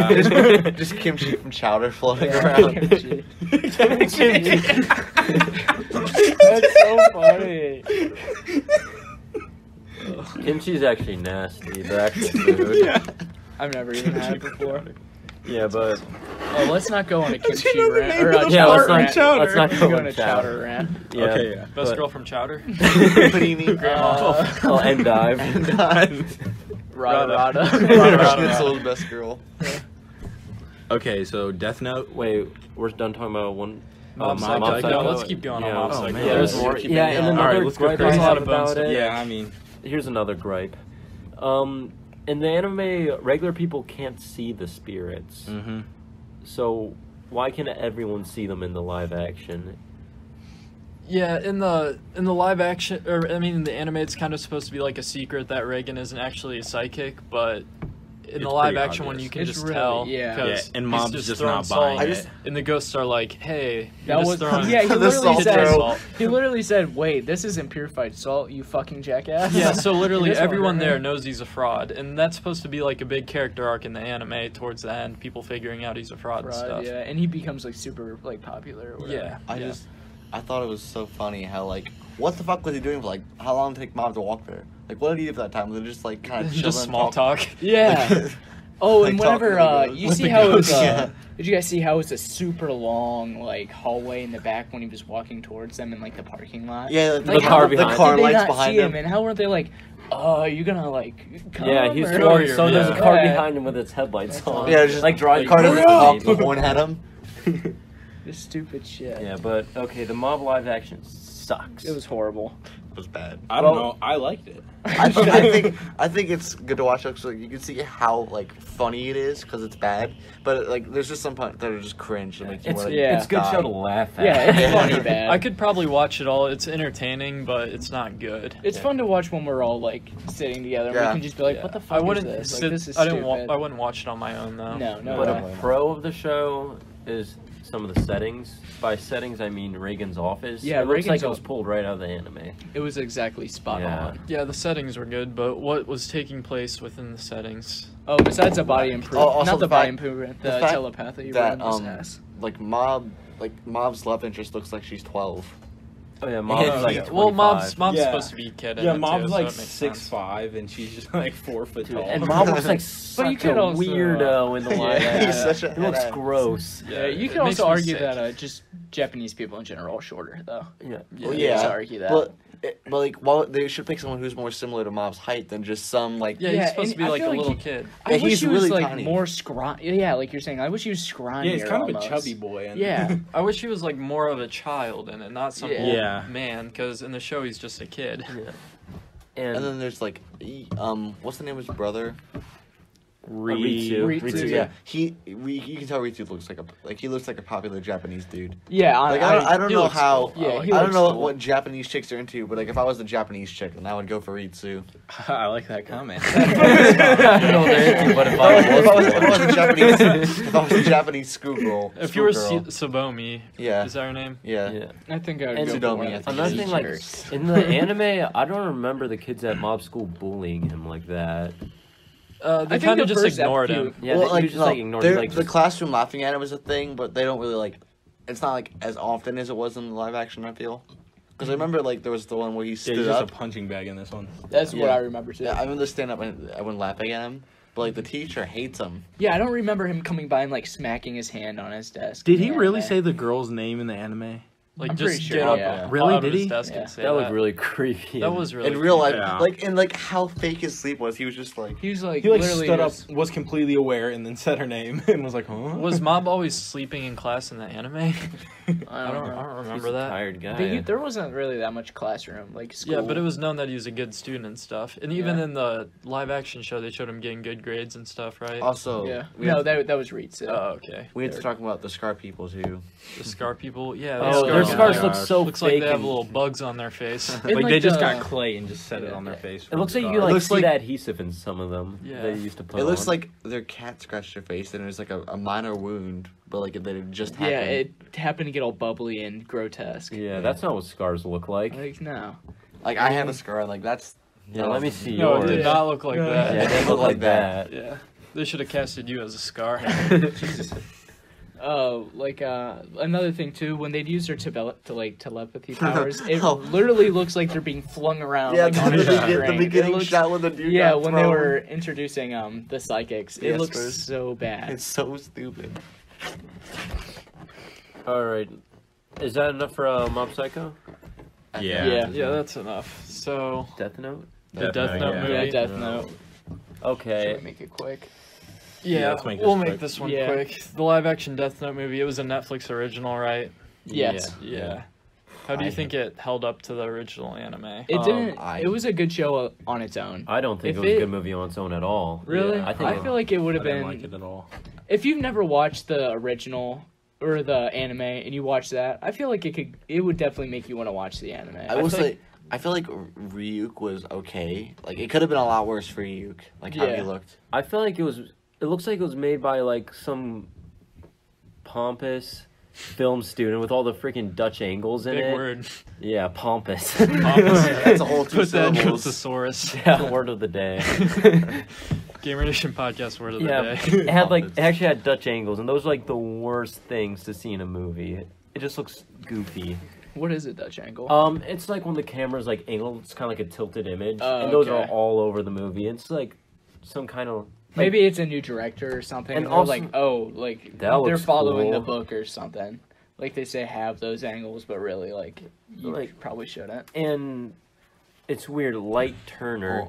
Speaker 6: (laughs)
Speaker 5: Yeah.
Speaker 6: just kimchi from chowder floating
Speaker 2: Yeah,
Speaker 4: (laughs)
Speaker 6: around.
Speaker 2: kimchi.
Speaker 6: kimchi. (laughs)
Speaker 2: That's so funny.
Speaker 4: Kimchi's actually nasty. The (laughs) actual food. yeah.
Speaker 2: I've never even had it
Speaker 3: (laughs)
Speaker 2: before.
Speaker 4: but
Speaker 2: Oh, let's not
Speaker 6: (laughs)
Speaker 2: go on a
Speaker 5: Did
Speaker 2: kimchi
Speaker 5: you know the
Speaker 2: rant.
Speaker 5: name
Speaker 2: Or
Speaker 5: of
Speaker 2: a
Speaker 5: the
Speaker 4: yeah,
Speaker 2: chowder
Speaker 4: let's
Speaker 2: rant.
Speaker 5: from Chowder.
Speaker 4: not let's not
Speaker 2: We're
Speaker 4: go
Speaker 2: going
Speaker 4: on
Speaker 2: to
Speaker 4: a
Speaker 2: chowder rant.
Speaker 4: Yeah,
Speaker 5: Okay, yeah.
Speaker 3: Best
Speaker 5: (laughs)
Speaker 4: but-
Speaker 3: girl from
Speaker 2: (laughs)
Speaker 3: Chowder. (laughs)
Speaker 6: Panini,
Speaker 2: Uh,
Speaker 6: grandma.
Speaker 4: Oh, and dive.
Speaker 6: And uh, (laughs) dive.
Speaker 2: Rada
Speaker 5: Rada.
Speaker 2: Rada.
Speaker 6: Schnitzel's best girl.
Speaker 5: (laughs) Okay, so Death Note.
Speaker 4: Wait, we're done talking about one.
Speaker 3: Mob
Speaker 4: Oh,
Speaker 3: Psycho.
Speaker 4: Mob
Speaker 3: No, let's keep going on
Speaker 4: Yeah.
Speaker 3: Mob
Speaker 5: Oh,
Speaker 3: Psycho.
Speaker 5: man.
Speaker 4: Yeah, there's
Speaker 6: Yeah,
Speaker 4: more.
Speaker 6: keep it
Speaker 4: Yeah,
Speaker 6: down.
Speaker 4: and
Speaker 5: All
Speaker 4: another
Speaker 5: right, let's go
Speaker 4: gripe I
Speaker 3: There's
Speaker 5: crazy.
Speaker 4: have
Speaker 3: a lot of
Speaker 4: about
Speaker 3: bones.
Speaker 4: it.
Speaker 5: Yeah, I mean,
Speaker 4: Here's another gripe. Um, in the anime, regular people can't see the spirits.
Speaker 5: mm-hmm.
Speaker 4: So why can everyone see them in the live action?
Speaker 3: Yeah, in the in the live action, or I mean, in the anime, it's kind of supposed to be like a secret that Reagan isn't actually a psychic, but in
Speaker 5: It's
Speaker 3: the live
Speaker 5: pretty
Speaker 3: action one,
Speaker 5: obvious.
Speaker 3: you can
Speaker 2: It's
Speaker 3: just
Speaker 2: really-
Speaker 3: tell.
Speaker 2: yeah.
Speaker 3: 'cause
Speaker 5: Yeah, and
Speaker 3: he's
Speaker 5: Mob's just
Speaker 3: throwing
Speaker 5: not
Speaker 3: salt,
Speaker 5: buying
Speaker 6: I just- it.
Speaker 3: And the ghosts are like, "Hey, you're
Speaker 2: That
Speaker 3: just
Speaker 2: was (laughs)
Speaker 3: throwing
Speaker 5: (laughs)
Speaker 2: yeah. He
Speaker 6: (laughs) The
Speaker 2: literally
Speaker 6: salt
Speaker 2: said
Speaker 6: throw.
Speaker 2: he literally said, "Wait, this isn't purified salt, you fucking jackass." (laughs)
Speaker 3: Yeah, so literally
Speaker 2: This one,
Speaker 3: everyone
Speaker 2: right?
Speaker 3: there knows he's a fraud, and that's supposed to be like a big character arc in the anime towards the end, people figuring out he's a fraud, and
Speaker 2: Fraud,
Speaker 3: stuff.
Speaker 2: Yeah, and he becomes like super like popular. Or whatever.
Speaker 3: Yeah,
Speaker 6: I
Speaker 3: yeah.
Speaker 6: just, I thought it was so funny how like, what the fuck was he doing for like, how long did it take Mom to walk there? Like, what did he do for that time? Was it just like kind of
Speaker 3: (laughs) (laughs) just small talk.
Speaker 2: (laughs) Yeah. Oh, and
Speaker 6: Like, talk
Speaker 2: whenever
Speaker 6: to the
Speaker 2: uh,
Speaker 6: ghost.
Speaker 2: you
Speaker 6: With
Speaker 2: see
Speaker 6: the
Speaker 2: how it was,
Speaker 6: ghost,
Speaker 2: uh,
Speaker 6: yeah.
Speaker 2: did you guys see how it was a super long like hallway in the back when he was walking towards them in like the parking lot?
Speaker 6: yeah,
Speaker 2: like,
Speaker 6: the,
Speaker 4: The
Speaker 2: how-
Speaker 4: car
Speaker 2: did
Speaker 4: behind
Speaker 6: the car
Speaker 2: they
Speaker 6: lights
Speaker 2: not
Speaker 6: behind
Speaker 2: see him,
Speaker 6: him.
Speaker 2: and how weren't they like, "Oh, you gonna like come?"
Speaker 4: yeah, he's
Speaker 2: or-
Speaker 4: throwing.
Speaker 3: Warrior,
Speaker 4: So there's
Speaker 3: yeah.
Speaker 4: a car
Speaker 2: Yeah.
Speaker 4: behind him with its headlights on.
Speaker 6: yeah, just
Speaker 4: like
Speaker 6: drawing
Speaker 4: driving
Speaker 6: card
Speaker 4: cars.
Speaker 6: with
Speaker 4: underneath.
Speaker 6: the horn at him.
Speaker 2: This stupid shit.
Speaker 4: (laughs) Yeah, but okay, the mob live action sucks.
Speaker 2: It was horrible.
Speaker 6: It was bad.
Speaker 5: I don't
Speaker 4: Well-
Speaker 5: know. I liked it.
Speaker 6: (laughs) I, th- I
Speaker 4: (laughs)
Speaker 6: think I think it's good to watch. Actually, you can see how like funny it is because it's bad, but like there's just some parts that are just cringe. And, like, you
Speaker 4: It's,
Speaker 6: wanna
Speaker 2: yeah.
Speaker 4: it's a good
Speaker 6: die.
Speaker 4: show to laugh
Speaker 2: (laughs)
Speaker 4: at.
Speaker 2: Yeah, it's
Speaker 4: (laughs)
Speaker 6: Yeah.
Speaker 2: funny bad.
Speaker 3: I could probably watch it all. It's entertaining, but it's not good.
Speaker 2: It's fun to watch when we're all like sitting together. and We
Speaker 6: Yeah.
Speaker 2: can just be like, "What the
Speaker 3: Yeah.
Speaker 2: fuck
Speaker 3: I wouldn't
Speaker 2: is this? Like,
Speaker 3: sit-
Speaker 2: this is
Speaker 3: I don't.
Speaker 2: stupid."
Speaker 3: Wa- I wouldn't watch it on my own though.
Speaker 2: no, no.
Speaker 4: But
Speaker 2: way.
Speaker 4: a pro of the show is some of the settings. By settings, I mean Reagan's office.
Speaker 2: Yeah,
Speaker 4: it looks like
Speaker 2: Reagan's
Speaker 4: it was
Speaker 2: o-
Speaker 4: pulled right out of the anime.
Speaker 2: It was exactly spot
Speaker 4: Yeah.
Speaker 2: on.
Speaker 3: Yeah, the settings were good, but what was taking place within the settings?
Speaker 2: Oh, besides the body improvement,
Speaker 6: Oh, also
Speaker 2: not the,
Speaker 6: the
Speaker 2: body
Speaker 6: fact-
Speaker 2: improvement, the,
Speaker 6: the fact
Speaker 2: telepathy.
Speaker 6: that,
Speaker 2: That, um,
Speaker 6: um,
Speaker 2: ass.
Speaker 6: Like mob, like mob's love interest looks like she's twelve.
Speaker 4: Oh yeah, mob's
Speaker 5: Yeah.
Speaker 4: like
Speaker 3: well,
Speaker 4: 25.
Speaker 3: mom's mom's
Speaker 5: Yeah.
Speaker 3: supposed to be a kid. in
Speaker 5: yeah,
Speaker 3: it, too,
Speaker 5: mom's
Speaker 3: so
Speaker 5: like
Speaker 3: it makes
Speaker 5: six
Speaker 3: sense.
Speaker 5: five, and she's just like four foot tall.
Speaker 4: (laughs) and mom looks like such
Speaker 2: you could
Speaker 4: a
Speaker 2: also, uh,
Speaker 4: weirdo in the live
Speaker 2: Yeah.
Speaker 4: action.
Speaker 2: He's
Speaker 6: such a
Speaker 4: he looks
Speaker 6: headass.
Speaker 4: gross.
Speaker 2: Yeah, you
Speaker 3: it
Speaker 2: can
Speaker 3: makes
Speaker 2: also
Speaker 3: me
Speaker 2: argue
Speaker 3: sick.
Speaker 2: that uh, just Japanese people in general are shorter, though.
Speaker 4: Yeah.
Speaker 6: Well,
Speaker 2: you
Speaker 6: yeah,
Speaker 2: can argue that.
Speaker 6: But, it- but like, well, they should pick someone who's more similar to mom's height than just some like.
Speaker 3: Yeah,
Speaker 2: Yeah,
Speaker 3: he's supposed
Speaker 2: and
Speaker 3: to be
Speaker 2: I
Speaker 3: like a
Speaker 2: feel like
Speaker 3: little
Speaker 2: he-
Speaker 3: kid.
Speaker 2: I
Speaker 6: Yeah,
Speaker 2: wish
Speaker 6: he's
Speaker 2: he was
Speaker 6: really
Speaker 2: like
Speaker 6: tiny.
Speaker 2: more scrawny. Yeah, like you're saying, I wish he was scrawny.
Speaker 5: yeah, he's kind of a
Speaker 2: almost.
Speaker 5: chubby boy. And
Speaker 2: (laughs)
Speaker 5: (laughs)
Speaker 2: Yeah.
Speaker 3: I wish he was like more of a child in it, not some
Speaker 2: Yeah.
Speaker 3: old
Speaker 5: Yeah.
Speaker 3: man, because in the show he's just a kid.
Speaker 4: Yeah.
Speaker 6: And
Speaker 4: And
Speaker 6: then there's like, e- um, what's the name of his brother?
Speaker 4: Ritsu.
Speaker 2: (laughs) Ritsu,
Speaker 4: Ritsu,
Speaker 2: Dude.
Speaker 6: Yeah, he. We, you can tell Ritsu looks like a like he looks like a popular Japanese dude.
Speaker 2: Yeah, I,
Speaker 6: Like I don't, I don't
Speaker 3: he
Speaker 6: know
Speaker 3: looks
Speaker 6: how.
Speaker 3: cool.
Speaker 2: Yeah, he
Speaker 6: I
Speaker 2: looks
Speaker 6: don't know
Speaker 2: cool.
Speaker 6: what Japanese chicks are into, but like if I was a Japanese chick, then I would go for
Speaker 3: (laughs)
Speaker 6: Ritsu.
Speaker 5: I like that (laughs) comment.
Speaker 4: I don't know they're into, but if
Speaker 6: If I was, if I
Speaker 4: I
Speaker 6: was
Speaker 4: was
Speaker 6: a
Speaker 5: (laughs)
Speaker 6: Japanese, if I was a Japanese schoolgirl,
Speaker 3: (laughs) (laughs) If you were
Speaker 6: schoolgirl,
Speaker 3: S- Sabomi,
Speaker 6: Yeah.
Speaker 3: is that her name?
Speaker 6: yeah,
Speaker 4: yeah.
Speaker 2: I think I would
Speaker 4: And
Speaker 2: go for
Speaker 6: Tsudomi,
Speaker 2: one
Speaker 6: I
Speaker 2: of the
Speaker 6: think
Speaker 4: Another
Speaker 6: Yeah,
Speaker 4: thing,
Speaker 2: teachers.
Speaker 4: like in the anime, I don't remember the kids at mob school bullying him like that.
Speaker 3: Uh, they
Speaker 2: think
Speaker 3: kind
Speaker 2: the
Speaker 3: of just
Speaker 2: first
Speaker 3: ignored
Speaker 2: episode-
Speaker 3: him.
Speaker 4: Yeah,
Speaker 6: well,
Speaker 4: they,
Speaker 6: like,
Speaker 4: he was just
Speaker 6: no,
Speaker 4: like ignored.
Speaker 6: they're-
Speaker 4: like
Speaker 6: the
Speaker 4: just-
Speaker 6: classroom laughing at him is a thing, but they don't really like. It's not like as often as it was in the live action. I feel because I remember like there was the one where he
Speaker 5: Yeah,
Speaker 6: stood
Speaker 5: he's just a
Speaker 6: up.
Speaker 5: punching bag in this one.
Speaker 2: That's what
Speaker 6: Yeah.
Speaker 2: I remember too.
Speaker 6: Yeah, I
Speaker 2: Yeah,
Speaker 6: remember stand up and I went laughing at him, but like the teacher hates him.
Speaker 2: I don't remember him coming by and like smacking his hand on his desk. in the anime.
Speaker 5: the girl's name in the anime?
Speaker 3: Like
Speaker 2: I'm
Speaker 3: just
Speaker 2: pretty sure,
Speaker 3: get up,
Speaker 2: yeah.
Speaker 5: Really,
Speaker 3: out
Speaker 5: did
Speaker 3: of his
Speaker 5: he?
Speaker 3: desk
Speaker 2: Yeah.
Speaker 3: and say
Speaker 4: that looked really (laughs) creepy.
Speaker 3: That was really
Speaker 6: in real life,
Speaker 5: Yeah.
Speaker 6: like and like how fake his sleep was. He was just like.
Speaker 2: He was like,
Speaker 5: He like
Speaker 2: literally
Speaker 5: stood
Speaker 2: just-
Speaker 5: up, was completely aware, and then (laughs) said her name, and was like,
Speaker 3: (laughs)
Speaker 5: "Huh?" (laughs)
Speaker 3: Was Mob always sleeping in class in the anime? (laughs) I don't, I don't
Speaker 4: He's
Speaker 3: remember
Speaker 4: a
Speaker 3: that.
Speaker 4: tired guy.
Speaker 2: But you- there wasn't really that much classroom, like school.
Speaker 3: Yeah, but it was known that he was a good student and stuff. And even
Speaker 2: Yeah.
Speaker 3: in the live action show, they showed him getting good grades and stuff, right?
Speaker 6: Also,
Speaker 2: Yeah.
Speaker 6: we
Speaker 2: no,
Speaker 6: had,
Speaker 2: that that was Reed. So.
Speaker 3: Oh, okay.
Speaker 6: we had to talk about the scar people too.
Speaker 3: The Scar people. Yeah.
Speaker 4: Oh,
Speaker 3: Scar
Speaker 4: they're Those
Speaker 3: Oh
Speaker 4: cars
Speaker 3: my
Speaker 4: look
Speaker 5: gosh.
Speaker 4: so
Speaker 3: looks
Speaker 4: fake.
Speaker 3: like they have
Speaker 4: and-
Speaker 3: little bugs on their face.
Speaker 2: It
Speaker 5: like,
Speaker 2: like uh,
Speaker 5: they just
Speaker 2: the-
Speaker 5: got clay and just set it on their face.
Speaker 4: It looks like you
Speaker 5: from
Speaker 4: can,
Speaker 5: the
Speaker 4: like
Speaker 5: car.
Speaker 6: looks
Speaker 4: see
Speaker 6: like-
Speaker 4: that adhesive in some of them
Speaker 3: Yeah.
Speaker 4: they used to put.
Speaker 6: It looks
Speaker 4: on.
Speaker 6: like their cat scratched their face, and it was like a, a minor wound, but like that it just happened.
Speaker 2: Yeah, it happened to get all bubbly and grotesque.
Speaker 4: Yeah, that's not what scars look like.
Speaker 2: Like no,
Speaker 6: Like I have a scar. Like that's.
Speaker 4: Yeah, let me see
Speaker 3: No, it
Speaker 4: yours.
Speaker 3: did not look like
Speaker 2: No.
Speaker 4: Yeah,
Speaker 3: that.
Speaker 4: it
Speaker 6: Yeah.
Speaker 4: doesn't look like that.
Speaker 3: Yeah. They should have casted you as a scar. (laughs)
Speaker 2: Oh, like uh, another thing too, when they'd use their tele- to like
Speaker 6: (laughs)
Speaker 2: telepathy powers, it
Speaker 6: Oh.
Speaker 2: literally looks like they're being flung around.
Speaker 6: Yeah,
Speaker 2: like,
Speaker 6: the,
Speaker 2: on a
Speaker 6: the,
Speaker 2: string.
Speaker 6: the,
Speaker 2: It
Speaker 6: beginning
Speaker 2: looks-
Speaker 6: shot when the dude.
Speaker 2: Yeah,
Speaker 6: got
Speaker 2: when they
Speaker 6: thrown.
Speaker 2: were
Speaker 6: (laughs)
Speaker 2: introducing um the psychics, it
Speaker 6: Yes,
Speaker 2: looks
Speaker 6: bro.
Speaker 2: so bad.
Speaker 6: It's so stupid.
Speaker 4: All right, is that enough for uh, Mob Psycho?
Speaker 6: I
Speaker 5: Yeah.
Speaker 6: think-
Speaker 2: Yeah.
Speaker 3: yeah, that's enough. So,
Speaker 4: Death Note.
Speaker 3: the Death
Speaker 5: Note,
Speaker 3: Note
Speaker 5: yeah.
Speaker 3: movie.
Speaker 2: yeah,
Speaker 3: Yeah,
Speaker 2: Death Note.
Speaker 4: Okay.
Speaker 2: Should we make it quick?
Speaker 5: Yeah, let's make
Speaker 3: we'll
Speaker 5: this
Speaker 3: make
Speaker 5: quick.
Speaker 3: this one
Speaker 2: Yeah.
Speaker 3: quick. The live action Death Note movie, it was a Netflix original, right?
Speaker 2: Yes.
Speaker 4: Yeah. Yeah.
Speaker 3: How do you
Speaker 4: I-
Speaker 3: think it held up to the original anime?
Speaker 2: It
Speaker 4: Um,
Speaker 2: didn't.
Speaker 6: I-
Speaker 2: It was a good show uh, on its own.
Speaker 4: I don't
Speaker 2: If
Speaker 4: think it was a
Speaker 2: it-
Speaker 4: good movie on its own at all.
Speaker 2: Really,
Speaker 4: Yeah, I
Speaker 2: I,
Speaker 4: think it-
Speaker 2: feel like it would
Speaker 5: I
Speaker 2: have
Speaker 5: didn't
Speaker 2: been
Speaker 5: like it at all.
Speaker 2: if you've never watched the original or the anime and you watch that, I feel like it could it would definitely make you want to watch the anime.
Speaker 6: I will
Speaker 2: feel
Speaker 6: say,
Speaker 2: like-
Speaker 6: I feel like Ryuk was okay. Like it could have been a lot worse for Ryuk. Like how
Speaker 2: Yeah.
Speaker 6: he looked.
Speaker 4: I feel like it was. It looks like it was made by like some pompous film student with all the freaking Dutch angles in
Speaker 3: Big
Speaker 4: it.
Speaker 3: word.
Speaker 4: Yeah, pompous.
Speaker 6: That's a whole two
Speaker 3: Put that in
Speaker 6: syllables.
Speaker 3: thesaurus.
Speaker 4: (laughs) yeah, word of the day.
Speaker 3: Gamer Nation podcast word of the
Speaker 4: yeah,
Speaker 3: day.
Speaker 4: it had like it
Speaker 6: Pompous.
Speaker 4: actually had Dutch angles, and those are like the worst things to see in a movie. It, it just looks goofy.
Speaker 2: what is a Dutch
Speaker 6: Uh,
Speaker 2: angle?
Speaker 4: Um, it's like when the camera's like angled, it's kind of like a tilted image,
Speaker 2: Oh,
Speaker 4: and those are
Speaker 2: okay.
Speaker 4: all over the movie. It's like some kind of
Speaker 2: Maybe it's a new director or something.
Speaker 4: And
Speaker 2: And, they're
Speaker 4: also-
Speaker 2: like, oh, like
Speaker 4: That
Speaker 2: they're
Speaker 4: looks
Speaker 2: following the
Speaker 4: cool.
Speaker 2: book or something. Like they say, have those angles, but really, like you
Speaker 4: Like-
Speaker 2: probably shouldn't.
Speaker 4: and it's weird. Light Turner.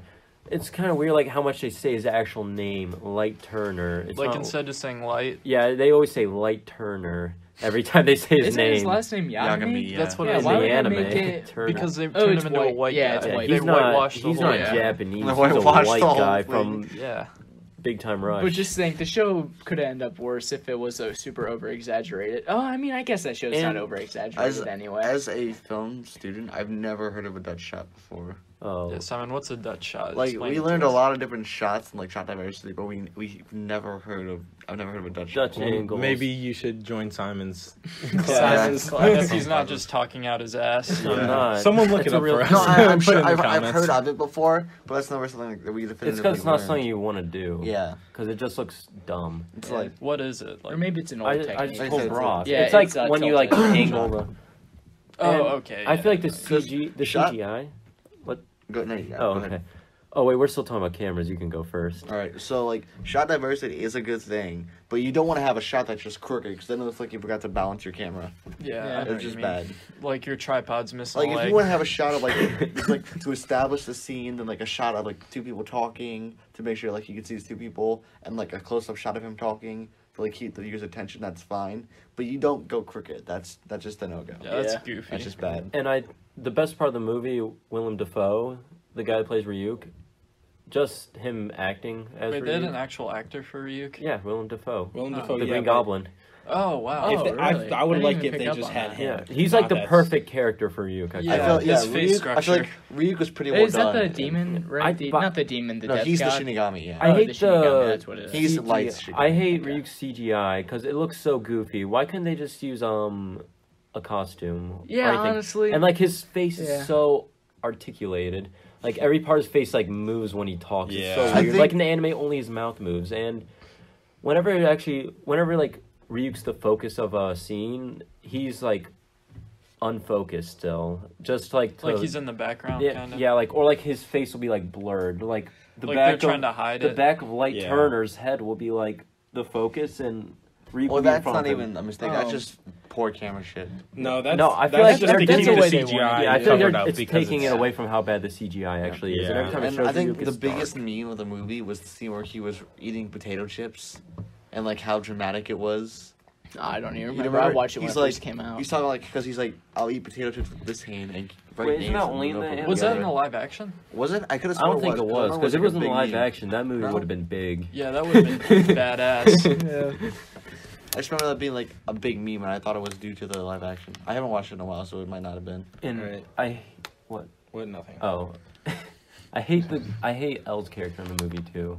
Speaker 4: It's kind of weird, like how much they say his actual name, Light Turner. (laughs) It's
Speaker 3: like
Speaker 4: not-
Speaker 3: instead of saying light,
Speaker 4: yeah, they always say Light Turner every time they say his
Speaker 2: Isn't
Speaker 4: name.
Speaker 2: his last name Yagami?
Speaker 6: Yagami, yeah.
Speaker 3: that's what
Speaker 2: Yeah,
Speaker 3: I
Speaker 2: why
Speaker 4: in
Speaker 2: would
Speaker 4: the
Speaker 2: they
Speaker 4: anime,
Speaker 2: make it-
Speaker 4: Turner.
Speaker 3: because they've
Speaker 2: Oh,
Speaker 3: turned
Speaker 2: it's
Speaker 3: him into a
Speaker 2: white.
Speaker 3: white
Speaker 2: Yeah,
Speaker 3: guy.
Speaker 2: it's
Speaker 4: yeah,
Speaker 2: white.
Speaker 4: he's
Speaker 3: They
Speaker 4: not,
Speaker 3: whitewashed the
Speaker 4: he's
Speaker 3: whole
Speaker 4: not
Speaker 3: thing.
Speaker 4: Japanese.
Speaker 6: They
Speaker 4: He's a
Speaker 6: whitewashed
Speaker 4: white
Speaker 6: the whole
Speaker 4: guy
Speaker 6: thing.
Speaker 4: from
Speaker 3: Yeah.
Speaker 4: Big Time Rush.
Speaker 2: But just think, the show could end up worse if it was a super over exaggerated. Oh, I mean, I guess that show's not
Speaker 4: And
Speaker 2: over exaggerated
Speaker 6: As,
Speaker 2: anyway.
Speaker 6: (laughs) as a film student, I've never heard of a Dutch shot before.
Speaker 4: oh,
Speaker 3: Yeah, Simon, what's a Dutch shot?
Speaker 6: Like
Speaker 3: Explain it
Speaker 6: we
Speaker 3: to
Speaker 6: learned a
Speaker 3: us.
Speaker 6: lot of different shots and like shot diversity, but we we've never heard of. I've never heard of a Dutch.
Speaker 4: Dutch
Speaker 6: shot.
Speaker 4: angles.
Speaker 5: Maybe you should join (laughs) Simon's
Speaker 2: Simon's
Speaker 5: class.
Speaker 2: class.
Speaker 3: I
Speaker 5: (laughs)
Speaker 3: guess he's (laughs) not just talking out his ass.
Speaker 4: I'm not.
Speaker 5: Someone look
Speaker 3: It's
Speaker 5: it
Speaker 3: a
Speaker 5: up
Speaker 3: real-
Speaker 5: for (laughs)
Speaker 6: (laughs)
Speaker 5: us.
Speaker 6: No, I, I'm
Speaker 4: (laughs)
Speaker 5: Put
Speaker 6: sure
Speaker 5: it in the
Speaker 6: I've, I've
Speaker 5: comments.
Speaker 6: heard of it before, but that's never something like, that we definitively.
Speaker 4: It's because it's not
Speaker 6: learned.
Speaker 4: something you want to do.
Speaker 6: Yeah,
Speaker 4: Because it just looks dumb.
Speaker 6: it's like
Speaker 3: What is it? Like,
Speaker 2: or maybe it's an old
Speaker 4: I,
Speaker 2: technique.
Speaker 4: I just
Speaker 6: Like I
Speaker 4: told
Speaker 6: said, it's
Speaker 4: Ross.
Speaker 6: like-
Speaker 2: Yeah,
Speaker 4: it's like
Speaker 2: it's, uh,
Speaker 4: when you like
Speaker 2: tilted.
Speaker 4: angle the.
Speaker 3: oh,
Speaker 4: and
Speaker 3: okay.
Speaker 4: I feel like the
Speaker 6: Cause-
Speaker 4: CG, the
Speaker 6: shot-
Speaker 4: CGI.
Speaker 6: go, no, yeah,
Speaker 4: Oh,
Speaker 6: go ahead.
Speaker 4: okay. Oh wait, we're still talking about cameras. You can go first.
Speaker 6: All right, so like shot diversity is a good thing, but you don't want to have a shot that's just crooked because then it looks like you forgot to balance your camera.
Speaker 3: Yeah,
Speaker 2: Yeah.
Speaker 3: I know
Speaker 6: It's
Speaker 3: what
Speaker 6: just
Speaker 3: you mean.
Speaker 6: bad.
Speaker 3: Like your tripod's missing.
Speaker 6: Like
Speaker 3: a
Speaker 6: if
Speaker 3: leg.
Speaker 6: you want to have a
Speaker 3: (laughs)
Speaker 6: shot of like it's like to establish the scene, then like a shot of like two people talking to make sure like you can see these two people, and like a close up shot of him talking to like keep the viewer's attention. That's fine, but you don't go crooked. That's that's just a no go.
Speaker 3: yeah, that's
Speaker 2: Yeah.
Speaker 3: goofy.
Speaker 6: That's just bad.
Speaker 4: And I, the best part of the movie, Willem Dafoe, the guy that plays Ryuk, just him acting as
Speaker 3: Wait,
Speaker 4: Ryuk.
Speaker 3: they had an actual actor for Ryuk?
Speaker 4: Yeah, Willem Dafoe,
Speaker 5: Willem
Speaker 3: Oh.
Speaker 5: Dafoe,
Speaker 4: the
Speaker 5: yeah,
Speaker 4: Green
Speaker 5: but-
Speaker 4: Goblin.
Speaker 3: Oh wow.
Speaker 5: If
Speaker 2: Oh,
Speaker 5: they- I-
Speaker 2: really?
Speaker 5: I would
Speaker 2: I didn't
Speaker 5: like
Speaker 2: even
Speaker 5: if they
Speaker 2: pick up
Speaker 5: just
Speaker 2: on
Speaker 5: had
Speaker 2: that.
Speaker 5: him.
Speaker 4: Yeah, he's
Speaker 5: Not
Speaker 4: like the
Speaker 5: that-
Speaker 4: perfect character for Ryuk. I
Speaker 3: Yeah.
Speaker 6: I feel yeah,
Speaker 3: his face
Speaker 6: Ryuk, I feel like
Speaker 3: structure.
Speaker 6: Ryuk was pretty well
Speaker 2: Is
Speaker 6: done.
Speaker 2: that the
Speaker 6: and-
Speaker 2: demon? Right?
Speaker 4: I-
Speaker 2: The-
Speaker 4: but-
Speaker 2: not the demon. The
Speaker 6: No,
Speaker 2: death
Speaker 6: he's the
Speaker 2: god?
Speaker 6: Shinigami. Yeah.
Speaker 4: I
Speaker 2: Oh, the
Speaker 4: hate the.
Speaker 2: Shinigami, that's what it is.
Speaker 6: He's light
Speaker 4: CGI. I
Speaker 6: Shinigami.
Speaker 4: hate
Speaker 2: Okay.
Speaker 4: Ryuk's CGI because it looks so goofy. Why couldn't they just use um a costume? or
Speaker 2: Yeah,
Speaker 4: anything?
Speaker 2: honestly.
Speaker 4: And like his face
Speaker 2: Yeah.
Speaker 4: is so articulated. Like every part of his face like moves when he talks. It's so
Speaker 5: Yeah.
Speaker 4: weird.
Speaker 6: I think-
Speaker 4: Like in the anime, only his mouth moves. And whenever it actually, whenever like Ryuk's the focus of a scene, he's like unfocused still. Just like to,
Speaker 3: like he's in the background
Speaker 4: yeah,
Speaker 3: kind of.
Speaker 4: yeah, like or like his face will be like blurred, like the
Speaker 3: Like, they're
Speaker 4: back
Speaker 3: trying to
Speaker 4: of,
Speaker 3: hide
Speaker 4: the
Speaker 3: it.
Speaker 4: back of Light
Speaker 5: Yeah.
Speaker 4: Turner's head will be like the focus and. Re-
Speaker 6: Well,
Speaker 4: be in
Speaker 6: that's
Speaker 4: front
Speaker 6: not
Speaker 4: of him.
Speaker 6: even a mistake. That's
Speaker 2: Oh.
Speaker 6: just poor camera shit.
Speaker 5: No, that's
Speaker 4: No, I feel
Speaker 5: that's
Speaker 4: like
Speaker 5: just
Speaker 4: they're-
Speaker 5: to
Speaker 4: that's
Speaker 5: keep
Speaker 4: the
Speaker 5: the
Speaker 4: way they
Speaker 5: CGI
Speaker 2: want it.
Speaker 4: Yeah, I feel
Speaker 5: covered
Speaker 4: like
Speaker 5: up
Speaker 4: it's
Speaker 5: because
Speaker 4: taking
Speaker 5: it's- (laughs)
Speaker 4: it away from how bad the CGI actually is. And
Speaker 5: Yeah.
Speaker 4: every time it
Speaker 6: And
Speaker 4: shows
Speaker 6: I think
Speaker 4: you,
Speaker 6: the biggest meme of the movie was the scene where he was eating potato chips, and like how dramatic it was.
Speaker 2: I don't even
Speaker 6: You
Speaker 2: remember. I
Speaker 6: remember?
Speaker 2: watched it when
Speaker 6: He's
Speaker 2: it
Speaker 6: like,
Speaker 2: first came out.
Speaker 6: He's talking like because he's like, I'll eat potato chips with this hand and right
Speaker 4: Wait, isn't that only in the anime?
Speaker 3: Was that in
Speaker 4: Yeah.
Speaker 3: the live action?
Speaker 6: Was it? I could have.
Speaker 4: I don't think it was because it was in live action. That movie
Speaker 6: No?
Speaker 4: (laughs) would have been big.
Speaker 5: (laughs)
Speaker 3: Yeah, that would have been badass.
Speaker 2: yeah.
Speaker 6: I just remember that being like a big meme, and I thought it was due to the live action. I haven't watched it in a while, so it might not have been.
Speaker 4: And
Speaker 5: Right.
Speaker 4: I what?
Speaker 5: What nothing.
Speaker 4: Oh, (laughs) I hate the I hate Elle's character in the movie too.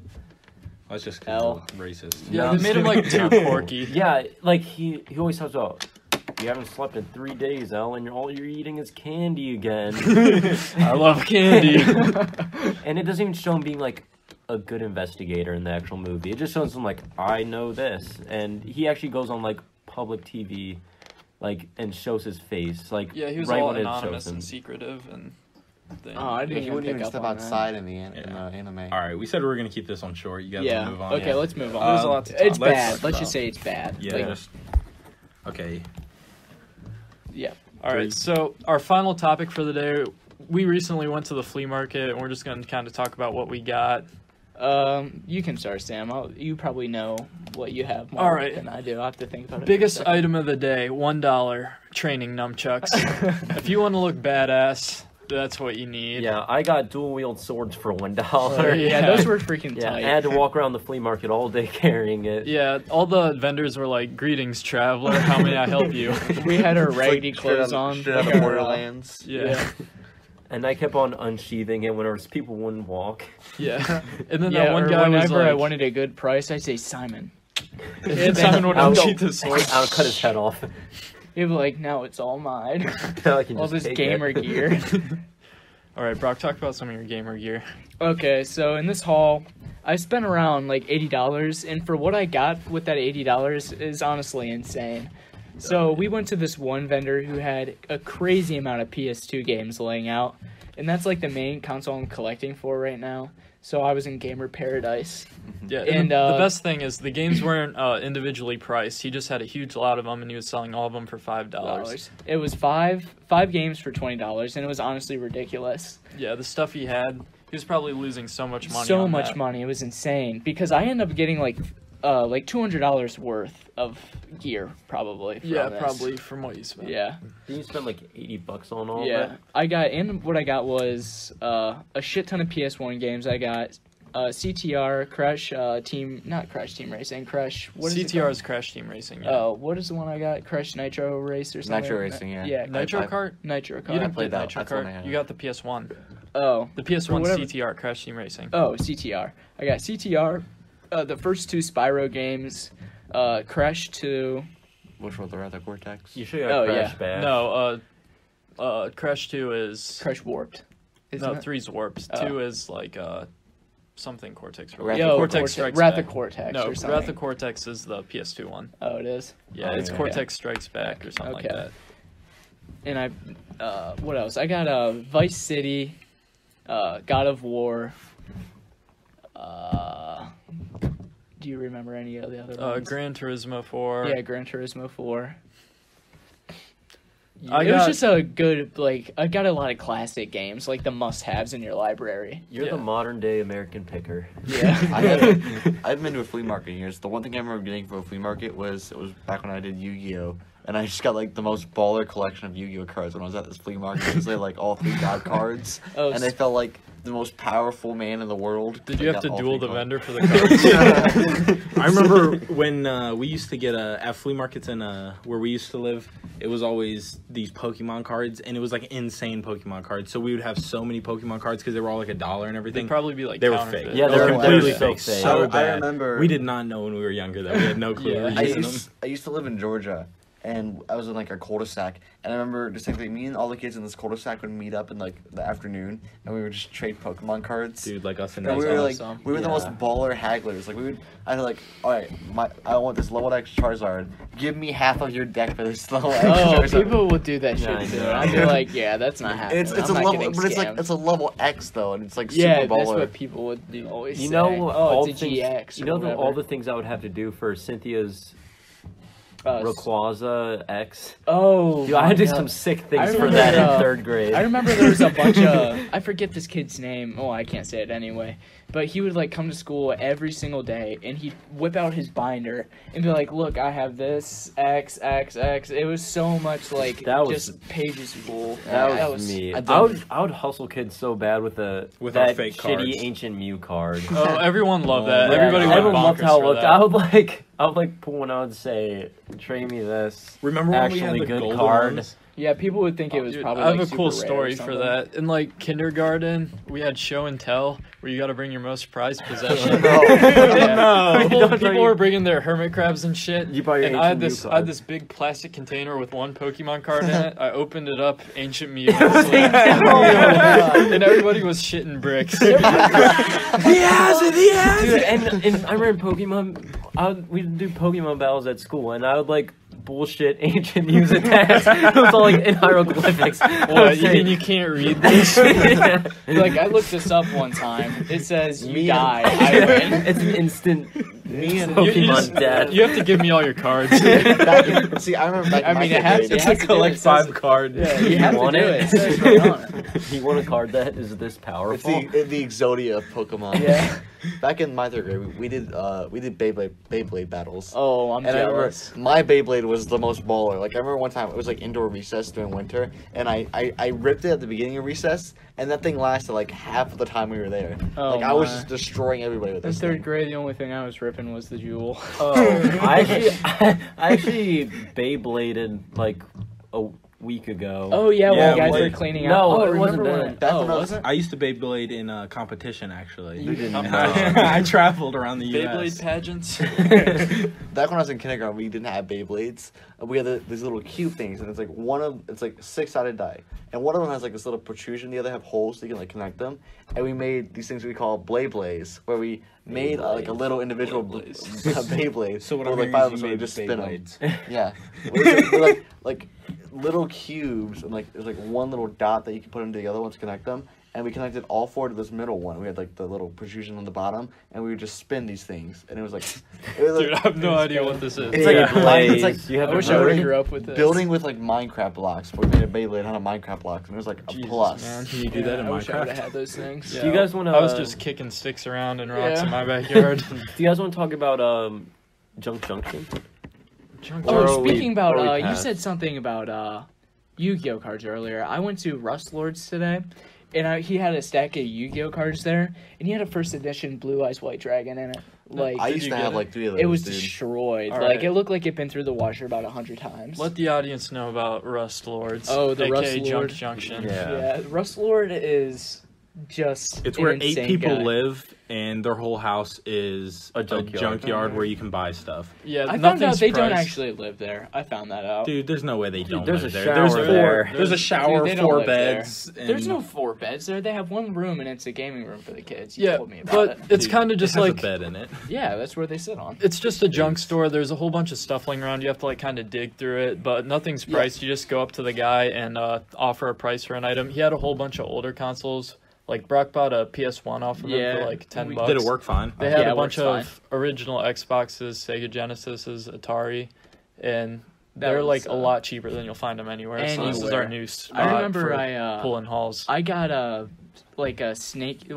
Speaker 5: That's just
Speaker 2: L.
Speaker 5: racist.
Speaker 3: Yeah,
Speaker 4: No,
Speaker 3: they made him like
Speaker 5: (laughs)
Speaker 3: too quirky.
Speaker 4: Yeah, like he he always talks about you haven't slept in three days, Elle, and you're, all you're eating is
Speaker 6: (laughs)
Speaker 4: candy again.
Speaker 3: I love
Speaker 5: (laughs)
Speaker 3: candy.
Speaker 4: and it doesn't even show him being like a good investigator in the actual movie. It just shows him like I know this, and he actually goes on like public TV, like and shows his face. Like
Speaker 3: yeah, he was
Speaker 4: right
Speaker 3: all
Speaker 4: when it shows
Speaker 3: anonymous
Speaker 4: him.
Speaker 3: and secretive and. Thing.
Speaker 2: Oh, I
Speaker 6: Yeah,
Speaker 2: didn't
Speaker 6: he
Speaker 2: even
Speaker 6: wouldn't
Speaker 2: pick
Speaker 6: even
Speaker 2: up
Speaker 6: step
Speaker 2: on that.
Speaker 6: outside in the, an- in
Speaker 5: Yeah.
Speaker 6: the anime.
Speaker 5: All right, we said we were gonna keep this on short. You guys
Speaker 2: Yeah.
Speaker 5: wanna move on.
Speaker 2: Okay,
Speaker 6: Yeah.
Speaker 2: let's move on.
Speaker 5: There's a
Speaker 3: lot to
Speaker 2: it's
Speaker 3: talk
Speaker 5: about.
Speaker 2: bad.
Speaker 5: Let's-
Speaker 2: Let's just say it's bad.
Speaker 5: Yeah.
Speaker 2: Like,
Speaker 5: just- okay.
Speaker 2: yeah.
Speaker 3: All right, so our final topic for the day. We recently went to the flea market, and we're just going to kind of talk about what we got.
Speaker 2: Um, you can start, Sam. I'll, you probably know what you have more
Speaker 3: All right.
Speaker 2: than I do. I have to think about it. for a
Speaker 3: Biggest
Speaker 2: second.
Speaker 3: item of the day: one dollar training nunchucks.
Speaker 2: (laughs)
Speaker 3: (laughs) if you want to look badass, that's what you need.
Speaker 4: Yeah, I got dual wield swords for one
Speaker 3: Oh,
Speaker 4: dollar.
Speaker 2: yeah,
Speaker 3: yeah.
Speaker 2: those were freaking
Speaker 4: (laughs) Yeah, I
Speaker 2: tight.
Speaker 4: had to walk around the flea market all day (laughs) carrying it.
Speaker 3: Yeah, all the vendors were like, "Greetings, traveler. How may I
Speaker 2: (laughs)
Speaker 3: help (laughs) you?"
Speaker 2: we had our
Speaker 6: (laughs) It's
Speaker 2: raggedy
Speaker 6: like straight
Speaker 2: clothes
Speaker 6: out of-
Speaker 2: on.
Speaker 6: Straight out
Speaker 2: like
Speaker 6: of
Speaker 2: our, uh,
Speaker 6: Borderlands.
Speaker 3: Yeah,
Speaker 4: And I kept on unsheathing it whenever people wouldn't walk.
Speaker 3: yeah. And then
Speaker 2: yeah,
Speaker 3: that one
Speaker 2: or
Speaker 3: guy was
Speaker 2: whenever
Speaker 3: like,
Speaker 2: I wanted a good price, I'd say Simon. (laughs)
Speaker 3: and Simon would
Speaker 4: (laughs) I would-
Speaker 3: unsheath his sword.
Speaker 4: I would cut his head off. (laughs)
Speaker 2: He'd be like, "No, it's all mine.
Speaker 4: Now I can
Speaker 2: all
Speaker 4: just
Speaker 2: this
Speaker 4: take
Speaker 2: gamer
Speaker 4: it. (laughs)
Speaker 2: gear."
Speaker 3: All right, Brock, talk about some of your gamer gear.
Speaker 2: Okay, so in this haul, I spent around like eighty dollars, and for what I got with that eighty dollars is honestly insane. So we went to this one vendor who had a crazy amount of PS2 games laying out, and that's like the main console I'm collecting for right now. So I was in gamer paradise.
Speaker 3: Yeah, and,
Speaker 2: And,
Speaker 3: the, the
Speaker 2: uh,
Speaker 3: best thing is the games weren't uh, individually priced. He just had a huge lot of them, and he was selling all of them for five dollars.
Speaker 2: It was five five games for twenty dollars, and it was honestly ridiculous.
Speaker 3: Yeah, the stuff he had, he was probably losing so much money.
Speaker 2: so
Speaker 3: on
Speaker 2: much
Speaker 3: that.
Speaker 2: money. It was insane because I ended up getting like uh like two hundred dollars worth of gear probably. from
Speaker 3: Yeah,
Speaker 2: this.
Speaker 3: probably from what you spent.
Speaker 2: Yeah,
Speaker 4: Didn't you spend like 80 bucks on all
Speaker 2: yeah.
Speaker 4: that?
Speaker 2: I got and what I got was uh, a shit ton of PS1 games. I got uh, CTR, Crash uh, Team, not Crash Team Racing, Crash. What is it
Speaker 3: CTR is Crash Team Racing.
Speaker 2: called?
Speaker 3: Yeah.
Speaker 2: Oh, what is the one I got? Crash Nitro Race or something.
Speaker 6: Nitro
Speaker 2: like that?
Speaker 6: Racing, yeah.
Speaker 2: Yeah,
Speaker 3: Nitro
Speaker 6: I- I-
Speaker 3: Kart.
Speaker 2: Nitro
Speaker 3: You didn't
Speaker 2: Kart.
Speaker 6: play
Speaker 3: play
Speaker 6: that.
Speaker 3: Nitro
Speaker 6: That's the one I
Speaker 3: Kart.
Speaker 6: had.
Speaker 3: You got the PS1.
Speaker 2: Oh,
Speaker 3: The PS1
Speaker 2: whatever.
Speaker 3: CTR Crash Team Racing.
Speaker 2: Oh, CTR. I got CTR, uh, the first two Spyro games, uh, Crash 2.
Speaker 6: Which one? The Wrath of Cortex.
Speaker 4: You should have
Speaker 2: Oh,
Speaker 4: Crash
Speaker 2: yeah.
Speaker 4: Bash.
Speaker 3: No, uh, uh, Crash Two is
Speaker 2: Crash Warped.
Speaker 3: no
Speaker 2: Isn't it?
Speaker 3: three's warps.
Speaker 2: Oh.
Speaker 3: Two is like uh, something Cortex.
Speaker 6: Wrath
Speaker 2: Yo,
Speaker 6: of
Speaker 3: Cortex
Speaker 2: Cortex-
Speaker 3: Strikes
Speaker 2: Wrath
Speaker 3: Back.
Speaker 2: of Cortex
Speaker 3: No,
Speaker 2: or something.
Speaker 3: Wrath of Cortex is the PS2 one.
Speaker 2: Oh, it is.
Speaker 3: Yeah,
Speaker 4: Oh,
Speaker 3: it's
Speaker 4: yeah.
Speaker 3: Cortex Strikes Back or something
Speaker 2: Okay.
Speaker 3: like
Speaker 2: And I, uh, what else? I got uh, Vice City, uh, God of War. Uh, do you remember any of the other
Speaker 3: that. Uh,
Speaker 2: ones?
Speaker 3: Gran Turismo 4.
Speaker 2: Um, yeah, Gran Turismo 4.
Speaker 3: I
Speaker 2: it
Speaker 3: got-
Speaker 2: was just a good like I got a lot of classic games like the must-haves in your library.
Speaker 4: You're
Speaker 3: yeah.
Speaker 4: the modern day American picker.
Speaker 2: Yeah.
Speaker 6: I haven't, I haven't been to a flea market in years. The one thing I remember getting for a flea market was it was back when I did Yu Gi Oh! And I just got like the most baller collection of Yu Gi Oh cards when I was at this flea market because they had, like all three god cards.
Speaker 2: (laughs) (laughs) Oh,
Speaker 6: (laughs) and I
Speaker 2: s-
Speaker 6: felt like the most powerful man in the world.
Speaker 3: Did
Speaker 6: I
Speaker 3: you have
Speaker 6: got
Speaker 3: to duel
Speaker 6: all three
Speaker 3: the
Speaker 6: cards.
Speaker 3: vendor for the cards?
Speaker 5: I remember when uh, we used to get uh, at flea markets in uh, where we used to live. It was always these Pokemon cards, and it was like insane Pokemon cards. So we would have so many Pokemon cards because they were all like a dollar and everything.
Speaker 3: They'd probably be like
Speaker 5: they were
Speaker 3: counterfeit.
Speaker 5: fake.
Speaker 4: Yeah,
Speaker 5: they
Speaker 4: they
Speaker 5: were
Speaker 4: were
Speaker 5: completely fake.
Speaker 4: fake.
Speaker 5: So
Speaker 6: I- I
Speaker 5: bad.
Speaker 6: remember-
Speaker 5: We did not know when we were younger though. We had no clue.
Speaker 3: Yeah.
Speaker 5: we were
Speaker 6: I
Speaker 5: using them.
Speaker 6: used, I used to live in Georgia, and I was in like a cul-de-sac, and I remember distinctly me and all the kids in this cul-de-sac would meet up in like the afternoon, and we would just trade Pokemon cards.
Speaker 5: dude like us and
Speaker 6: And we were like,
Speaker 2: awesome.
Speaker 6: we were the most
Speaker 4: Yeah.
Speaker 6: baller hagglers. Like we would, I'd be like, all right, my, I want this level X Charizard. Give me half of your deck for this (laughs) level X
Speaker 2: Oh,
Speaker 6: Charizard.
Speaker 2: people will do that
Speaker 4: Yeah, I
Speaker 2: shit too.
Speaker 4: know.
Speaker 2: and I'll be like, yeah, that's not happening.
Speaker 6: it's it's
Speaker 2: I'm
Speaker 6: a
Speaker 2: not
Speaker 6: level,
Speaker 2: getting
Speaker 6: but it's like
Speaker 2: scammed.
Speaker 6: it's a level X though, and it's like
Speaker 2: yeah,
Speaker 6: super
Speaker 2: that's
Speaker 6: baller. (laughs)
Speaker 2: what people would do- always
Speaker 4: You
Speaker 2: say.
Speaker 4: know uh,
Speaker 2: oh,
Speaker 4: all
Speaker 2: it's a
Speaker 4: things,
Speaker 2: GX.
Speaker 4: You
Speaker 2: or
Speaker 4: know the, all the
Speaker 2: whatever.
Speaker 4: things I would have to do for Cynthia's
Speaker 2: Uh,
Speaker 4: Rayquaza X.
Speaker 2: oh,
Speaker 4: Dude, I had
Speaker 2: my
Speaker 4: to do
Speaker 2: God.
Speaker 4: some sick
Speaker 2: I
Speaker 4: things for
Speaker 2: remember,
Speaker 4: that
Speaker 2: uh,
Speaker 4: in third grade. (laughs)
Speaker 2: I remember there was a bunch of I forget this kid's name. Oh, I can't say it anyway. But he would like come to school every single day and he'd whip out his binder and be like, Look, I have this, X, X, X. It was so much like
Speaker 4: That was-
Speaker 2: just pages full.
Speaker 4: That was,
Speaker 2: Like,
Speaker 4: me.
Speaker 3: I
Speaker 4: I,
Speaker 3: don't-
Speaker 4: would I would hustle kids so bad with a
Speaker 5: With our
Speaker 4: that
Speaker 5: fake
Speaker 4: shitty
Speaker 5: cards.
Speaker 4: ancient Mew card.
Speaker 3: (laughs) (laughs) Oh, everyone loved that.
Speaker 5: Yeah,
Speaker 3: Everybody went
Speaker 4: everyone loved
Speaker 3: bonkers
Speaker 4: how it
Speaker 3: for
Speaker 4: looked.
Speaker 3: that.
Speaker 4: I would like I would like pull one out and say, "Trade me this."
Speaker 5: Remember when we had
Speaker 4: actually
Speaker 5: the
Speaker 4: good
Speaker 5: golden
Speaker 4: card.
Speaker 5: (laughs) ones?
Speaker 2: Yeah, people would think it was
Speaker 3: Dude,
Speaker 2: probably.
Speaker 3: I have
Speaker 2: like,
Speaker 3: a cool
Speaker 2: super rare or
Speaker 3: story for
Speaker 2: something.
Speaker 3: that. In like kindergarten, we had show and tell where you got to bring your most prized possession. (laughs) Yeah. (laughs) People,
Speaker 4: Don't
Speaker 3: people
Speaker 4: know
Speaker 3: were
Speaker 4: you-
Speaker 3: bringing their hermit crabs and shit.
Speaker 4: You brought your
Speaker 3: and I had
Speaker 4: ancient Mew
Speaker 3: this I had
Speaker 4: card.
Speaker 3: this big plastic container with one Pokemon card in it. I opened it up, ancient Mew, was like- and everybody was shitting bricks.
Speaker 4: Dude, and, and I ran Pokemon. I would, we'd do Pokemon battles at school, and I would like bullshit (laughs) ancient news attacks. it was all like in hieroglyphics. (laughs)
Speaker 3: what? You mean you can't read this?
Speaker 2: (laughs) Like I looked this up one time. It
Speaker 4: (laughs)
Speaker 2: says you
Speaker 4: Me-
Speaker 2: die, I win.
Speaker 4: (laughs) it's an instant me and
Speaker 3: (laughs) You- you
Speaker 4: Pokemon
Speaker 3: just- (laughs)
Speaker 4: death.
Speaker 3: You have to give me all your cards.
Speaker 6: Back in- see, I remember. Back in
Speaker 2: I
Speaker 6: my
Speaker 2: mean, it
Speaker 6: fifth
Speaker 2: has-
Speaker 6: (laughs) grade,
Speaker 2: it
Speaker 5: It's
Speaker 2: has
Speaker 5: a
Speaker 2: to do it, it says-
Speaker 5: collect five card. (laughs)
Speaker 2: Yeah, you,
Speaker 4: You
Speaker 2: have
Speaker 4: want
Speaker 2: to do
Speaker 4: (laughs) it?
Speaker 2: it. It says right on it.
Speaker 4: you want a card that is this
Speaker 6: It's
Speaker 4: powerful?
Speaker 6: the, it's the Exodia of Pokemon.
Speaker 2: Yeah.
Speaker 6: (laughs) Back in my third grade, we, we did uh we did Beyblade Beyblade battles.
Speaker 2: Oh, I'm
Speaker 6: and I remember
Speaker 2: jealous.
Speaker 6: my Beyblade was the most baller. Like I remember one time it was like indoor recess during winter, and I I, I ripped it at the beginning of recess, and that thing lasted like half of the time we were there.
Speaker 2: Oh,
Speaker 6: like I was
Speaker 2: my.
Speaker 6: just destroying everybody with
Speaker 2: In
Speaker 6: this.
Speaker 2: third
Speaker 6: thing.
Speaker 2: grade, the only thing I was ripping was the jewel.
Speaker 4: (laughs) Oh, (laughs) I actually, I, actually Beybladed like a week ago.
Speaker 2: oh yeah, when
Speaker 5: Yeah,
Speaker 2: you guys
Speaker 5: like-
Speaker 2: were cleaning
Speaker 4: No,
Speaker 2: out. Oh,
Speaker 4: it
Speaker 2: remember
Speaker 4: wasn't
Speaker 2: when-
Speaker 4: that.
Speaker 6: That's
Speaker 2: oh,
Speaker 6: when I was-
Speaker 2: wasn't-
Speaker 5: I used to Beyblade in uh, competition actually.
Speaker 4: You
Speaker 5: (laughs)
Speaker 4: didn't
Speaker 3: I'm
Speaker 5: Uh,
Speaker 4: have-
Speaker 5: I traveled around the U.S.
Speaker 3: Beyblade pageants.
Speaker 6: Back when I was in kindergarten, we didn't have Beyblades. Uh, We had the, these little cute things, and it's like one of it's like six sided die, and one of them has like this little protrusion. The other have holes so you can like connect them. And we made these things we call Blayblays, where we made uh, like a little individual bl- (laughs)
Speaker 3: Blayblays.
Speaker 6: uh, Beyblade.
Speaker 5: So what
Speaker 6: where,
Speaker 5: I'm
Speaker 6: like
Speaker 5: like,
Speaker 6: five
Speaker 5: hearing
Speaker 6: of
Speaker 5: is
Speaker 6: us
Speaker 5: you
Speaker 6: would
Speaker 5: made
Speaker 6: just
Speaker 5: just
Speaker 6: spin them.
Speaker 5: Beyblades.
Speaker 6: Yeah, It was, like, they're, like like little cubes, and like there's like one little dot that you can put into the other one to connect them. And we connected all four to this middle one. We had like the little protrusion on the bottom, and we would just spin these things, and it was like, it was, like
Speaker 3: Dude, I have no idea what this is.
Speaker 6: it's
Speaker 4: like
Speaker 6: like,
Speaker 4: a
Speaker 6: blind- it's
Speaker 4: blaze.
Speaker 6: like
Speaker 4: You have
Speaker 2: I
Speaker 4: a
Speaker 2: wish I would have
Speaker 6: building-
Speaker 2: grew up with this.
Speaker 6: building with like Minecraft blocks. We made a Beyblade out of Minecraft blocks, and it was like a
Speaker 3: Jesus,
Speaker 6: plus.
Speaker 3: man.
Speaker 5: (laughs) Can you do
Speaker 2: Yeah,
Speaker 5: that in
Speaker 2: I wish I would
Speaker 5: Minecraft?
Speaker 2: have had those things.
Speaker 4: Do (laughs) you guys wanna,
Speaker 3: I was
Speaker 4: uh,
Speaker 3: just kicking sticks around and rocks
Speaker 2: Yeah.
Speaker 3: in my backyard.
Speaker 4: Do you guys want to talk about um, Junk Junction?
Speaker 3: Junk
Speaker 4: Or
Speaker 2: Oh,
Speaker 4: are we-
Speaker 2: speaking about,
Speaker 4: or are we
Speaker 2: uh, you
Speaker 4: past?
Speaker 2: said something about uh, Yu-Gi-Oh cards earlier. I went to Rust Lords today, and I, he had a stack of Yu-Gi-Oh cards there, and he had a first edition Blue Eyes White Dragon in it. Like
Speaker 6: I
Speaker 3: Did
Speaker 6: used
Speaker 3: you
Speaker 6: to
Speaker 3: get
Speaker 6: have
Speaker 3: it?
Speaker 6: like three of those.
Speaker 2: it was
Speaker 6: dude.
Speaker 2: destroyed.
Speaker 3: All
Speaker 2: like
Speaker 3: right.
Speaker 2: it looked like it'd been through the washer about a hundred times.
Speaker 3: Let the audience know about Rust Lords.
Speaker 2: Oh, the
Speaker 3: aka
Speaker 2: Rust
Speaker 3: Junk
Speaker 2: Lord.
Speaker 3: Junction.
Speaker 4: Yeah.
Speaker 2: yeah, Rust Lord is just.
Speaker 5: It's
Speaker 2: an
Speaker 5: where eight
Speaker 2: insane
Speaker 5: people
Speaker 2: guy.
Speaker 5: live, and their whole house is
Speaker 4: A
Speaker 5: a junkyard,
Speaker 4: junkyard.
Speaker 5: where you can buy stuff.
Speaker 3: Yeah,
Speaker 2: I found out
Speaker 3: nothing's
Speaker 2: they don't
Speaker 3: priced.
Speaker 2: actually live there. I found that out.
Speaker 5: Dude, there's no way they don't.
Speaker 4: there's
Speaker 5: live
Speaker 4: a
Speaker 5: there. There's four.
Speaker 4: shower there.
Speaker 5: There's a shower,
Speaker 2: Dude, they don't
Speaker 5: four
Speaker 2: live there.
Speaker 5: beds. and-
Speaker 2: There's no four beds there. They have one room and it's a gaming room for the kids. You
Speaker 3: Yeah,
Speaker 2: told me about
Speaker 3: but
Speaker 2: it.
Speaker 3: it's
Speaker 5: Dude,
Speaker 3: kind of
Speaker 5: it
Speaker 3: just
Speaker 5: has
Speaker 3: like
Speaker 5: a bed in it.
Speaker 2: Yeah, that's where they sit on.
Speaker 3: it's just a junk store. There's a whole bunch of stuff laying around. You have to like kind of dig through it, but nothing's
Speaker 2: Yeah.
Speaker 3: priced. You just go up to the guy and uh, offer a price for an item. He had a whole bunch of older consoles. Like Brock bought a PS One off of him
Speaker 2: Yeah.
Speaker 3: for like ten
Speaker 2: We-
Speaker 3: bucks.
Speaker 5: Did it
Speaker 2: (laughs)
Speaker 5: work fine?
Speaker 3: They had
Speaker 2: Yeah,
Speaker 3: a
Speaker 2: it
Speaker 3: bunch
Speaker 2: works
Speaker 3: of original Xboxes, Sega Genesises, Atari, and
Speaker 2: That
Speaker 3: they're
Speaker 2: was,
Speaker 3: like a
Speaker 2: uh,
Speaker 3: lot cheaper than you'll find them anywhere. So this is
Speaker 2: anywhere.
Speaker 3: our new spot
Speaker 2: I remember
Speaker 3: for
Speaker 2: I uh,
Speaker 3: pulling hauls.
Speaker 2: I got a like a snake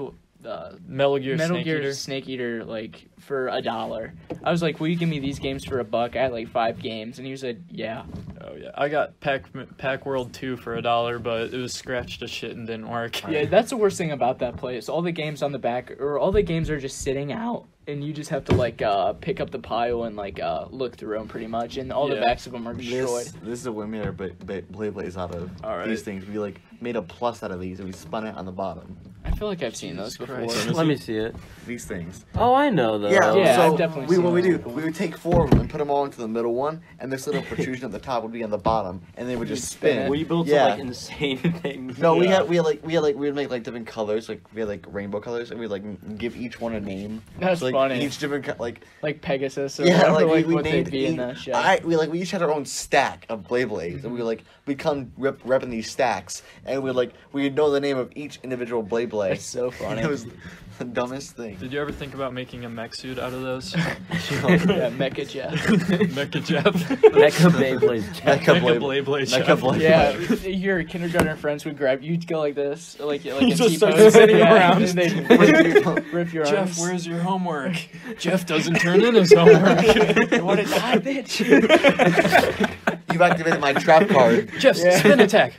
Speaker 2: uh,
Speaker 3: Metal Gear
Speaker 2: Metal
Speaker 3: Snake
Speaker 2: Gear
Speaker 3: Eater.
Speaker 2: Snake Eater like for a dollar. I was like, "Will you give me these games for a buck?" I had like five games, and he said, "Yeah."
Speaker 3: Oh yeah, I got Pac Pac World Two for a dollar, but it was scratched to shit and didn't work.
Speaker 2: Yeah, that's the worst thing about that place. All the games on the back, or all the games are just sitting out, and you just have to like uh, pick up the pile and like uh, look through them pretty much, and all the
Speaker 3: Yeah.
Speaker 2: backs of them are destroyed.
Speaker 6: This, this is what we made our Bey- Bey- Beyblades out of.
Speaker 3: All right.
Speaker 6: These things we like made a plus out of these, and we spun it on the bottom.
Speaker 2: I feel like I've seen those
Speaker 3: Jesus
Speaker 2: before.
Speaker 3: Christ.
Speaker 4: Let me see it.
Speaker 6: These things.
Speaker 4: Oh, I know though.
Speaker 6: Yeah,
Speaker 2: Yeah,
Speaker 6: so
Speaker 2: I've definitely
Speaker 6: we,
Speaker 2: seen
Speaker 6: what we do,
Speaker 2: that.
Speaker 6: we would take four of them and put them all into the middle one, and this little protrusion at the top would be on the bottom, and they would just
Speaker 2: You'd spin
Speaker 6: spin.
Speaker 2: it.
Speaker 4: Well, you built
Speaker 6: yeah.
Speaker 4: some like insane things.
Speaker 6: no, we
Speaker 4: Yeah. (laughs)
Speaker 6: had we had like we had like we would make like different colors, like we had like rainbow colors, and we like m- give each one a name.
Speaker 2: That's
Speaker 6: like,
Speaker 2: funny.
Speaker 6: Each different co- like
Speaker 2: (laughs) Like Pegasus, or
Speaker 6: yeah,
Speaker 2: whatever,
Speaker 6: like,
Speaker 2: like,
Speaker 6: we, we
Speaker 2: what
Speaker 6: named
Speaker 2: they'd be in
Speaker 6: each-
Speaker 2: that show.
Speaker 6: I we like we each had our own stack of Beyblades, and we were like we come rep, repping these stacks, and we like we would know the name of each individual Beyblade, play.
Speaker 2: That's so funny.
Speaker 6: (laughs) it was the dumbest thing.
Speaker 3: Did you ever think about making a mech suit out of (laughs) those?
Speaker 2: (laughs) yeah, Mecha Jeff.
Speaker 3: Mecha Jeff.
Speaker 4: Mecha
Speaker 3: (laughs)
Speaker 4: Beyblade's Jeff.
Speaker 6: Mecha
Speaker 3: Mecha
Speaker 6: Blade-
Speaker 3: Blade
Speaker 2: (laughs)
Speaker 6: Mecha
Speaker 3: Jeff.
Speaker 6: Blade
Speaker 2: Yeah,
Speaker 6: Blade.
Speaker 2: your kindergarten friends would grab you. You'd go like this, like like in
Speaker 5: just
Speaker 2: T-pose,
Speaker 5: starts sitting
Speaker 2: yeah,
Speaker 5: around.
Speaker 2: and then they'd rip your, rip your
Speaker 3: Jeff,
Speaker 2: arms.
Speaker 3: where's your homework? (laughs) Jeff doesn't
Speaker 5: (laughs)
Speaker 3: turn in his homework.
Speaker 2: what (laughs) a die, bitch!
Speaker 6: You've activated my trap card.
Speaker 3: (laughs) Jeff,
Speaker 2: Yeah.
Speaker 3: spin attack.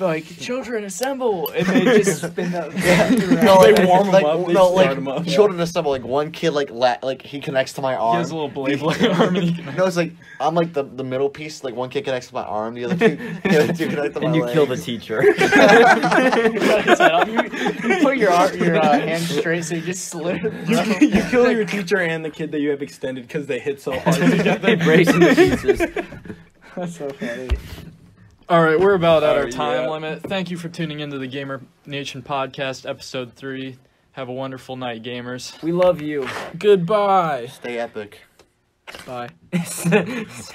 Speaker 2: like children assemble, and they just
Speaker 5: (laughs)
Speaker 2: spin (laughs) up.
Speaker 6: No,
Speaker 5: (laughs) They
Speaker 6: like-
Speaker 5: warm 'em
Speaker 6: like,
Speaker 5: up, they
Speaker 6: no,
Speaker 5: start
Speaker 6: like
Speaker 5: 'em up.
Speaker 6: children assemble. Like one kid, like la- like he connects to my arm.
Speaker 3: He has a little blade (laughs) like arm. and he
Speaker 4: (laughs)
Speaker 3: can-
Speaker 6: (laughs) No, it's like I'm like the, the middle piece. Like one kid connects to my arm, the other two, the other two
Speaker 5: (laughs)
Speaker 6: connect to my
Speaker 4: and you kill the
Speaker 3: (laughs)
Speaker 6: legs.
Speaker 4: teacher.
Speaker 6: (laughs)
Speaker 2: you, you put your ar- your
Speaker 5: (laughs)
Speaker 2: uh, hand straight, so you just slid.
Speaker 5: You, you kill your teacher and the kid that you have extended because they hit
Speaker 2: (laughs)
Speaker 5: so hard together.
Speaker 4: it breaks into pieces.
Speaker 2: That's so funny.
Speaker 3: (laughs) All right, we're about at
Speaker 2: Oh,
Speaker 3: our time
Speaker 2: yeah.
Speaker 3: limit. Thank you for tuning into the Gamer Nation podcast, episode three. Have a wonderful night, gamers.
Speaker 4: (laughs)
Speaker 2: We love you.
Speaker 5: (laughs) Goodbye.
Speaker 6: Stay epic.
Speaker 2: Bye.
Speaker 4: Stay